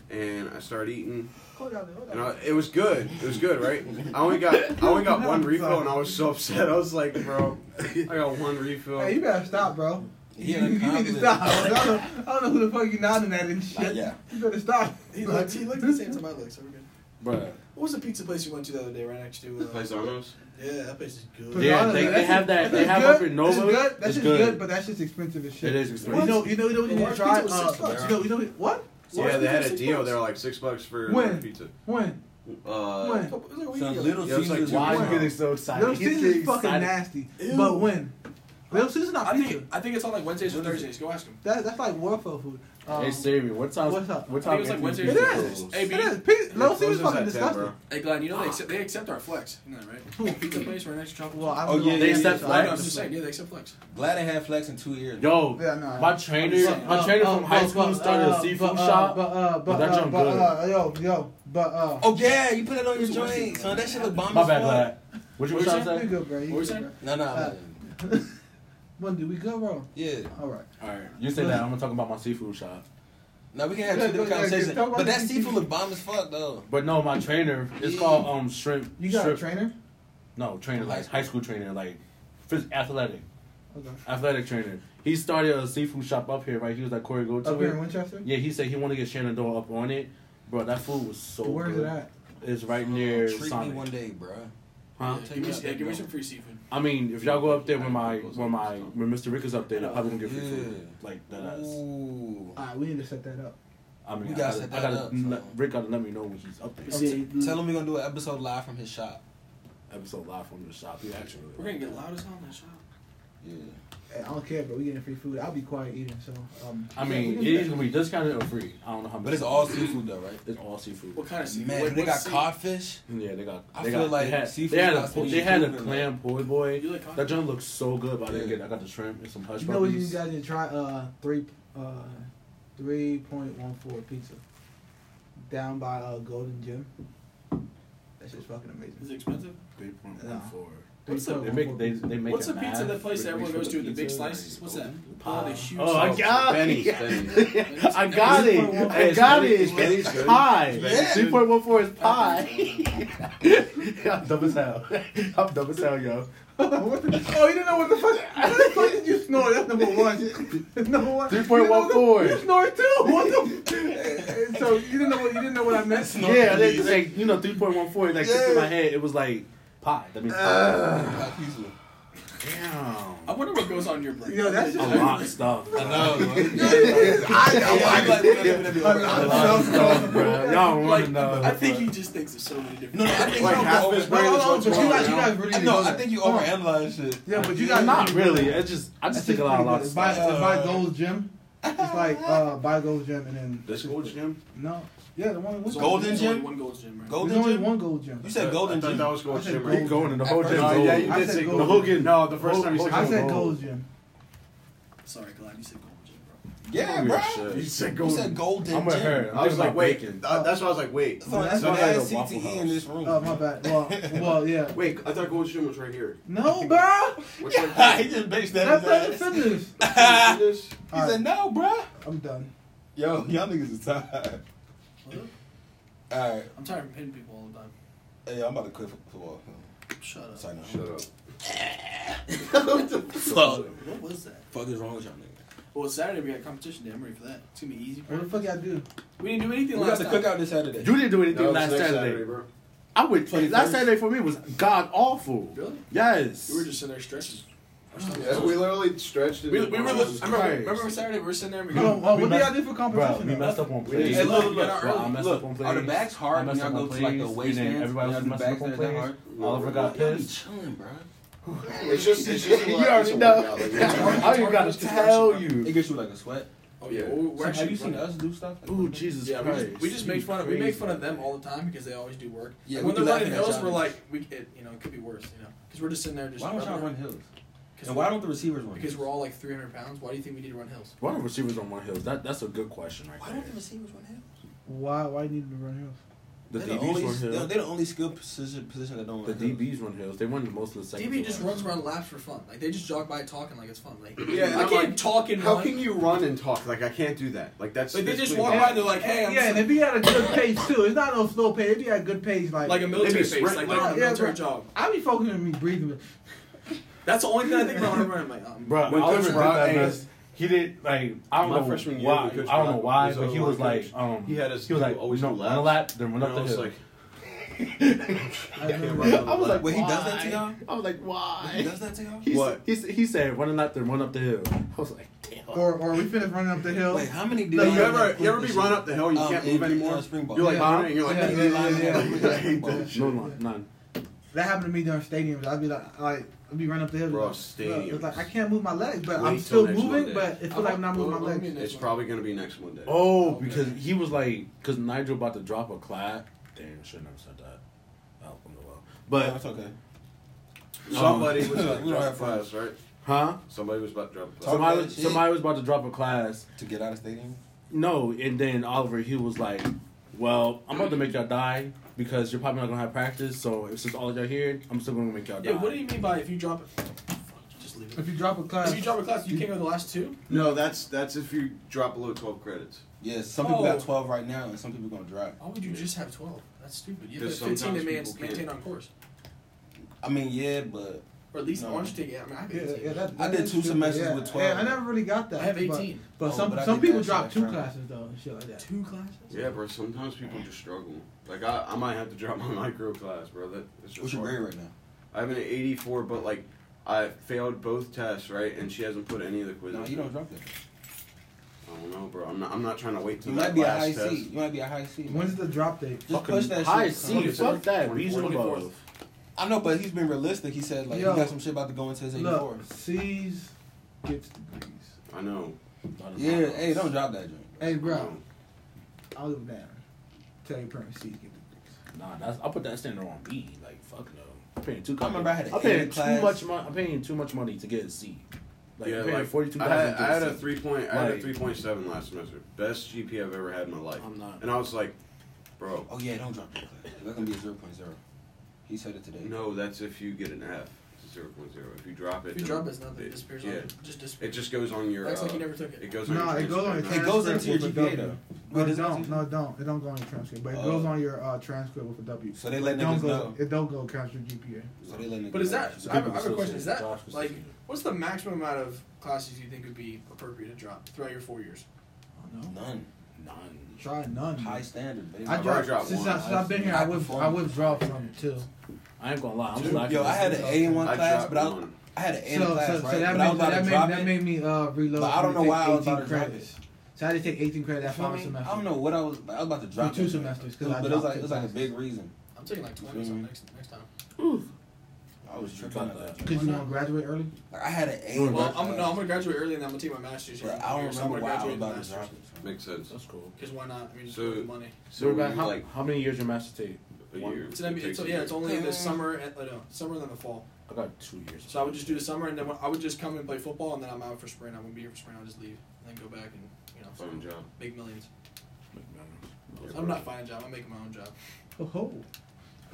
Speaker 3: and I started eating,
Speaker 1: Hold on, hold
Speaker 3: and
Speaker 1: on.
Speaker 3: I, it was good, it was good, right? I only got I only got one refill, and I was so upset. I was like, bro, I got one refill.
Speaker 1: Hey, you better stop, bro.
Speaker 6: [LAUGHS] Yeah,
Speaker 1: [LAUGHS] you, you need to
Speaker 6: confident.
Speaker 1: stop. I don't, know, I don't know who the fuck you nodding at and shit.
Speaker 6: Like, yeah.
Speaker 1: You better stop.
Speaker 4: He looked, he looked the same time I looked, so we're good.
Speaker 2: Bruh.
Speaker 4: What was the pizza place you went to the other day right next to? Uh,
Speaker 3: Paisanos?
Speaker 4: yeah, that place is good.
Speaker 2: Yeah,
Speaker 1: Honestly,
Speaker 2: they-
Speaker 1: that
Speaker 2: they
Speaker 1: shit-
Speaker 2: have that- they
Speaker 1: shit's
Speaker 2: have
Speaker 1: good.
Speaker 2: up in
Speaker 1: That shit's
Speaker 2: Nova.
Speaker 1: good. That
Speaker 2: It's
Speaker 1: shit's
Speaker 2: good.
Speaker 1: good, but that shit's expensive as shit.
Speaker 2: It is
Speaker 1: You
Speaker 2: expensive.
Speaker 1: know, you know, you know what
Speaker 4: The
Speaker 1: you need to
Speaker 4: large
Speaker 1: try?
Speaker 4: pizza was six
Speaker 1: Uh,
Speaker 4: bucks.
Speaker 1: you know, you know what?
Speaker 3: Yeah, they had a deal. They
Speaker 4: There
Speaker 3: were like six bucks for
Speaker 1: When?
Speaker 3: pizza.
Speaker 1: When?
Speaker 3: Uh,
Speaker 1: When?
Speaker 6: Some little
Speaker 3: Yeah, it's like
Speaker 6: Caesars.
Speaker 3: why
Speaker 2: Why
Speaker 3: you
Speaker 2: are you
Speaker 3: getting
Speaker 2: getting so excited?
Speaker 1: Little Caesars is fucking nasty.
Speaker 4: Ew.
Speaker 1: But when? Little Caesars not
Speaker 4: I
Speaker 1: pizza.
Speaker 4: think I think it's on like Wednesdays or Thursdays. Go ask him.
Speaker 1: That, that's like warfare food. Um,
Speaker 2: Hey Siri, what time?
Speaker 1: What's up?
Speaker 2: What
Speaker 4: I
Speaker 2: time?
Speaker 4: think it was like Wednesdays
Speaker 2: Anthony's
Speaker 1: It
Speaker 4: or
Speaker 2: closed?
Speaker 1: is.
Speaker 4: Thursdays.
Speaker 1: It
Speaker 4: AB.
Speaker 1: is. Pe- Little Caesars
Speaker 3: closes
Speaker 1: fucking
Speaker 3: at 10,
Speaker 1: disgusting.
Speaker 3: bro.
Speaker 4: Hey Glenn, you know they accept, they accept our flex, you know that right? Cool. Pizza place right next to Chocolate.
Speaker 1: Well, I
Speaker 6: Oh,
Speaker 1: don't
Speaker 6: yeah,
Speaker 1: know.
Speaker 6: they accept
Speaker 1: accept
Speaker 4: I know, I
Speaker 6: flex?
Speaker 4: was just saying, yeah, they accept flex.
Speaker 6: Glad I had flex in two years.
Speaker 2: Yo,
Speaker 1: Yeah, nah.
Speaker 2: my trainer,
Speaker 1: But,
Speaker 2: my
Speaker 1: uh,
Speaker 2: trainer
Speaker 1: uh,
Speaker 2: from high
Speaker 1: but,
Speaker 2: school
Speaker 1: but,
Speaker 2: started
Speaker 1: uh,
Speaker 2: a seafood
Speaker 1: but, uh,
Speaker 2: shop.
Speaker 1: But uh, but
Speaker 2: but that
Speaker 1: uh,
Speaker 2: junk
Speaker 1: but
Speaker 2: good.
Speaker 1: uh, yo, yo, but uh,
Speaker 6: Oh yeah, you put it on your joint. So that shit look bomb
Speaker 2: my
Speaker 6: as
Speaker 2: bad,
Speaker 6: fuck.
Speaker 2: lad. What you was
Speaker 4: What you
Speaker 2: trying to
Speaker 1: you
Speaker 2: say?
Speaker 1: good, bro? You
Speaker 4: What was
Speaker 1: good,
Speaker 4: that?
Speaker 1: bro?
Speaker 6: No, no.
Speaker 1: Uh,
Speaker 6: man.
Speaker 1: Wendy, we good, bro?
Speaker 6: Yeah.
Speaker 1: All right.
Speaker 2: All right, you say that. I'm gonna talk about my seafood shop.
Speaker 6: Now we can have
Speaker 1: Yeah,
Speaker 6: two different
Speaker 1: yeah, yeah,
Speaker 6: conversations.
Speaker 1: talk about
Speaker 6: But that
Speaker 1: the-
Speaker 6: seafood look bomb as fuck though.
Speaker 2: But no, my trainer. It's
Speaker 6: Yeah.
Speaker 2: called um shrimp.
Speaker 1: You got a
Speaker 2: shrimp-
Speaker 1: trainer?
Speaker 2: No, trainer like high school trainer like, phys- athletic,
Speaker 1: Okay.
Speaker 2: athletic trainer. He started a seafood shop up here, right? He was like Corey, go to
Speaker 1: Up
Speaker 2: it.
Speaker 1: here in Winchester.
Speaker 2: Yeah, he said he want to get Shenandoah up on it. Bro, that food was so
Speaker 1: Where's
Speaker 2: good.
Speaker 1: it at?
Speaker 2: It's right near
Speaker 6: Treat me
Speaker 2: Sonic.
Speaker 6: one day, bro.
Speaker 2: Huh?
Speaker 4: Yeah, give me, yeah, give me some free seafood.
Speaker 2: I mean, if y'all go up there when my when my when Mr. Rick is up there, they're probably gonna get free food.
Speaker 6: Yeah.
Speaker 2: Like that ass.
Speaker 6: Ooh.
Speaker 1: All right, we need to set that up.
Speaker 2: I mean,
Speaker 6: We
Speaker 2: I gotta,
Speaker 6: gotta set
Speaker 2: I
Speaker 6: that
Speaker 2: gotta
Speaker 6: up,
Speaker 2: let-
Speaker 6: so.
Speaker 2: Rick gotta let me know when he's up there.
Speaker 1: Yeah,
Speaker 6: Tell him we're gonna do an episode live from his shop.
Speaker 2: Episode live from the shop. He actually.
Speaker 4: We're gonna get loud as hell in that shop.
Speaker 6: Yeah.
Speaker 1: I don't care, but we getting free food. I'll be quiet eating. So. Um,
Speaker 2: I mean,
Speaker 1: yeah,
Speaker 2: it
Speaker 1: we can
Speaker 2: is
Speaker 1: do
Speaker 2: gonna be discounted or free. I don't know how much.
Speaker 6: But it's all seafood though, right?
Speaker 2: It's all seafood.
Speaker 4: What kind of seafood?
Speaker 6: Man,
Speaker 4: What-
Speaker 6: if they
Speaker 4: what
Speaker 6: got
Speaker 4: sea-
Speaker 6: codfish.
Speaker 2: Yeah, they got. They
Speaker 6: I
Speaker 2: got,
Speaker 6: feel like
Speaker 2: they had,
Speaker 6: seafood
Speaker 2: they had a
Speaker 6: has to be
Speaker 2: they had a
Speaker 6: proven,
Speaker 2: clam poi boy.
Speaker 4: You like cod?
Speaker 2: That junk looks so good, but I didn't
Speaker 6: Yeah.
Speaker 2: get. It. I got the shrimp and some
Speaker 1: that.
Speaker 2: hush
Speaker 1: You know what you
Speaker 2: puppies.
Speaker 1: guys need to try? Uh, three. Uh, three point one four pizza. Down by uh, Golden Gym. That shit's fucking
Speaker 4: Is
Speaker 1: amazing.
Speaker 4: it expensive?
Speaker 7: Three point one four.
Speaker 4: What's a,
Speaker 2: They make they they make.
Speaker 4: what's a
Speaker 2: an
Speaker 4: pizza
Speaker 2: ad
Speaker 4: that place
Speaker 2: for-
Speaker 4: that everyone
Speaker 2: for
Speaker 4: goes to with the big
Speaker 7: pizza,
Speaker 4: slices?
Speaker 7: like,
Speaker 4: What's
Speaker 7: oh,
Speaker 4: that?
Speaker 7: the
Speaker 4: Oh, the
Speaker 7: pie.
Speaker 4: huge.
Speaker 2: Oh, I
Speaker 4: slices.
Speaker 2: got
Speaker 3: Benny's,
Speaker 2: it.
Speaker 3: Benny's.
Speaker 2: [LAUGHS] I got it. I got
Speaker 3: Is
Speaker 2: it.
Speaker 3: Benny's good?
Speaker 2: Pie.
Speaker 3: Yeah.
Speaker 2: Three point one four is pie. I'm dumb as hell. [LAUGHS] I'm dumb as hell, yo.
Speaker 1: What the- oh, you didn't know what the fuck? [LAUGHS] What the fuck did you snore? That's number one. [LAUGHS] number one.
Speaker 2: Three point
Speaker 1: You know
Speaker 2: one four.
Speaker 1: the- You snore too. What the? [LAUGHS] so you didn't know what you didn't know what I meant.
Speaker 2: [LAUGHS] Yeah, they, they, you know, three point one four. Like yeah. in my head, it was like pie. That means damn,
Speaker 4: I wonder what goes on your brain. [LAUGHS]
Speaker 1: Yo, that's
Speaker 2: a
Speaker 1: just-
Speaker 2: lot of stuff.
Speaker 7: I know.
Speaker 1: I
Speaker 2: lot of
Speaker 1: love
Speaker 2: stuff, bro. Y'all don't want
Speaker 4: Like,
Speaker 2: to know.
Speaker 4: I think he just thinks of so many different.
Speaker 7: No, no, I think
Speaker 3: Like
Speaker 7: you
Speaker 3: half
Speaker 7: over- no,
Speaker 3: his brain
Speaker 7: no,
Speaker 3: is
Speaker 7: no,
Speaker 3: what's
Speaker 7: but
Speaker 1: wrong
Speaker 7: you
Speaker 1: with
Speaker 7: guys-
Speaker 1: him.
Speaker 7: you guys really
Speaker 1: I
Speaker 7: need
Speaker 1: know,
Speaker 7: to go
Speaker 1: I
Speaker 7: there.
Speaker 1: think you
Speaker 7: Come on. Yeah, but you
Speaker 1: guys-
Speaker 7: guys.
Speaker 2: not really. I just I just
Speaker 1: That's
Speaker 2: think a lot, a lot of
Speaker 1: Buy,
Speaker 2: stuff.
Speaker 1: uh, buy
Speaker 7: Uh,
Speaker 1: Gold's Gym. It's like uh, buy Gold's Gym and then
Speaker 3: This Gold's Gym?
Speaker 1: no, yeah, the one. in Winston.
Speaker 7: Golden
Speaker 4: There's only
Speaker 7: Gym?
Speaker 4: One Gold's Gym, right?
Speaker 1: There's
Speaker 7: Golden
Speaker 1: only
Speaker 7: Gym?
Speaker 1: one Gold Gym.
Speaker 7: You said
Speaker 3: I
Speaker 7: Golden
Speaker 3: thought
Speaker 7: Gym.
Speaker 3: that was Gold's
Speaker 1: I said
Speaker 3: Gym,
Speaker 2: Keep
Speaker 3: right?
Speaker 2: going in the whole
Speaker 7: Oh,
Speaker 2: gym.
Speaker 7: yeah, you
Speaker 1: did say
Speaker 2: the
Speaker 1: gold.
Speaker 2: whole game. [LAUGHS]
Speaker 3: No, the first time you
Speaker 1: I said
Speaker 3: Gold.
Speaker 1: Gold's Gym.
Speaker 4: Sorry, Glad you said Gold's Gym, bro.
Speaker 7: Yeah,
Speaker 3: Oh,
Speaker 7: bro.
Speaker 3: shit.
Speaker 7: You said
Speaker 3: Golden.
Speaker 7: Golden
Speaker 2: I'm with
Speaker 7: Gym.
Speaker 2: her.
Speaker 3: I was like, wait.
Speaker 2: bacon.
Speaker 3: Uh, that's why I was like, wait.
Speaker 7: So that's
Speaker 2: Sounds
Speaker 7: why
Speaker 2: like
Speaker 7: I
Speaker 2: a
Speaker 7: had
Speaker 2: Waffle
Speaker 7: CTE E in
Speaker 2: House.
Speaker 7: this room.
Speaker 1: Oh
Speaker 7: [LAUGHS]
Speaker 1: my bad. Well, well, yeah.
Speaker 3: Wait, I thought Gold's Gym was right here.
Speaker 1: No, bro.
Speaker 7: [LAUGHS]
Speaker 3: What's right
Speaker 7: he just bitched
Speaker 1: That's not
Speaker 7: that.
Speaker 1: finish.
Speaker 7: ass.
Speaker 3: this?
Speaker 7: He said, no, bruh.
Speaker 1: I'm done.
Speaker 7: Yo, y'all niggas are tired.
Speaker 4: What?
Speaker 7: All right.
Speaker 4: I'm tired of hitting people all the time.
Speaker 7: Hey, I'm about to quit football.
Speaker 4: Shut up.
Speaker 7: Sorry, no.
Speaker 3: Shut up.
Speaker 6: Fuck.
Speaker 4: What was that?
Speaker 6: Fuck is wrong with y'all niggas?
Speaker 4: Well, it's Saturday we got competition day. I'm ready for that. It's gonna be easy.
Speaker 1: What the
Speaker 4: Bro.
Speaker 1: fuck y'all do?
Speaker 4: We didn't do anything
Speaker 7: We got
Speaker 4: last
Speaker 7: the
Speaker 4: time.
Speaker 7: cookout this Saturday.
Speaker 2: You didn't do anything
Speaker 3: No, it's
Speaker 2: last
Speaker 3: next
Speaker 2: Saturday.
Speaker 3: Saturday, bro.
Speaker 2: I went.
Speaker 7: 21st.
Speaker 2: Last Saturday for me was god awful.
Speaker 4: Really?
Speaker 2: Yes.
Speaker 4: We were just sitting there stretching. Our stomachs.
Speaker 3: Yeah, we literally stretched it.
Speaker 4: We, we were.
Speaker 3: It
Speaker 4: I remember.
Speaker 2: Christ.
Speaker 4: Remember Saturday we were sitting there. And we
Speaker 1: Hold on.
Speaker 4: go,
Speaker 1: uh, what
Speaker 2: We
Speaker 1: do
Speaker 2: messed-
Speaker 1: y'all do for
Speaker 2: Bro,
Speaker 1: competition?
Speaker 2: we
Speaker 1: though?
Speaker 2: messed up on plays.
Speaker 7: Hey, look,
Speaker 4: look, look.
Speaker 2: Bro, I messed
Speaker 6: Look,
Speaker 2: up on plays.
Speaker 6: are the backs
Speaker 2: I
Speaker 6: hard when
Speaker 2: messed
Speaker 6: y'all
Speaker 2: up
Speaker 6: go
Speaker 2: on
Speaker 6: to like the
Speaker 2: plays,
Speaker 6: waist
Speaker 2: and then
Speaker 6: bands?
Speaker 2: everybody
Speaker 6: y'all
Speaker 2: else
Speaker 6: do
Speaker 2: messed
Speaker 6: backs
Speaker 2: up on
Speaker 6: that- that
Speaker 2: plays.
Speaker 6: hard?
Speaker 2: Oliver got
Speaker 6: Y'all be
Speaker 2: pissed.
Speaker 6: chilling, bro.
Speaker 3: It's just, it's just
Speaker 2: [LAUGHS]
Speaker 3: a
Speaker 2: You
Speaker 3: lot-
Speaker 2: already
Speaker 3: it's a
Speaker 2: know.
Speaker 3: workout, like, it's a
Speaker 2: [LAUGHS]
Speaker 3: lot.
Speaker 2: I don't even gotta tell
Speaker 6: It
Speaker 2: you.
Speaker 6: gets you like a sweat.
Speaker 4: Oh yeah.
Speaker 3: Yeah.
Speaker 4: We're, we're
Speaker 6: So have
Speaker 4: actually
Speaker 6: you seen
Speaker 4: funny.
Speaker 6: us do stuff? like
Speaker 2: Ooh,
Speaker 6: that?
Speaker 2: Jesus
Speaker 4: Yeah, we
Speaker 2: Christ.
Speaker 4: just, we just make fun of we make fun of them all the time because they always do work.
Speaker 6: Yeah,
Speaker 4: Yeah,
Speaker 6: we
Speaker 4: when
Speaker 6: do
Speaker 4: they're
Speaker 6: laugh
Speaker 4: running
Speaker 6: at that
Speaker 4: hills, we're
Speaker 6: y'all niggas.
Speaker 4: like, we it, you know it could be worse, you know, because we're just sitting there just.
Speaker 6: Why don't y'all
Speaker 4: rubbing
Speaker 6: run
Speaker 4: it.
Speaker 6: hills?
Speaker 4: 'Cause
Speaker 6: And
Speaker 4: we're-
Speaker 6: why don't the receivers run?
Speaker 4: Because
Speaker 6: hills?
Speaker 4: we're all like 300 pounds. Why do you think we need to run hills?
Speaker 2: Why don't receivers on one hills? That that's a good question right
Speaker 6: Why
Speaker 2: there.
Speaker 6: don't the receivers run hills?
Speaker 1: Why? Why you need to run hills?
Speaker 2: The
Speaker 6: They're
Speaker 2: DBs
Speaker 6: only,
Speaker 2: run
Speaker 6: they're,
Speaker 2: hills.
Speaker 6: they're the only skill position position that don't
Speaker 2: The
Speaker 6: run hills.
Speaker 2: DBs run hills. They run the most of the second.
Speaker 4: DB just runs around laps for fun. Like they just jog by talking like it's fun. Like
Speaker 3: Yeah, and
Speaker 4: I
Speaker 3: I'm
Speaker 4: can't
Speaker 3: like,
Speaker 4: talk and
Speaker 3: How
Speaker 4: run.
Speaker 3: can you run and talk? Like, I can't do that. Like, that's.
Speaker 4: Like they
Speaker 3: that's
Speaker 4: just
Speaker 3: really
Speaker 4: walk
Speaker 3: bad.
Speaker 4: by and they're like, hey, I'm
Speaker 1: yeah, and if you had a good pace too, it's not no slow pace. If you had a good pace, like
Speaker 4: like a military
Speaker 3: They be
Speaker 4: face, like they're on a
Speaker 1: sprinting. Yeah,
Speaker 4: military
Speaker 1: bro.
Speaker 4: jog.
Speaker 1: I be focusing on me
Speaker 2: [LAUGHS]
Speaker 1: breathing.
Speaker 4: That's the only thing I think about when I'm running. Like, um,
Speaker 2: Bro,
Speaker 3: When
Speaker 2: Oliver
Speaker 3: Coach
Speaker 2: did
Speaker 3: Brock
Speaker 2: that
Speaker 3: asked-
Speaker 2: mess. He did like I don't
Speaker 3: My
Speaker 2: know
Speaker 3: freshman year,
Speaker 2: why. I
Speaker 3: when Coach
Speaker 2: don't know
Speaker 3: Brock
Speaker 2: why,
Speaker 3: was
Speaker 2: but
Speaker 3: our
Speaker 2: he was
Speaker 3: line
Speaker 2: like
Speaker 3: coach,
Speaker 2: um
Speaker 3: he had us
Speaker 2: he was
Speaker 3: do-
Speaker 2: like
Speaker 3: always
Speaker 2: you know,
Speaker 3: do
Speaker 2: on a lap
Speaker 3: laps.
Speaker 2: then run
Speaker 3: And
Speaker 2: up
Speaker 3: I
Speaker 2: the
Speaker 3: was
Speaker 2: hill.
Speaker 3: like,
Speaker 1: I
Speaker 3: I can't
Speaker 1: remember-
Speaker 3: run on the
Speaker 2: I was
Speaker 3: lap.
Speaker 2: like,
Speaker 6: Wait, he does that to
Speaker 2: why? I was like,
Speaker 6: He
Speaker 2: why?
Speaker 6: does that to y'all?
Speaker 2: He,
Speaker 3: What?
Speaker 2: He, he said, run a lap, then run up the hill. I was like, damn.
Speaker 1: Or or we finished running up the hill.
Speaker 6: Wait, how many
Speaker 3: Like,
Speaker 6: dudes?
Speaker 3: you ever you ever be run up the hill and you
Speaker 6: Um,
Speaker 3: can't
Speaker 6: in-
Speaker 3: move
Speaker 6: in,
Speaker 3: anymore?
Speaker 6: uh, spring ball.
Speaker 3: You're like
Speaker 1: Yeah.
Speaker 3: on it and you're like,
Speaker 1: Yeah, yeah,
Speaker 3: "Hey,
Speaker 1: yeah, yeah.
Speaker 3: I hate that shit."
Speaker 2: no line, none.
Speaker 1: That happened to me during stadiums. I'd be like, like I'd be running up the hill.
Speaker 3: Bro,
Speaker 1: like,
Speaker 3: stadiums.
Speaker 1: It's like I can't move my legs, but
Speaker 3: Wait
Speaker 1: I'm
Speaker 3: till
Speaker 1: still
Speaker 3: next
Speaker 1: moving.
Speaker 3: Monday.
Speaker 1: But it feels like I'm not moving my
Speaker 4: Well, I mean,
Speaker 1: legs.
Speaker 3: It's probably gonna be next Monday.
Speaker 2: Oh,
Speaker 4: Okay.
Speaker 2: because he was like, because Nigel about to drop a clap. Damn, should never said that. Oh, I'm the well.
Speaker 6: No,
Speaker 2: But
Speaker 6: it's okay.
Speaker 3: Somebody was
Speaker 6: [LAUGHS]
Speaker 3: about
Speaker 6: We
Speaker 3: to
Speaker 6: don't
Speaker 3: drop
Speaker 6: have
Speaker 3: a class, right?
Speaker 2: huh?
Speaker 3: Somebody was about to drop a class.
Speaker 6: Talk-
Speaker 2: Somebody,
Speaker 6: that shit.
Speaker 2: somebody was about to drop a class.
Speaker 6: To get out of stadium.
Speaker 2: No, and then Oliver, he was like, "Well, I'm about to make y'all die because you're probably not gonna have practice. So if it's just all y'all here, I'm still gonna make y'all die."
Speaker 4: yeah, what do you mean by if you drop it? Fuck, you just leave it.
Speaker 1: If you drop a class,
Speaker 4: If you drop a class, you can't go to the last two.
Speaker 3: No, that's that's if you drop below twelve credits.
Speaker 6: Yes, some people got
Speaker 4: Oh.
Speaker 6: 12 right now, and some people gonna drop.
Speaker 4: Why would you just have 12? That's stupid. You have
Speaker 3: 'Cause
Speaker 4: 15 to
Speaker 3: sometimes
Speaker 4: man-
Speaker 3: people can't.
Speaker 4: maintain on course,
Speaker 6: I mean, yeah, but
Speaker 4: or at least
Speaker 6: No.
Speaker 4: orange ticket. I mean, I have
Speaker 1: yeah,
Speaker 4: 18.
Speaker 1: yeah, that,
Speaker 6: I
Speaker 1: that
Speaker 6: did
Speaker 1: is
Speaker 6: two
Speaker 1: stupid,
Speaker 6: semesters
Speaker 1: yeah.
Speaker 6: with 12.
Speaker 1: Yeah, I never really got that.
Speaker 4: I have
Speaker 1: but-
Speaker 4: 18.
Speaker 1: But,
Speaker 6: Oh,
Speaker 1: some
Speaker 6: but I
Speaker 1: some
Speaker 6: did
Speaker 1: people
Speaker 6: that
Speaker 1: drop
Speaker 6: shit
Speaker 1: two
Speaker 6: at Trump.
Speaker 1: classes though, and shit like that.
Speaker 4: Two classes.
Speaker 3: Yeah, bro. Sometimes people just struggle. Like I, I might have to drop my [LAUGHS] micro class, bro. That it's just
Speaker 6: what's your
Speaker 3: hard.
Speaker 6: grade right now?
Speaker 3: I have an eighty-four, but like I failed both tests, right? And she hasn't put any of the quizzes.
Speaker 6: No, you don't drop that.
Speaker 3: I don't know, bro. I'm not. I'm not trying to wait
Speaker 6: You
Speaker 3: till
Speaker 6: might
Speaker 3: that
Speaker 6: be a
Speaker 3: last
Speaker 6: high
Speaker 3: test.
Speaker 6: C. You might be a high C. man.
Speaker 1: When's the drop date?
Speaker 6: Just push that shit.
Speaker 2: high
Speaker 6: son.
Speaker 2: C? Fuck that. Bees and above.
Speaker 6: I know, but he's been realistic. He said like
Speaker 1: Yo.
Speaker 6: he got some shit about to go into his 84.
Speaker 1: Look, C's gets degrees.
Speaker 3: I know.
Speaker 6: Yeah, hey, don't drop that joint.
Speaker 1: Hey,
Speaker 3: I
Speaker 1: bro,
Speaker 3: know.
Speaker 1: I'll live down. Tell your parents C's get degrees.
Speaker 2: Nah, that's I put that standard on B. Like fuck no. I'm paying too.
Speaker 6: I remember I had an
Speaker 2: I'm
Speaker 6: A in
Speaker 2: paying too
Speaker 6: class.
Speaker 2: much money. I'm paying too much money to get a C. Like
Speaker 3: yeah,
Speaker 2: I'm paying
Speaker 3: like
Speaker 2: forty two
Speaker 3: I had,
Speaker 2: thousand.
Speaker 3: I had a three point. I had a
Speaker 2: Like-
Speaker 3: three point seven last semester. Best GP I've ever had in my life.
Speaker 2: I'm not.
Speaker 3: And I was like, bro,
Speaker 7: Oh,
Speaker 6: Oh yeah, don't drop that. That's gonna be a 0.0.
Speaker 7: He said it today.
Speaker 3: No, that's if you get an F. It's a 0.0. If you drop it,
Speaker 4: If you
Speaker 3: then
Speaker 4: drop it, it's nothing. It
Speaker 3: it-
Speaker 4: disappears.
Speaker 3: Yeah,
Speaker 4: On, just disappears.
Speaker 3: it just goes on your.
Speaker 4: Acts
Speaker 3: uh,
Speaker 4: like you never took it.
Speaker 3: It goes on.
Speaker 1: No,
Speaker 3: your
Speaker 1: it goes on your
Speaker 3: transcript.
Speaker 7: It goes into your
Speaker 1: transcript with a
Speaker 7: GPA though.
Speaker 1: W. No,
Speaker 7: Wait,
Speaker 1: it
Speaker 7: does it
Speaker 1: don't.
Speaker 7: actually-
Speaker 1: No, it don't. It don't go on your transcript, but it
Speaker 7: Oh.
Speaker 1: goes on your uh, transcript with a W.
Speaker 7: So they let
Speaker 1: It don't
Speaker 7: niggas
Speaker 1: go.
Speaker 7: know.
Speaker 1: It don't go count your GPA.
Speaker 7: So they let niggas
Speaker 4: But is
Speaker 7: know.
Speaker 4: that?
Speaker 7: So
Speaker 4: I have,
Speaker 7: people
Speaker 4: I have a
Speaker 7: still
Speaker 4: question.
Speaker 7: say
Speaker 4: Is that
Speaker 6: Josh was
Speaker 4: like
Speaker 6: teaching.
Speaker 4: what's the maximum amount of classes you think would be appropriate to drop throughout your four years?
Speaker 7: None. None.
Speaker 1: Try none.
Speaker 7: High standard, baby.
Speaker 1: I
Speaker 3: I've already
Speaker 1: dropped
Speaker 3: dropped
Speaker 1: since,
Speaker 3: one.
Speaker 1: I, since I've been here. I would I would drop some too.
Speaker 2: I ain't gonna lie. I'm
Speaker 7: Dude,
Speaker 2: slacking.
Speaker 7: yo, I had an A in one
Speaker 3: I
Speaker 7: class,
Speaker 3: dropped
Speaker 7: but I,
Speaker 3: one.
Speaker 7: I had an A in
Speaker 1: So,
Speaker 7: class,
Speaker 1: so,
Speaker 7: right?
Speaker 1: so that
Speaker 7: but I
Speaker 1: made
Speaker 7: was about
Speaker 1: that
Speaker 7: to
Speaker 1: made,
Speaker 7: drop
Speaker 1: that
Speaker 7: it,
Speaker 1: made me uh, reload.
Speaker 7: but I don't know
Speaker 1: and
Speaker 7: why I
Speaker 1: take
Speaker 7: was about
Speaker 1: 18
Speaker 7: to drop it.
Speaker 1: credits. So I had to take 18 credits that
Speaker 7: You feel
Speaker 1: final
Speaker 7: me?
Speaker 1: semester.
Speaker 7: I don't know what I was. I was about to drop
Speaker 1: two
Speaker 7: it,
Speaker 1: semesters, 'cause I
Speaker 7: but it was
Speaker 1: dropped
Speaker 7: like
Speaker 1: two
Speaker 7: it was like a
Speaker 1: classes.
Speaker 7: big reason.
Speaker 4: I'm taking like twenty so
Speaker 7: Mhm.
Speaker 4: next next time.
Speaker 7: I was tripping on that.
Speaker 1: Because you want to graduate early.
Speaker 7: Like I had an A. in
Speaker 4: Well,
Speaker 7: one
Speaker 4: I'm,
Speaker 7: class,
Speaker 4: no, I'm gonna graduate early and I'm gonna take my master's.
Speaker 7: but
Speaker 4: in
Speaker 7: I
Speaker 4: a
Speaker 7: don't
Speaker 4: year, so I'm
Speaker 7: remember why I was
Speaker 4: gonna
Speaker 7: about
Speaker 4: graduate
Speaker 7: to
Speaker 4: with a
Speaker 7: drop
Speaker 4: master's.
Speaker 7: it.
Speaker 3: Makes sense.
Speaker 2: That's cool.
Speaker 4: Because why not? I mean, just
Speaker 3: So-
Speaker 4: for the money.
Speaker 2: So
Speaker 3: So
Speaker 2: about,
Speaker 3: you,
Speaker 2: how,
Speaker 3: like
Speaker 2: how many years your master take?
Speaker 3: a
Speaker 2: One?
Speaker 3: year.
Speaker 4: It's, an MBA,
Speaker 3: It
Speaker 4: so
Speaker 3: takes a
Speaker 4: yeah, it's
Speaker 3: year.
Speaker 4: only
Speaker 7: Yeah.
Speaker 4: the summer. And, uh, no, summer and then the fall.
Speaker 2: I got two years.
Speaker 4: So I would just do the summer and then when- I would just come and play football and then I'm out for spring. I wouldn't be here for spring. I'll just leave and then go back and you know
Speaker 3: Phone job.
Speaker 4: make millions.
Speaker 3: Yeah,
Speaker 4: I'm
Speaker 3: bro.
Speaker 4: not finding a job. I'm making my own job.
Speaker 1: Oh, oh.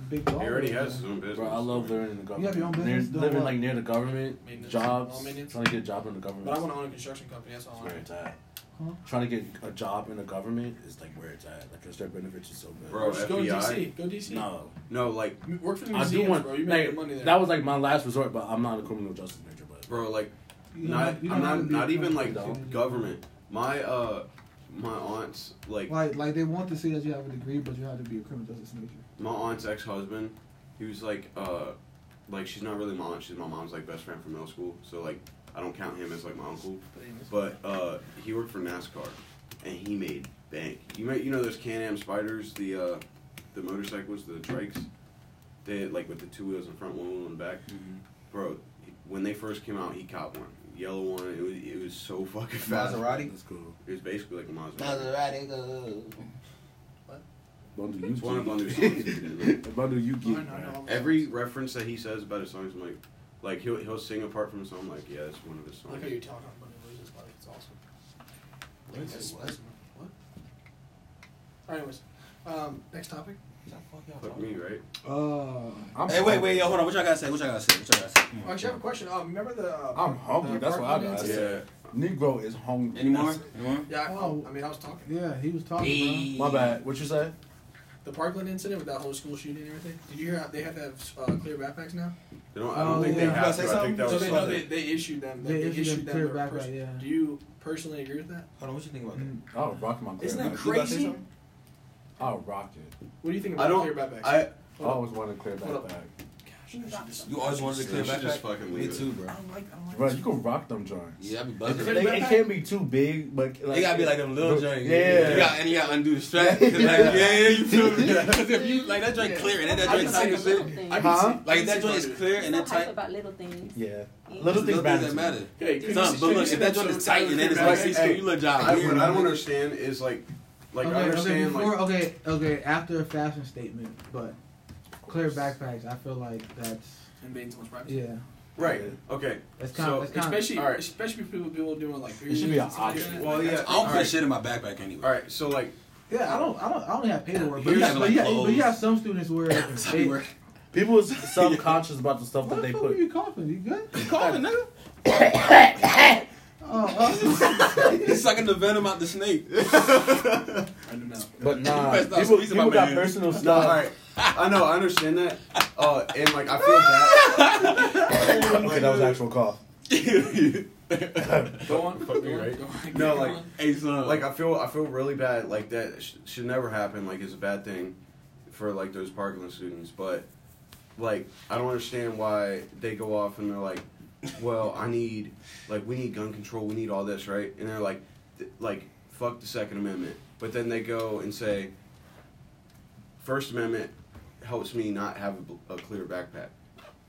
Speaker 1: big dog.
Speaker 3: He already has his own business.
Speaker 2: Bro, I love living in the
Speaker 1: You have
Speaker 2: government.
Speaker 1: your own
Speaker 2: near,
Speaker 1: business, doing
Speaker 2: living
Speaker 1: what?
Speaker 2: like near the government,
Speaker 4: Maintenance. All
Speaker 2: jobs,
Speaker 4: maintenance.
Speaker 2: trying to get a job in the government.
Speaker 4: But I want to own a construction company. That's all
Speaker 2: That's
Speaker 4: I
Speaker 2: where
Speaker 4: want.
Speaker 2: it's at.
Speaker 1: Huh?
Speaker 2: Trying to get a job in the government is like where it's at. Like, 'cause their benefits are so good.
Speaker 3: Bro,
Speaker 4: Just go
Speaker 3: FBI.
Speaker 4: DC. Go DC.
Speaker 2: no,
Speaker 3: No, like,
Speaker 4: M- Work for the
Speaker 2: I do
Speaker 4: museums,
Speaker 2: want.
Speaker 4: bro. You make
Speaker 2: like,
Speaker 4: good money there.
Speaker 2: That was like my last resort, but I'm not a criminal justice major. But
Speaker 3: bro, like,
Speaker 1: You don't
Speaker 3: not,
Speaker 1: have- you
Speaker 3: I'm
Speaker 1: don't have to
Speaker 3: not,
Speaker 1: be
Speaker 3: not
Speaker 1: a
Speaker 3: even
Speaker 1: criminal
Speaker 3: like
Speaker 1: justice major.
Speaker 3: government. My uh, my aunt's like,
Speaker 1: Like, like they want to see that you have a degree, but you have to be a criminal justice major.
Speaker 3: my aunt's ex husband, he was like, uh, like she's not really my aunt. She's my mom's like best friend from middle school. So like, I don't count him as like my uncle.
Speaker 4: But anyways.
Speaker 3: But uh, he worked for NASCAR, and he made bank. You might you know those Can-Am spiders, the uh, the motorcycles, the trikes. They had, like with the two wheels in front, one wheel in back. Bro, when they first came out, he caught one, yellow one. It was it was so [LAUGHS] fucking fast.
Speaker 7: Maserati.
Speaker 2: that's cool.
Speaker 3: It was basically like a Maserati.
Speaker 7: Maserati. go.
Speaker 2: Bundle you
Speaker 3: It's one of Bundy's
Speaker 2: [LAUGHS]
Speaker 3: songs.
Speaker 2: get. Bundle you
Speaker 4: Oh, I
Speaker 2: get.
Speaker 4: know, I know
Speaker 2: bro.
Speaker 4: all the
Speaker 3: Every
Speaker 4: songs.
Speaker 3: reference that he says about his songs, I'm like, like he'll he'll sing apart from a song. I'm like, yeah, that's one of his
Speaker 4: I
Speaker 3: songs.
Speaker 4: like how you talk about it loses like it's awesome.
Speaker 7: What is
Speaker 4: That's-
Speaker 7: it?
Speaker 4: that's- What? Alright, anyways, um, next topic.
Speaker 3: Fuck me, right?
Speaker 1: Uh,
Speaker 2: I'm
Speaker 7: Hey, wait, wait, yo, hold on. What y'all gotta say? What y'all gotta say? What y'all gotta say? Come
Speaker 4: Oh,
Speaker 7: on.
Speaker 4: actually, I have a question. Um, remember the? Uh,
Speaker 2: I'm hungry,
Speaker 4: the
Speaker 2: that's
Speaker 4: park
Speaker 2: what I
Speaker 4: ordinance?
Speaker 2: got.
Speaker 3: Yeah.
Speaker 2: Negro is hungry.
Speaker 7: Any more?
Speaker 2: That's it.
Speaker 7: Any more?
Speaker 4: Yeah. I-
Speaker 1: Oh.
Speaker 4: I mean, I was talking.
Speaker 1: yeah, he was talking.
Speaker 7: Hey.
Speaker 2: My bad. What you say?
Speaker 4: The Parkland incident with that whole school shooting and everything. Did you hear how they have to have uh, clear backpacks now?
Speaker 3: They don't, I don't
Speaker 1: Oh,
Speaker 3: think
Speaker 1: yeah.
Speaker 3: they
Speaker 1: You
Speaker 7: gotta
Speaker 3: have
Speaker 7: say
Speaker 3: to. I
Speaker 7: something?
Speaker 3: think that
Speaker 4: so
Speaker 3: was
Speaker 4: they know
Speaker 3: something.
Speaker 4: they, they issued them.
Speaker 1: They
Speaker 4: They, they
Speaker 1: issued
Speaker 4: issued,
Speaker 1: them
Speaker 4: them.
Speaker 1: clear
Speaker 4: the
Speaker 1: backpack,
Speaker 4: person-
Speaker 1: yeah.
Speaker 4: Do you personally agree with that?
Speaker 7: Hold on. What you think about that?
Speaker 1: Mm.
Speaker 2: I'll rock my
Speaker 4: Isn't
Speaker 2: clear
Speaker 4: that
Speaker 2: back.
Speaker 7: You about to say
Speaker 4: Crazy.
Speaker 7: something?
Speaker 2: I'll rock it.
Speaker 4: What do you think
Speaker 3: I
Speaker 4: about
Speaker 3: don't.
Speaker 4: clear backpacks?
Speaker 3: I
Speaker 2: I always wanted a clear
Speaker 4: Hold up.
Speaker 2: backpack.
Speaker 4: Gosh, I should just-
Speaker 7: You always wanted to clear
Speaker 3: You should
Speaker 7: back.
Speaker 3: just fucking
Speaker 7: Me
Speaker 3: leave it.
Speaker 7: too, bro.
Speaker 4: I don't like. I don't like.
Speaker 2: Bro,
Speaker 4: this.
Speaker 2: you can rock them joints.
Speaker 7: Yeah, I be
Speaker 2: It,
Speaker 7: buzzing.
Speaker 4: Clear
Speaker 2: they- it
Speaker 4: backpack?
Speaker 2: can't be too big, but like,
Speaker 7: It gotta be like them little
Speaker 2: Bro,
Speaker 7: joints.
Speaker 2: yeah.
Speaker 7: You got, and you gotta undo the strap. 'cause, Like, yeah, yeah, you feel me? 'Cause if you like that joint clear and then that
Speaker 4: I
Speaker 7: joint
Speaker 4: can
Speaker 7: tight as
Speaker 4: see
Speaker 7: shit.
Speaker 4: it. I can
Speaker 2: Huh?
Speaker 4: see-
Speaker 7: Like if that joint is clear and
Speaker 5: So
Speaker 7: that
Speaker 5: hype
Speaker 7: tight.
Speaker 5: about little things.
Speaker 2: yeah.
Speaker 5: Yeah.
Speaker 2: Little
Speaker 7: Little
Speaker 2: things
Speaker 7: things that
Speaker 2: matter. to me.
Speaker 7: matter.
Speaker 4: Hey, could you
Speaker 7: Son,
Speaker 4: see-
Speaker 7: but
Speaker 4: could
Speaker 7: look,
Speaker 4: you
Speaker 7: if that
Speaker 4: see
Speaker 7: joint is
Speaker 4: some
Speaker 7: tight and then it's
Speaker 4: clear
Speaker 7: like
Speaker 4: backpacks?
Speaker 7: six, you look
Speaker 3: I,
Speaker 7: job.
Speaker 3: what I don't understand is like, like I
Speaker 1: okay, okay,
Speaker 3: understand
Speaker 1: before,
Speaker 3: like
Speaker 1: okay, okay, after a fashion statement, but clear backpacks, I feel like that's
Speaker 4: invading someone's privacy.
Speaker 1: yeah,
Speaker 3: right. Okay.
Speaker 1: that's kind
Speaker 3: So,
Speaker 1: of that's kind of
Speaker 4: Especially,
Speaker 3: All right.
Speaker 4: especially people, people doing like.
Speaker 2: It should be
Speaker 4: piercings
Speaker 2: an
Speaker 4: and stuff like
Speaker 2: option.
Speaker 4: that.
Speaker 3: Well, yeah.
Speaker 7: I don't
Speaker 3: All
Speaker 7: put
Speaker 3: right.
Speaker 7: shit in my backpack anyway.
Speaker 3: All right. So like,
Speaker 1: yeah. I don't I don't I only have paperwork, but
Speaker 7: Here's
Speaker 1: you have, but
Speaker 7: like
Speaker 1: you have, but you
Speaker 7: clothes.
Speaker 1: have some students
Speaker 3: [LAUGHS]
Speaker 1: where they,
Speaker 7: Somewhere.
Speaker 2: People [LAUGHS] is subconscious about the stuff
Speaker 1: what
Speaker 2: that
Speaker 1: the
Speaker 2: they
Speaker 1: fuck are
Speaker 2: put.
Speaker 1: you coughing? You good?
Speaker 3: [LAUGHS]
Speaker 7: Calling nigga.
Speaker 1: Oh, oh.
Speaker 7: He's sucking the venom out the
Speaker 3: [LAUGHS]
Speaker 7: snake.
Speaker 4: I don't know.
Speaker 7: [LAUGHS]
Speaker 2: But nah,
Speaker 7: That's not-
Speaker 2: people,
Speaker 7: he's
Speaker 2: people
Speaker 7: my
Speaker 2: got
Speaker 7: man.
Speaker 2: personal
Speaker 3: no, all
Speaker 2: stuff.
Speaker 3: right. I know. I understand that. Uh, and like I
Speaker 7: [LAUGHS]
Speaker 3: feel bad.
Speaker 2: Okay, that was actual cough.
Speaker 4: Go on.
Speaker 3: Fuck me,
Speaker 4: go on,
Speaker 3: right?
Speaker 4: go on,
Speaker 3: No,
Speaker 4: go
Speaker 3: like-
Speaker 4: on.
Speaker 7: Hey son.
Speaker 3: Like I feel, I feel really bad. Like that sh- should never happen. Like it's a bad thing for like those Parkland students. But like I don't understand why they go off and they're like, well, I need like we need gun control, we need all this, right? And they're like, th- like fuck the Second Amendment. But then they go and say, First Amendment helps me not have a, bl- a clear backpack.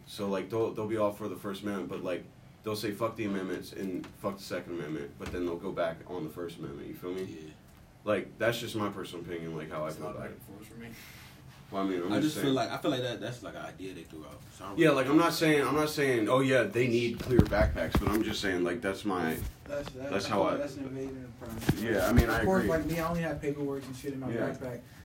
Speaker 3: So like they'll they'll be all for the First Amendment, but like they'll say fuck the amendments and fuck the Second Amendment, but then they'll go back on the First Amendment. You feel me?
Speaker 7: Yeah.
Speaker 3: Like that's just my personal opinion, like how I
Speaker 4: It's
Speaker 3: feel
Speaker 4: not
Speaker 3: about it.
Speaker 4: back and forth for me.
Speaker 3: Well, I mean, I'm
Speaker 7: I just
Speaker 3: saying.
Speaker 7: feel like I feel like that that's like an idea they threw out. So I don't
Speaker 3: yeah,
Speaker 7: really
Speaker 3: like
Speaker 7: know.
Speaker 3: I'm not saying I'm not saying oh yeah they need clear backpacks, but I'm just saying like that's my
Speaker 8: That's, that,
Speaker 3: That's how I-
Speaker 8: That's an invasion of privacy.
Speaker 3: yeah. I mean I
Speaker 8: Of course,
Speaker 3: agree.
Speaker 8: like me, I only have paperwork and shit in my
Speaker 3: Yeah.
Speaker 8: backpack.